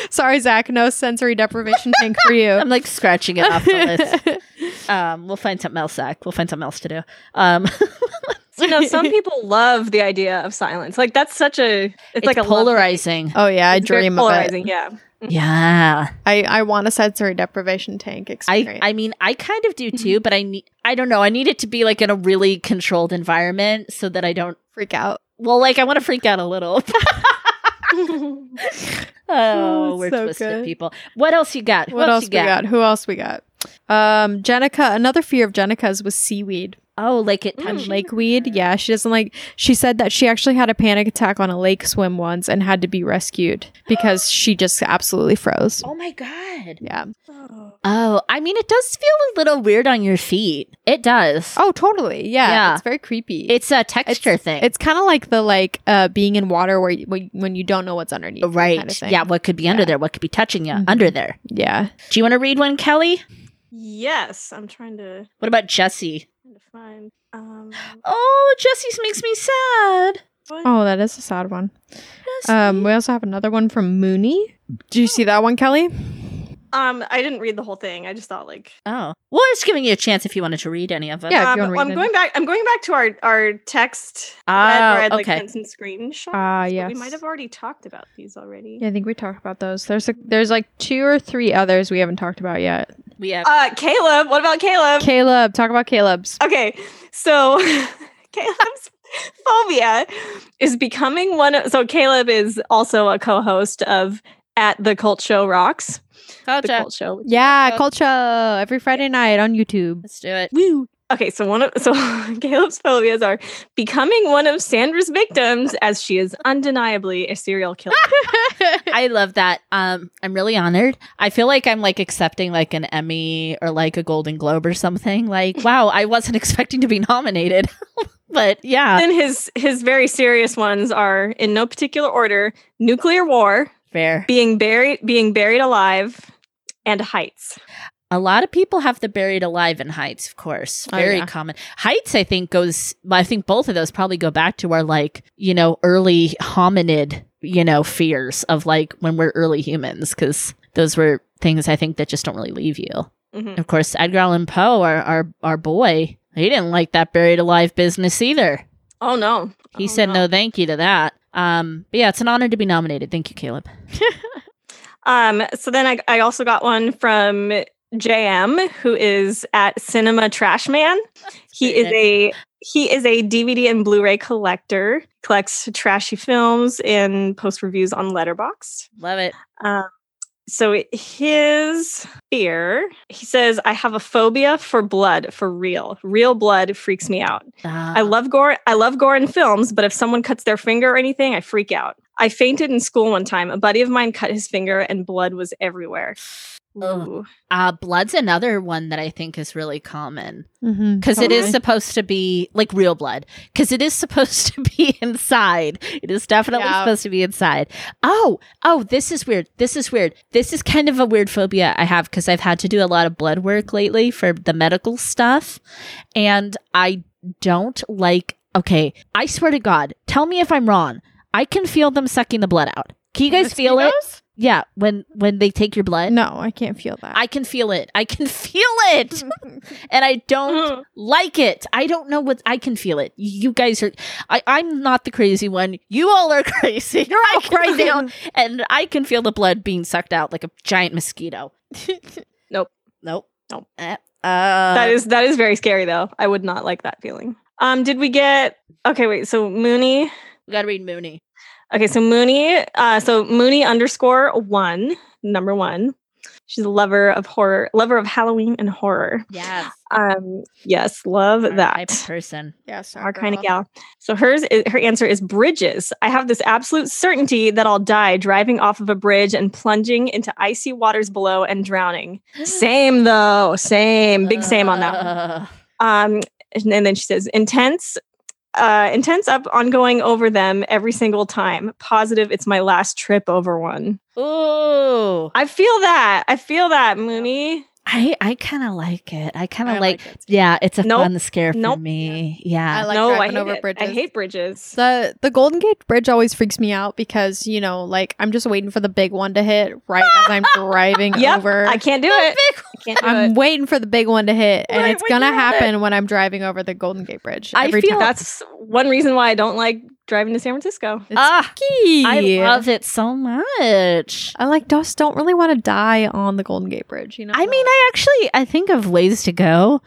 Speaker 3: Sorry, Zach. No sensory deprivation tank for you.
Speaker 1: I'm like scratching it off the list. Um, we'll find something else, Zach. We'll find something else to do. Um,
Speaker 2: you know, some people love the idea of silence. Like that's such a it's,
Speaker 1: it's,
Speaker 2: like a love-
Speaker 1: polarizing.
Speaker 3: Oh yeah, I
Speaker 2: it's very
Speaker 3: dream of it.
Speaker 2: polarizing. Yeah.
Speaker 1: Yeah,
Speaker 3: I I want a sensory deprivation tank
Speaker 1: I
Speaker 3: experience.
Speaker 1: I mean I kind of do too, but I need I don't know. I need it to be like in a really controlled environment so that I don't.
Speaker 3: freak out.
Speaker 1: Well, like I want to freak out a little. oh,
Speaker 3: Oh, it's
Speaker 1: we're
Speaker 3: so
Speaker 1: twisted
Speaker 3: good.
Speaker 1: people. What else you got?
Speaker 3: What, else
Speaker 1: you
Speaker 3: we got? Who else we got? Um, Jenica. Another fear of Jenica's was seaweed,
Speaker 1: Oh, like it touched
Speaker 2: Mm.
Speaker 3: lake weed. Yeah, she doesn't like. She said that she actually had a panic attack on a lake swim once and had to be rescued because she just absolutely froze.
Speaker 1: Oh my god.
Speaker 3: Yeah.
Speaker 1: Oh, I mean, it does feel a little weird on your feet. It does.
Speaker 3: Oh, totally. Yeah.
Speaker 1: Yeah.
Speaker 3: It's very creepy.
Speaker 1: It's a texture thing.
Speaker 3: It's kind of like the like uh being in water where you, when when you don't know what's underneath.
Speaker 1: right.
Speaker 3: kind of thing.
Speaker 1: yeah. What could be under
Speaker 3: Yeah.
Speaker 1: there? What could be touching you
Speaker 3: Mhm.
Speaker 1: under there?
Speaker 3: Yeah.
Speaker 1: Do you want to read one, Kelly?
Speaker 2: yes, I'm trying to,
Speaker 1: What about Jesse?
Speaker 2: trying to find. Um,
Speaker 1: Oh, Jesse's makes me sad.
Speaker 2: what-
Speaker 3: Oh, that is a sad one.
Speaker 1: Jesse.
Speaker 3: Um, we also have another one from Mooney. Do you see that one, Kelly?
Speaker 2: um, I didn't read the whole thing. I just thought like
Speaker 1: oh, well, I was giving you a chance if you wanted to read any of them.
Speaker 3: Yeah, if
Speaker 2: um,
Speaker 3: you wanna read
Speaker 2: I'm
Speaker 3: it.
Speaker 2: going back. I'm going back to our our text.
Speaker 1: Ah,
Speaker 2: thread where I'd, like,
Speaker 1: okay.
Speaker 2: sent some screenshots.
Speaker 3: Ah,
Speaker 2: but
Speaker 3: yes.
Speaker 2: We might have already talked about these already.
Speaker 3: Yeah, I think we talked about those. There's a, there's like two or three others we haven't talked about yet.
Speaker 1: we have.
Speaker 2: Uh, Caleb. What about Caleb?
Speaker 3: Caleb, talk about Caleb's.
Speaker 2: Okay, so Caleb's phobia is becoming one of. So Caleb is also a co-host of at the Cult Show Rocks. The
Speaker 1: Gotcha.
Speaker 2: Cult Show.
Speaker 3: Yeah, culture every Friday night on YouTube.
Speaker 1: Let's do it.
Speaker 2: Woo. Okay, so one of so Caleb's phobias are becoming one of Sandra's victims, as she is undeniably a serial killer.
Speaker 1: I love that. Um, I'm really honored. I feel like I'm like accepting like an Emmy or like a Golden Globe or something. Like, wow, I wasn't expecting to be nominated, but yeah,
Speaker 2: then his his very serious ones are in no particular order: nuclear war,
Speaker 1: fair.
Speaker 2: being buried, being buried alive, and heights.
Speaker 1: A lot of people have the buried alive in Heights, of course.
Speaker 3: Oh,
Speaker 1: Very
Speaker 3: yeah.
Speaker 1: common. Heights, I think, goes, I think both of those probably go back to our like, you know, early hominid, you know, fears of like when we're early humans, because those were things I think that just don't really leave you.
Speaker 2: Mhm.
Speaker 1: Of course, Edgar Allan Poe, our, our, our boy, he didn't like that buried alive business either.
Speaker 2: Oh no,
Speaker 1: He
Speaker 2: Oh,
Speaker 1: said no. thank you to that. Um, but yeah, it's an honor to be nominated. Thank you, Caleb.
Speaker 2: Um, so then I, I also got one from JM, who is at Cinema Trash Man. He is a he is a DVD and Blu-ray collector. Collects trashy films and posts reviews on Letterboxd.
Speaker 1: Love it.
Speaker 2: Um, so it- his fear, he says, I have a phobia for blood, for real. Real blood freaks me out.
Speaker 1: Ah,
Speaker 2: I love gore. I love gore in films, but if someone cuts their finger or anything, I freak out. I fainted in school one time. A buddy of mine cut his finger, and blood was everywhere.
Speaker 1: Ugh.
Speaker 2: Ooh.
Speaker 1: uh, blood's another one that I think is really common.
Speaker 3: Mm-hmm.
Speaker 1: because it is
Speaker 2: Okay.
Speaker 1: supposed to be like real blood because it is supposed to be inside it is definitely
Speaker 3: Yeah.
Speaker 1: supposed to be inside oh oh this is weird this is weird this is kind of a weird phobia i have because i've had to do a lot of blood work lately for the medical stuff and i don't like okay i swear to god tell me if i'm wrong i can feel them sucking the blood out can you guys feel it yeah when when they take your blood
Speaker 3: No, I can't feel that.
Speaker 1: i can feel it i can feel it and i don't
Speaker 2: Mhm.
Speaker 1: like it. I don't know what I can feel it. You guys are I, I'm not the crazy one. You all are crazy right, right now. And I can feel the blood being sucked out like a giant mosquito.
Speaker 2: Nope.
Speaker 1: Nope.
Speaker 2: Nope.
Speaker 1: Eh, Uh,
Speaker 2: that is that is very scary, though. I would not like that feeling. Um, did we get? Okay, wait. So Mooney.
Speaker 1: we gotta read Mooney.
Speaker 2: Okay, so Mooney. Uh, so Mooney underscore one number one. She's a lover of horror, lover of Halloween and horror.
Speaker 1: Yes.
Speaker 2: Um, yes, love
Speaker 1: Our
Speaker 2: that.
Speaker 1: type of person.
Speaker 3: yeah,
Speaker 2: our kind of gal. So hers, is, her answer is bridges. I have this absolute certainty that I'll die driving off of a bridge and plunging into icy waters below and drowning. Same though, same, big same on that. One.
Speaker 1: Uh,
Speaker 2: Um, and then she says intense uh, intense up on going over them every single time. Positive, it's my last trip over one.
Speaker 1: Ooh.
Speaker 2: I feel that. I feel that, Mooney.
Speaker 1: I, I kind of like it. I kind
Speaker 3: I
Speaker 1: of like,
Speaker 3: it.
Speaker 1: yeah, it's a
Speaker 2: Nope.
Speaker 1: fun scare for
Speaker 2: Nope.
Speaker 1: me. Yeah.
Speaker 3: I like
Speaker 2: no, I
Speaker 3: driving
Speaker 2: hate
Speaker 3: over
Speaker 2: it.
Speaker 3: bridges.
Speaker 2: I hate bridges.
Speaker 3: The the Golden Gate Bridge always freaks me out because you know, like I'm just waiting for the big one to hit right as I'm driving
Speaker 2: Yep,
Speaker 3: over.
Speaker 2: I can't do it. I can't do
Speaker 3: I'm
Speaker 2: it.
Speaker 3: waiting for the big one to hit, and
Speaker 2: Right
Speaker 3: it's
Speaker 2: when
Speaker 3: gonna
Speaker 2: you're on
Speaker 3: happen when I'm driving over the Golden Gate Bridge.
Speaker 1: I
Speaker 3: every
Speaker 1: feel-
Speaker 3: time.
Speaker 2: That's one reason why I don't like driving to San Francisco.
Speaker 3: It's
Speaker 1: ah,
Speaker 3: key.
Speaker 1: I love it so much.
Speaker 3: I like just don't really want to die on the Golden Gate Bridge. You know,
Speaker 1: I mean, I actually I think of ways to go.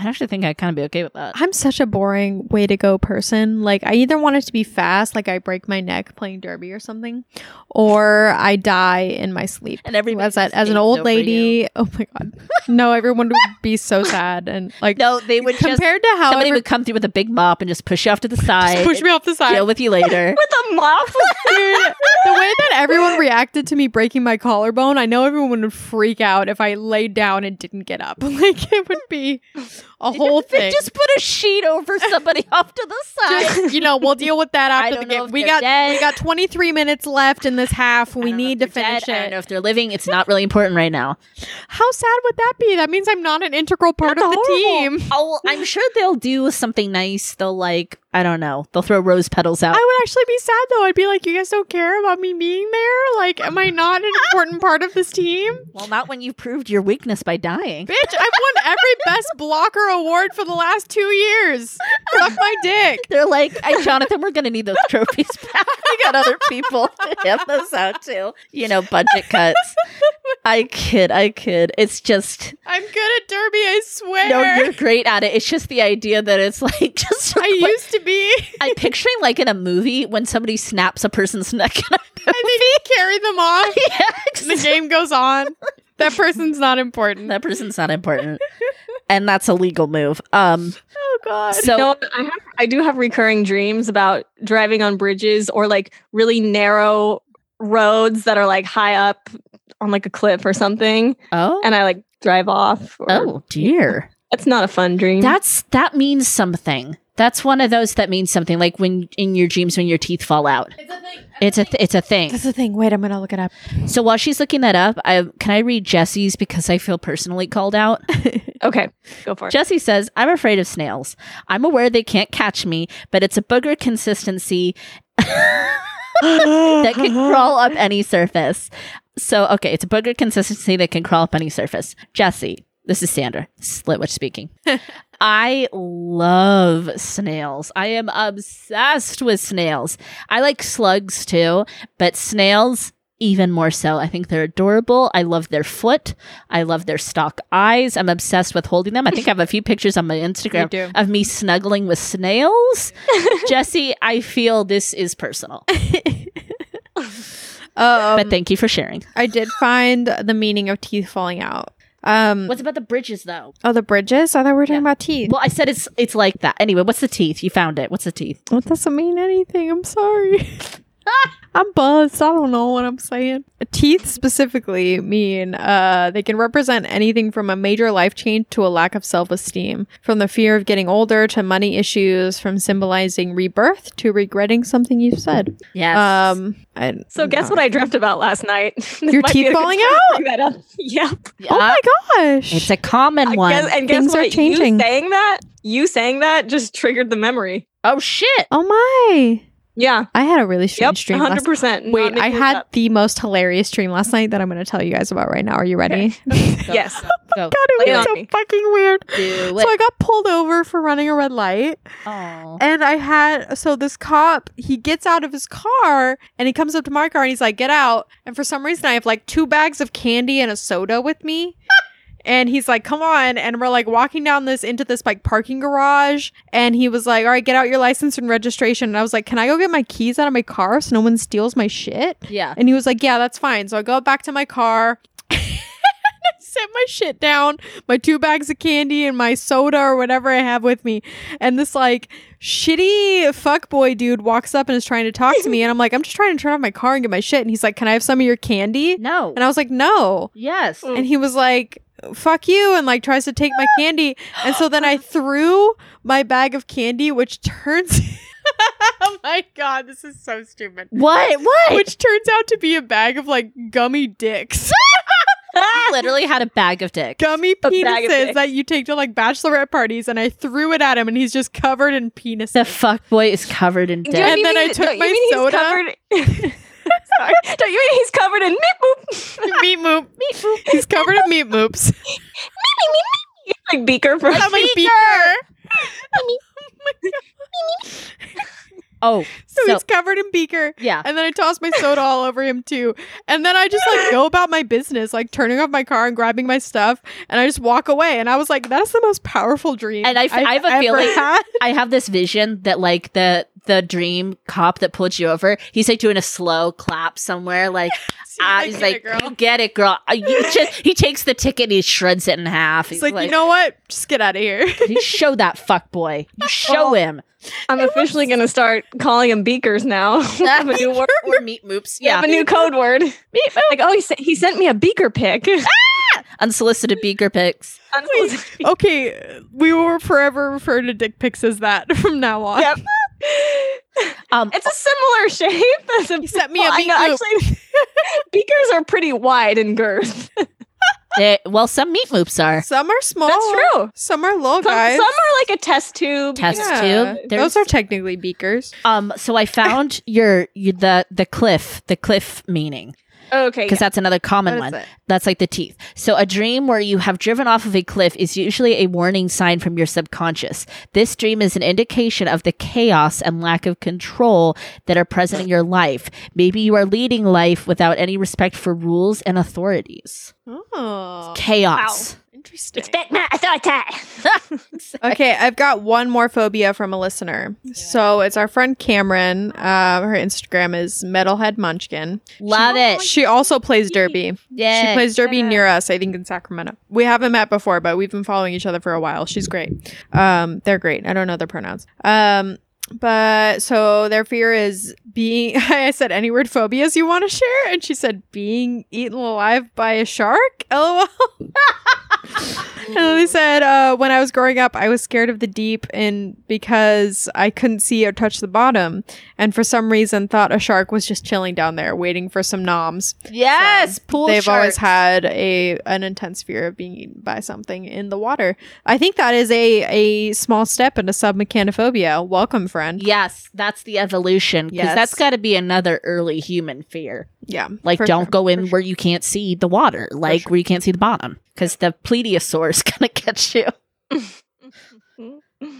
Speaker 1: I actually think I'd kind of be okay with that.
Speaker 3: I'm such a boring way to go person. Like I either want it to be fast, like I break my neck playing derby or something, or I die in my sleep.
Speaker 1: And everybody
Speaker 3: as, that,
Speaker 1: just
Speaker 3: as an
Speaker 1: hates
Speaker 3: old
Speaker 1: over you.
Speaker 3: lady, oh my god, no, everyone would be so sad and like
Speaker 1: No, they would just
Speaker 3: compared to how
Speaker 1: somebody
Speaker 3: every-
Speaker 1: would come through with a big mop and just push you off to the side.
Speaker 3: just push me off the side.
Speaker 1: Deal with you later.
Speaker 2: With a mop.
Speaker 3: Dude, the way that everyone reacted to me breaking my collarbone, I know everyone would freak out if I laid down and didn't get up. Like it would be a whole
Speaker 1: They
Speaker 3: thing.
Speaker 1: just put a sheet over somebody off to the side.
Speaker 3: Just, you know, we'll deal with that
Speaker 1: I
Speaker 3: after the
Speaker 1: don't know
Speaker 3: game.
Speaker 1: if
Speaker 3: We
Speaker 1: they're
Speaker 3: got
Speaker 1: dead.
Speaker 3: we got 23 minutes left in this half.
Speaker 1: I
Speaker 3: We
Speaker 1: don't
Speaker 3: need
Speaker 1: know
Speaker 3: to
Speaker 1: if they're
Speaker 3: finish
Speaker 1: dead. I don't know
Speaker 3: it.
Speaker 1: if they're living. It's not really important right now.
Speaker 3: How sad would that be? That means I'm not an integral part
Speaker 1: That's
Speaker 3: of the
Speaker 1: horrible.
Speaker 3: team.
Speaker 1: Oh, I'm sure they'll do something nice. They'll like, I don't know. They'll throw rose petals out.
Speaker 3: I would actually be sad though. I'd be like, you guys don't care about me being there. Like, am I not an important part of this team?
Speaker 1: well, not when you proved your weakness by dying.
Speaker 3: Bitch, I've won every best blocker award for the last two years. Suck my dick.
Speaker 1: They're like, hey, Jonathan, we're going to need those trophies back. We got other people to hand those out to. You know, budget cuts. I kid, I kid. It's just,
Speaker 3: I'm good at derby, I swear.
Speaker 1: no, you're great at it. It's just the idea that it's like, just,
Speaker 3: I used to be.
Speaker 1: I'm picturing like in a movie when somebody snaps a person's neck.
Speaker 3: I think you carry them off. The
Speaker 1: yeah,
Speaker 3: game goes on. That person's not important.
Speaker 1: that person's not important. And that's a legal move. Um,
Speaker 3: Oh god.
Speaker 1: so
Speaker 2: no, I have I do have recurring dreams about driving on bridges or like really narrow roads that are like high up on like a cliff or something,
Speaker 1: Oh,
Speaker 2: and I like drive off. Or,
Speaker 1: oh dear.
Speaker 2: that's not a fun
Speaker 3: Mm-hmm.
Speaker 2: dream.
Speaker 1: That's that means something. That's one of those that means something. Like when in your dreams when your teeth fall out.
Speaker 3: It's a thing.
Speaker 1: It's a th- it's a thing.
Speaker 3: That's the thing. Wait, I'm gonna look it up.
Speaker 1: So while she's looking that up, I can I read Jesse's because I feel personally called out.
Speaker 2: okay. Go for it.
Speaker 1: Jesse says, "I'm afraid of snails. I'm aware they can't catch me, but it's a booger consistency that can crawl up any surface. So, okay, it's a booger consistency that can crawl up any surface. Jesse, this is Sandra, Slitwitch speaking. I love snails. I am obsessed with snails. I like slugs too, but snails even more so. I think they're adorable. I love their foot. I love their stalk eyes. I'm obsessed with holding them. I think I have a few pictures on my Instagram
Speaker 3: do.
Speaker 1: of me snuggling with snails. Jesse, I feel this is personal. but
Speaker 3: Um,
Speaker 1: thank you for sharing.
Speaker 3: I did find the meaning of teeth falling out. Um,
Speaker 1: What's about the bridges though?
Speaker 3: oh, the bridges. I thought we were talking
Speaker 1: Yeah.
Speaker 3: about teeth.
Speaker 1: Well, I said it's it's like that. Anyway, what's the teeth? You found it. What's the teeth?
Speaker 3: That doesn't mean anything. I'm sorry. I'm buzzed. I don't know what I'm saying. Teeth specifically mean uh, they can represent anything from a major life change to a lack of self esteem, from the fear of getting older to money issues, from symbolizing rebirth to regretting something you've said.
Speaker 1: Yes.
Speaker 3: Um, I,
Speaker 2: So guess what I dreamt about last night? This
Speaker 3: Your
Speaker 2: might be
Speaker 3: teeth
Speaker 2: a good
Speaker 3: falling
Speaker 2: time to
Speaker 3: out?
Speaker 2: bring That up. Yep.
Speaker 1: Yeah.
Speaker 3: Oh my gosh!
Speaker 1: it's a common
Speaker 2: I
Speaker 1: one.
Speaker 2: guess, and guess
Speaker 3: Things are
Speaker 2: what?
Speaker 3: changing.
Speaker 2: You saying that? You saying that just triggered the memory.
Speaker 1: oh shit.
Speaker 3: oh my!
Speaker 2: Yeah.
Speaker 3: I had a really
Speaker 2: Yep.
Speaker 3: strange dream.
Speaker 2: Hundred
Speaker 3: Last-
Speaker 2: percent.
Speaker 3: Wait, I had the most hilarious dream last night that I'm going to tell you guys about right now. Are you ready?
Speaker 1: Go,
Speaker 2: Yes.
Speaker 1: Go.
Speaker 3: God, it
Speaker 2: Lay it
Speaker 3: was
Speaker 2: on
Speaker 3: so
Speaker 2: me.
Speaker 3: fucking weird.
Speaker 1: Do
Speaker 3: So I
Speaker 1: it.
Speaker 3: got pulled over for running a red light,
Speaker 1: Oh.
Speaker 3: and I had so this cop he gets out of his car and he comes up to my car and he's like, "Get out!" And for some reason, I have like two bags of candy and a soda with me. And he's like, come on. And we're like walking down this into this like parking garage. And he was like, all right, get out your license and registration. And I was like, can I go get my keys out of my car so no one steals my shit?
Speaker 1: Yeah.
Speaker 3: And he was like, Yeah, that's fine. So I go back to my car. I set my shit down, my two bags of candy and my soda or whatever I have with me. And this like shitty fuckboy dude walks up and is trying to talk to me. And I'm like, I'm just trying to turn off my car and get my shit. And he's like, Can I have some of your candy?
Speaker 1: No.
Speaker 3: And I was like, No.
Speaker 1: yes.
Speaker 2: Mm.
Speaker 3: And he was like, fuck you and like tries to take my candy and so then i threw my bag of candy which turns oh my god this is so stupid
Speaker 1: What? What?
Speaker 3: which turns out to be a bag of like gummy dicks
Speaker 1: I literally had a bag of dicks.
Speaker 3: gummy
Speaker 2: A bag of
Speaker 3: penises
Speaker 2: dicks.
Speaker 3: that you take to like bachelorette parties and i threw it at him and he's just covered in penises
Speaker 1: The fuck boy is covered in
Speaker 2: Don't
Speaker 1: dicks.
Speaker 3: And
Speaker 2: you
Speaker 3: then I
Speaker 2: mean-
Speaker 3: took
Speaker 2: don't you
Speaker 3: my
Speaker 2: mean he's
Speaker 3: soda.
Speaker 2: covered- Sorry. Don't you mean he's covered in meep boop?
Speaker 3: meat moop meat moop he's covered in meat moops
Speaker 2: like beaker from
Speaker 3: I'm like, beaker
Speaker 1: Oh,
Speaker 3: so,
Speaker 1: So-
Speaker 3: he's covered in beaker
Speaker 1: yeah.
Speaker 3: and then I tossed my soda all over him too. And then I just like go about my business, like turning off my car and grabbing my stuff, and I just walk away. And I was like, that's the most powerful dream.
Speaker 1: And I f- I have a
Speaker 3: ever
Speaker 1: feeling-
Speaker 3: had.
Speaker 1: I have this vision that like the the dream cop that pulled you over, he's like doing a slow clap somewhere, like ah, he's like, you get it, girl. Ah, you just, he takes the ticket, and he shreds it in half.
Speaker 3: It's like, you know what? Just get out of here.
Speaker 1: you show that fuck boy. You show
Speaker 2: Oh.
Speaker 1: him.
Speaker 2: I'm officially going to start calling him beakers now. we have a new word.
Speaker 1: or meat moops.
Speaker 2: We
Speaker 1: Yeah,
Speaker 2: have a new code word. Like, oh, he, sent he sent me a beaker pick.
Speaker 1: unsolicited beaker pics.
Speaker 2: Unsolicited-
Speaker 3: okay, we will forever refer to dick pics as that from now on.
Speaker 2: Yep.
Speaker 1: Um,
Speaker 2: It's a similar shape. As a,
Speaker 3: He sent me a
Speaker 2: Well, I
Speaker 3: beak
Speaker 2: know,
Speaker 3: loop.
Speaker 2: actually, beakers are pretty wide in girth.
Speaker 1: they- well, some meat moops are
Speaker 3: Some are small.
Speaker 2: That's true.
Speaker 3: Some are little
Speaker 2: Some,
Speaker 3: Oh, guys.
Speaker 2: some are like a test tube.
Speaker 1: test
Speaker 3: Yeah.
Speaker 1: tube. There's-
Speaker 3: Those are technically beakers.
Speaker 1: um. So I found your, you the the cliff the cliff meaning
Speaker 2: Okay.
Speaker 1: because that's another common
Speaker 3: What
Speaker 1: one.
Speaker 3: is it?
Speaker 1: That's like the teeth. So, a dream where you have driven off of a cliff is usually a warning sign from your subconscious. This dream is an indication of the chaos and lack of control that are present in your life. Maybe you are leading life without any respect for rules and authorities.
Speaker 3: Oh,
Speaker 1: Chaos.
Speaker 3: interesting.
Speaker 2: my authority.
Speaker 3: Okay, I've got one more phobia from a listener. So it's our friend Cameron. Uh, her Instagram is Metalhead Munchkin.
Speaker 1: Love it.
Speaker 3: She also plays derby.
Speaker 1: Yeah.
Speaker 3: She plays derby near us, I think, in Sacramento. We haven't met before, but we've been following each other for a while. She's great. Um, they're great. I don't know their pronouns. Um, but so their fear is being. I said any word phobias you want to share, and she said being eaten alive by a shark. LOL. and then they said uh, when I was growing up, I was scared of the deep, and because I couldn't see or touch the bottom, and for some reason thought a shark was just chilling down there, waiting for some noms
Speaker 1: yes. Pool
Speaker 3: they've always
Speaker 1: sharks.
Speaker 3: had a an intense fear of being eaten by something in the water. I think that is a a small step into submechanophobia. Welcome, friend.
Speaker 1: Yes, that's the evolution. Because
Speaker 3: Yes.
Speaker 1: that's got to be another early human fear.
Speaker 3: Yeah,
Speaker 1: Like,
Speaker 3: for
Speaker 1: don't
Speaker 3: sure,
Speaker 1: go
Speaker 3: for
Speaker 1: in
Speaker 3: sure.
Speaker 1: where you can't see the water, like
Speaker 3: sure.
Speaker 1: where you can't see the bottom, because the plesiosaur is going to catch you.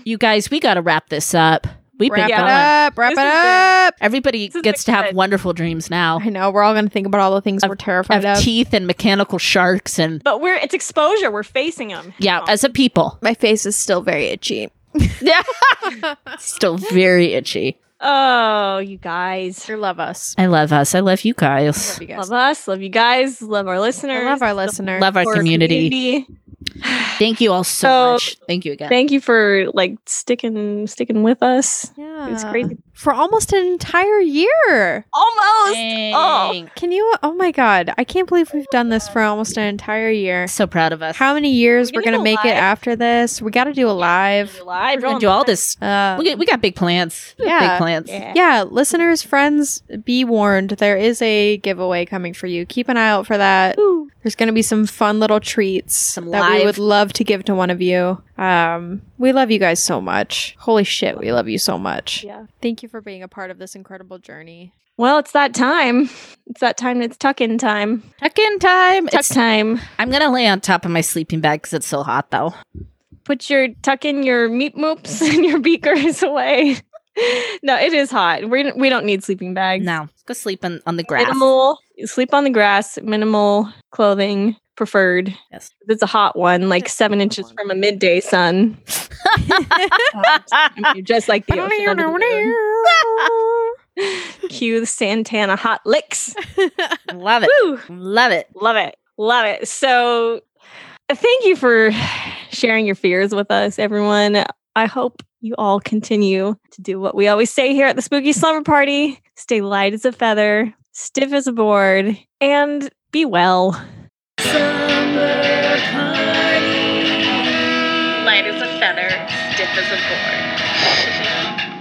Speaker 1: You guys, we got to wrap this up. We've
Speaker 3: Wrap
Speaker 1: been
Speaker 3: it
Speaker 1: going.
Speaker 3: up. Wrap
Speaker 2: This
Speaker 3: it
Speaker 2: has
Speaker 3: up.
Speaker 1: Everybody
Speaker 2: This has
Speaker 1: gets to
Speaker 2: been
Speaker 1: have
Speaker 2: good.
Speaker 1: wonderful dreams now
Speaker 3: I know we're all gonna think about all the things
Speaker 1: Of-
Speaker 3: we're terrified
Speaker 1: of
Speaker 3: of.
Speaker 1: teeth and mechanical sharks and
Speaker 2: But we're it's exposure. We're facing them.
Speaker 1: yeah, as a people,
Speaker 3: My face is still very itchy.
Speaker 1: yeah, still very itchy.
Speaker 2: oh, you guys.
Speaker 3: You love us.
Speaker 1: I love us. I love you guys.
Speaker 3: Love you guys.
Speaker 2: Love us. Love you guys. Love our listeners.
Speaker 3: I love our
Speaker 2: the
Speaker 3: listeners.
Speaker 1: Love our
Speaker 2: whole
Speaker 1: community.
Speaker 2: community.
Speaker 1: Thank you all so,
Speaker 2: So-
Speaker 1: much. Thank you again.
Speaker 2: Thank you for like sticking sticking with us.
Speaker 3: yeah.
Speaker 1: Uh,
Speaker 2: It's crazy.
Speaker 3: for almost an entire year.
Speaker 2: Almost. Oh.
Speaker 1: Thank-
Speaker 3: Can you? Oh my god! I can't believe we've done this for almost an entire year.
Speaker 1: So proud of us.
Speaker 3: how many years
Speaker 2: We're
Speaker 3: we're
Speaker 2: gonna
Speaker 3: gonna,
Speaker 2: do a
Speaker 3: make it
Speaker 2: live.
Speaker 3: after this. We got to do a live.
Speaker 1: We're gonna do all this.
Speaker 3: Uh,
Speaker 1: We, got- we got big plans. We got
Speaker 3: Yeah.
Speaker 1: big plans.
Speaker 2: Yeah.
Speaker 3: yeah, listeners, friends, be warned. There is a giveaway coming for you. Keep an eye out for that.
Speaker 2: Ooh.
Speaker 3: There's going to be some fun little treats
Speaker 1: Some
Speaker 3: that we
Speaker 1: live-
Speaker 3: would love to give to one of you. Um, we love you guys so much. Holy shit, we love you so much.
Speaker 2: Yeah.
Speaker 3: Thank you for being a part of this incredible journey.
Speaker 2: Well, it's that time. It's that time. It's tuck in time.
Speaker 1: Tuck in time.
Speaker 2: Tuck
Speaker 1: It's-
Speaker 2: time.
Speaker 1: I'm gonna lay on top of my sleeping bag because it's so hot though.
Speaker 2: Put your tuck in your meat moops and your beakers away. no, it is hot. We we don't need sleeping bags.
Speaker 1: No, let's go sleep on, on the grass.
Speaker 2: Minimal sleep on the grass. Minimal clothing preferred.
Speaker 1: Yes.
Speaker 2: If It's a hot one, like seven inches from a midday sun.
Speaker 1: Ah,
Speaker 2: You're just like the ocean under the moon. Cue the Santana hot licks.
Speaker 1: Love it.
Speaker 2: Woo!
Speaker 1: Love it.
Speaker 2: Love it. Love it. So thank you for sharing your fears with us, everyone. I hope you all continue to do what we always say here at the Spooky Slumber Party stay light as a feather, stiff as a board, and be well.
Speaker 5: Summer comes.
Speaker 1: feather, stiff as a board.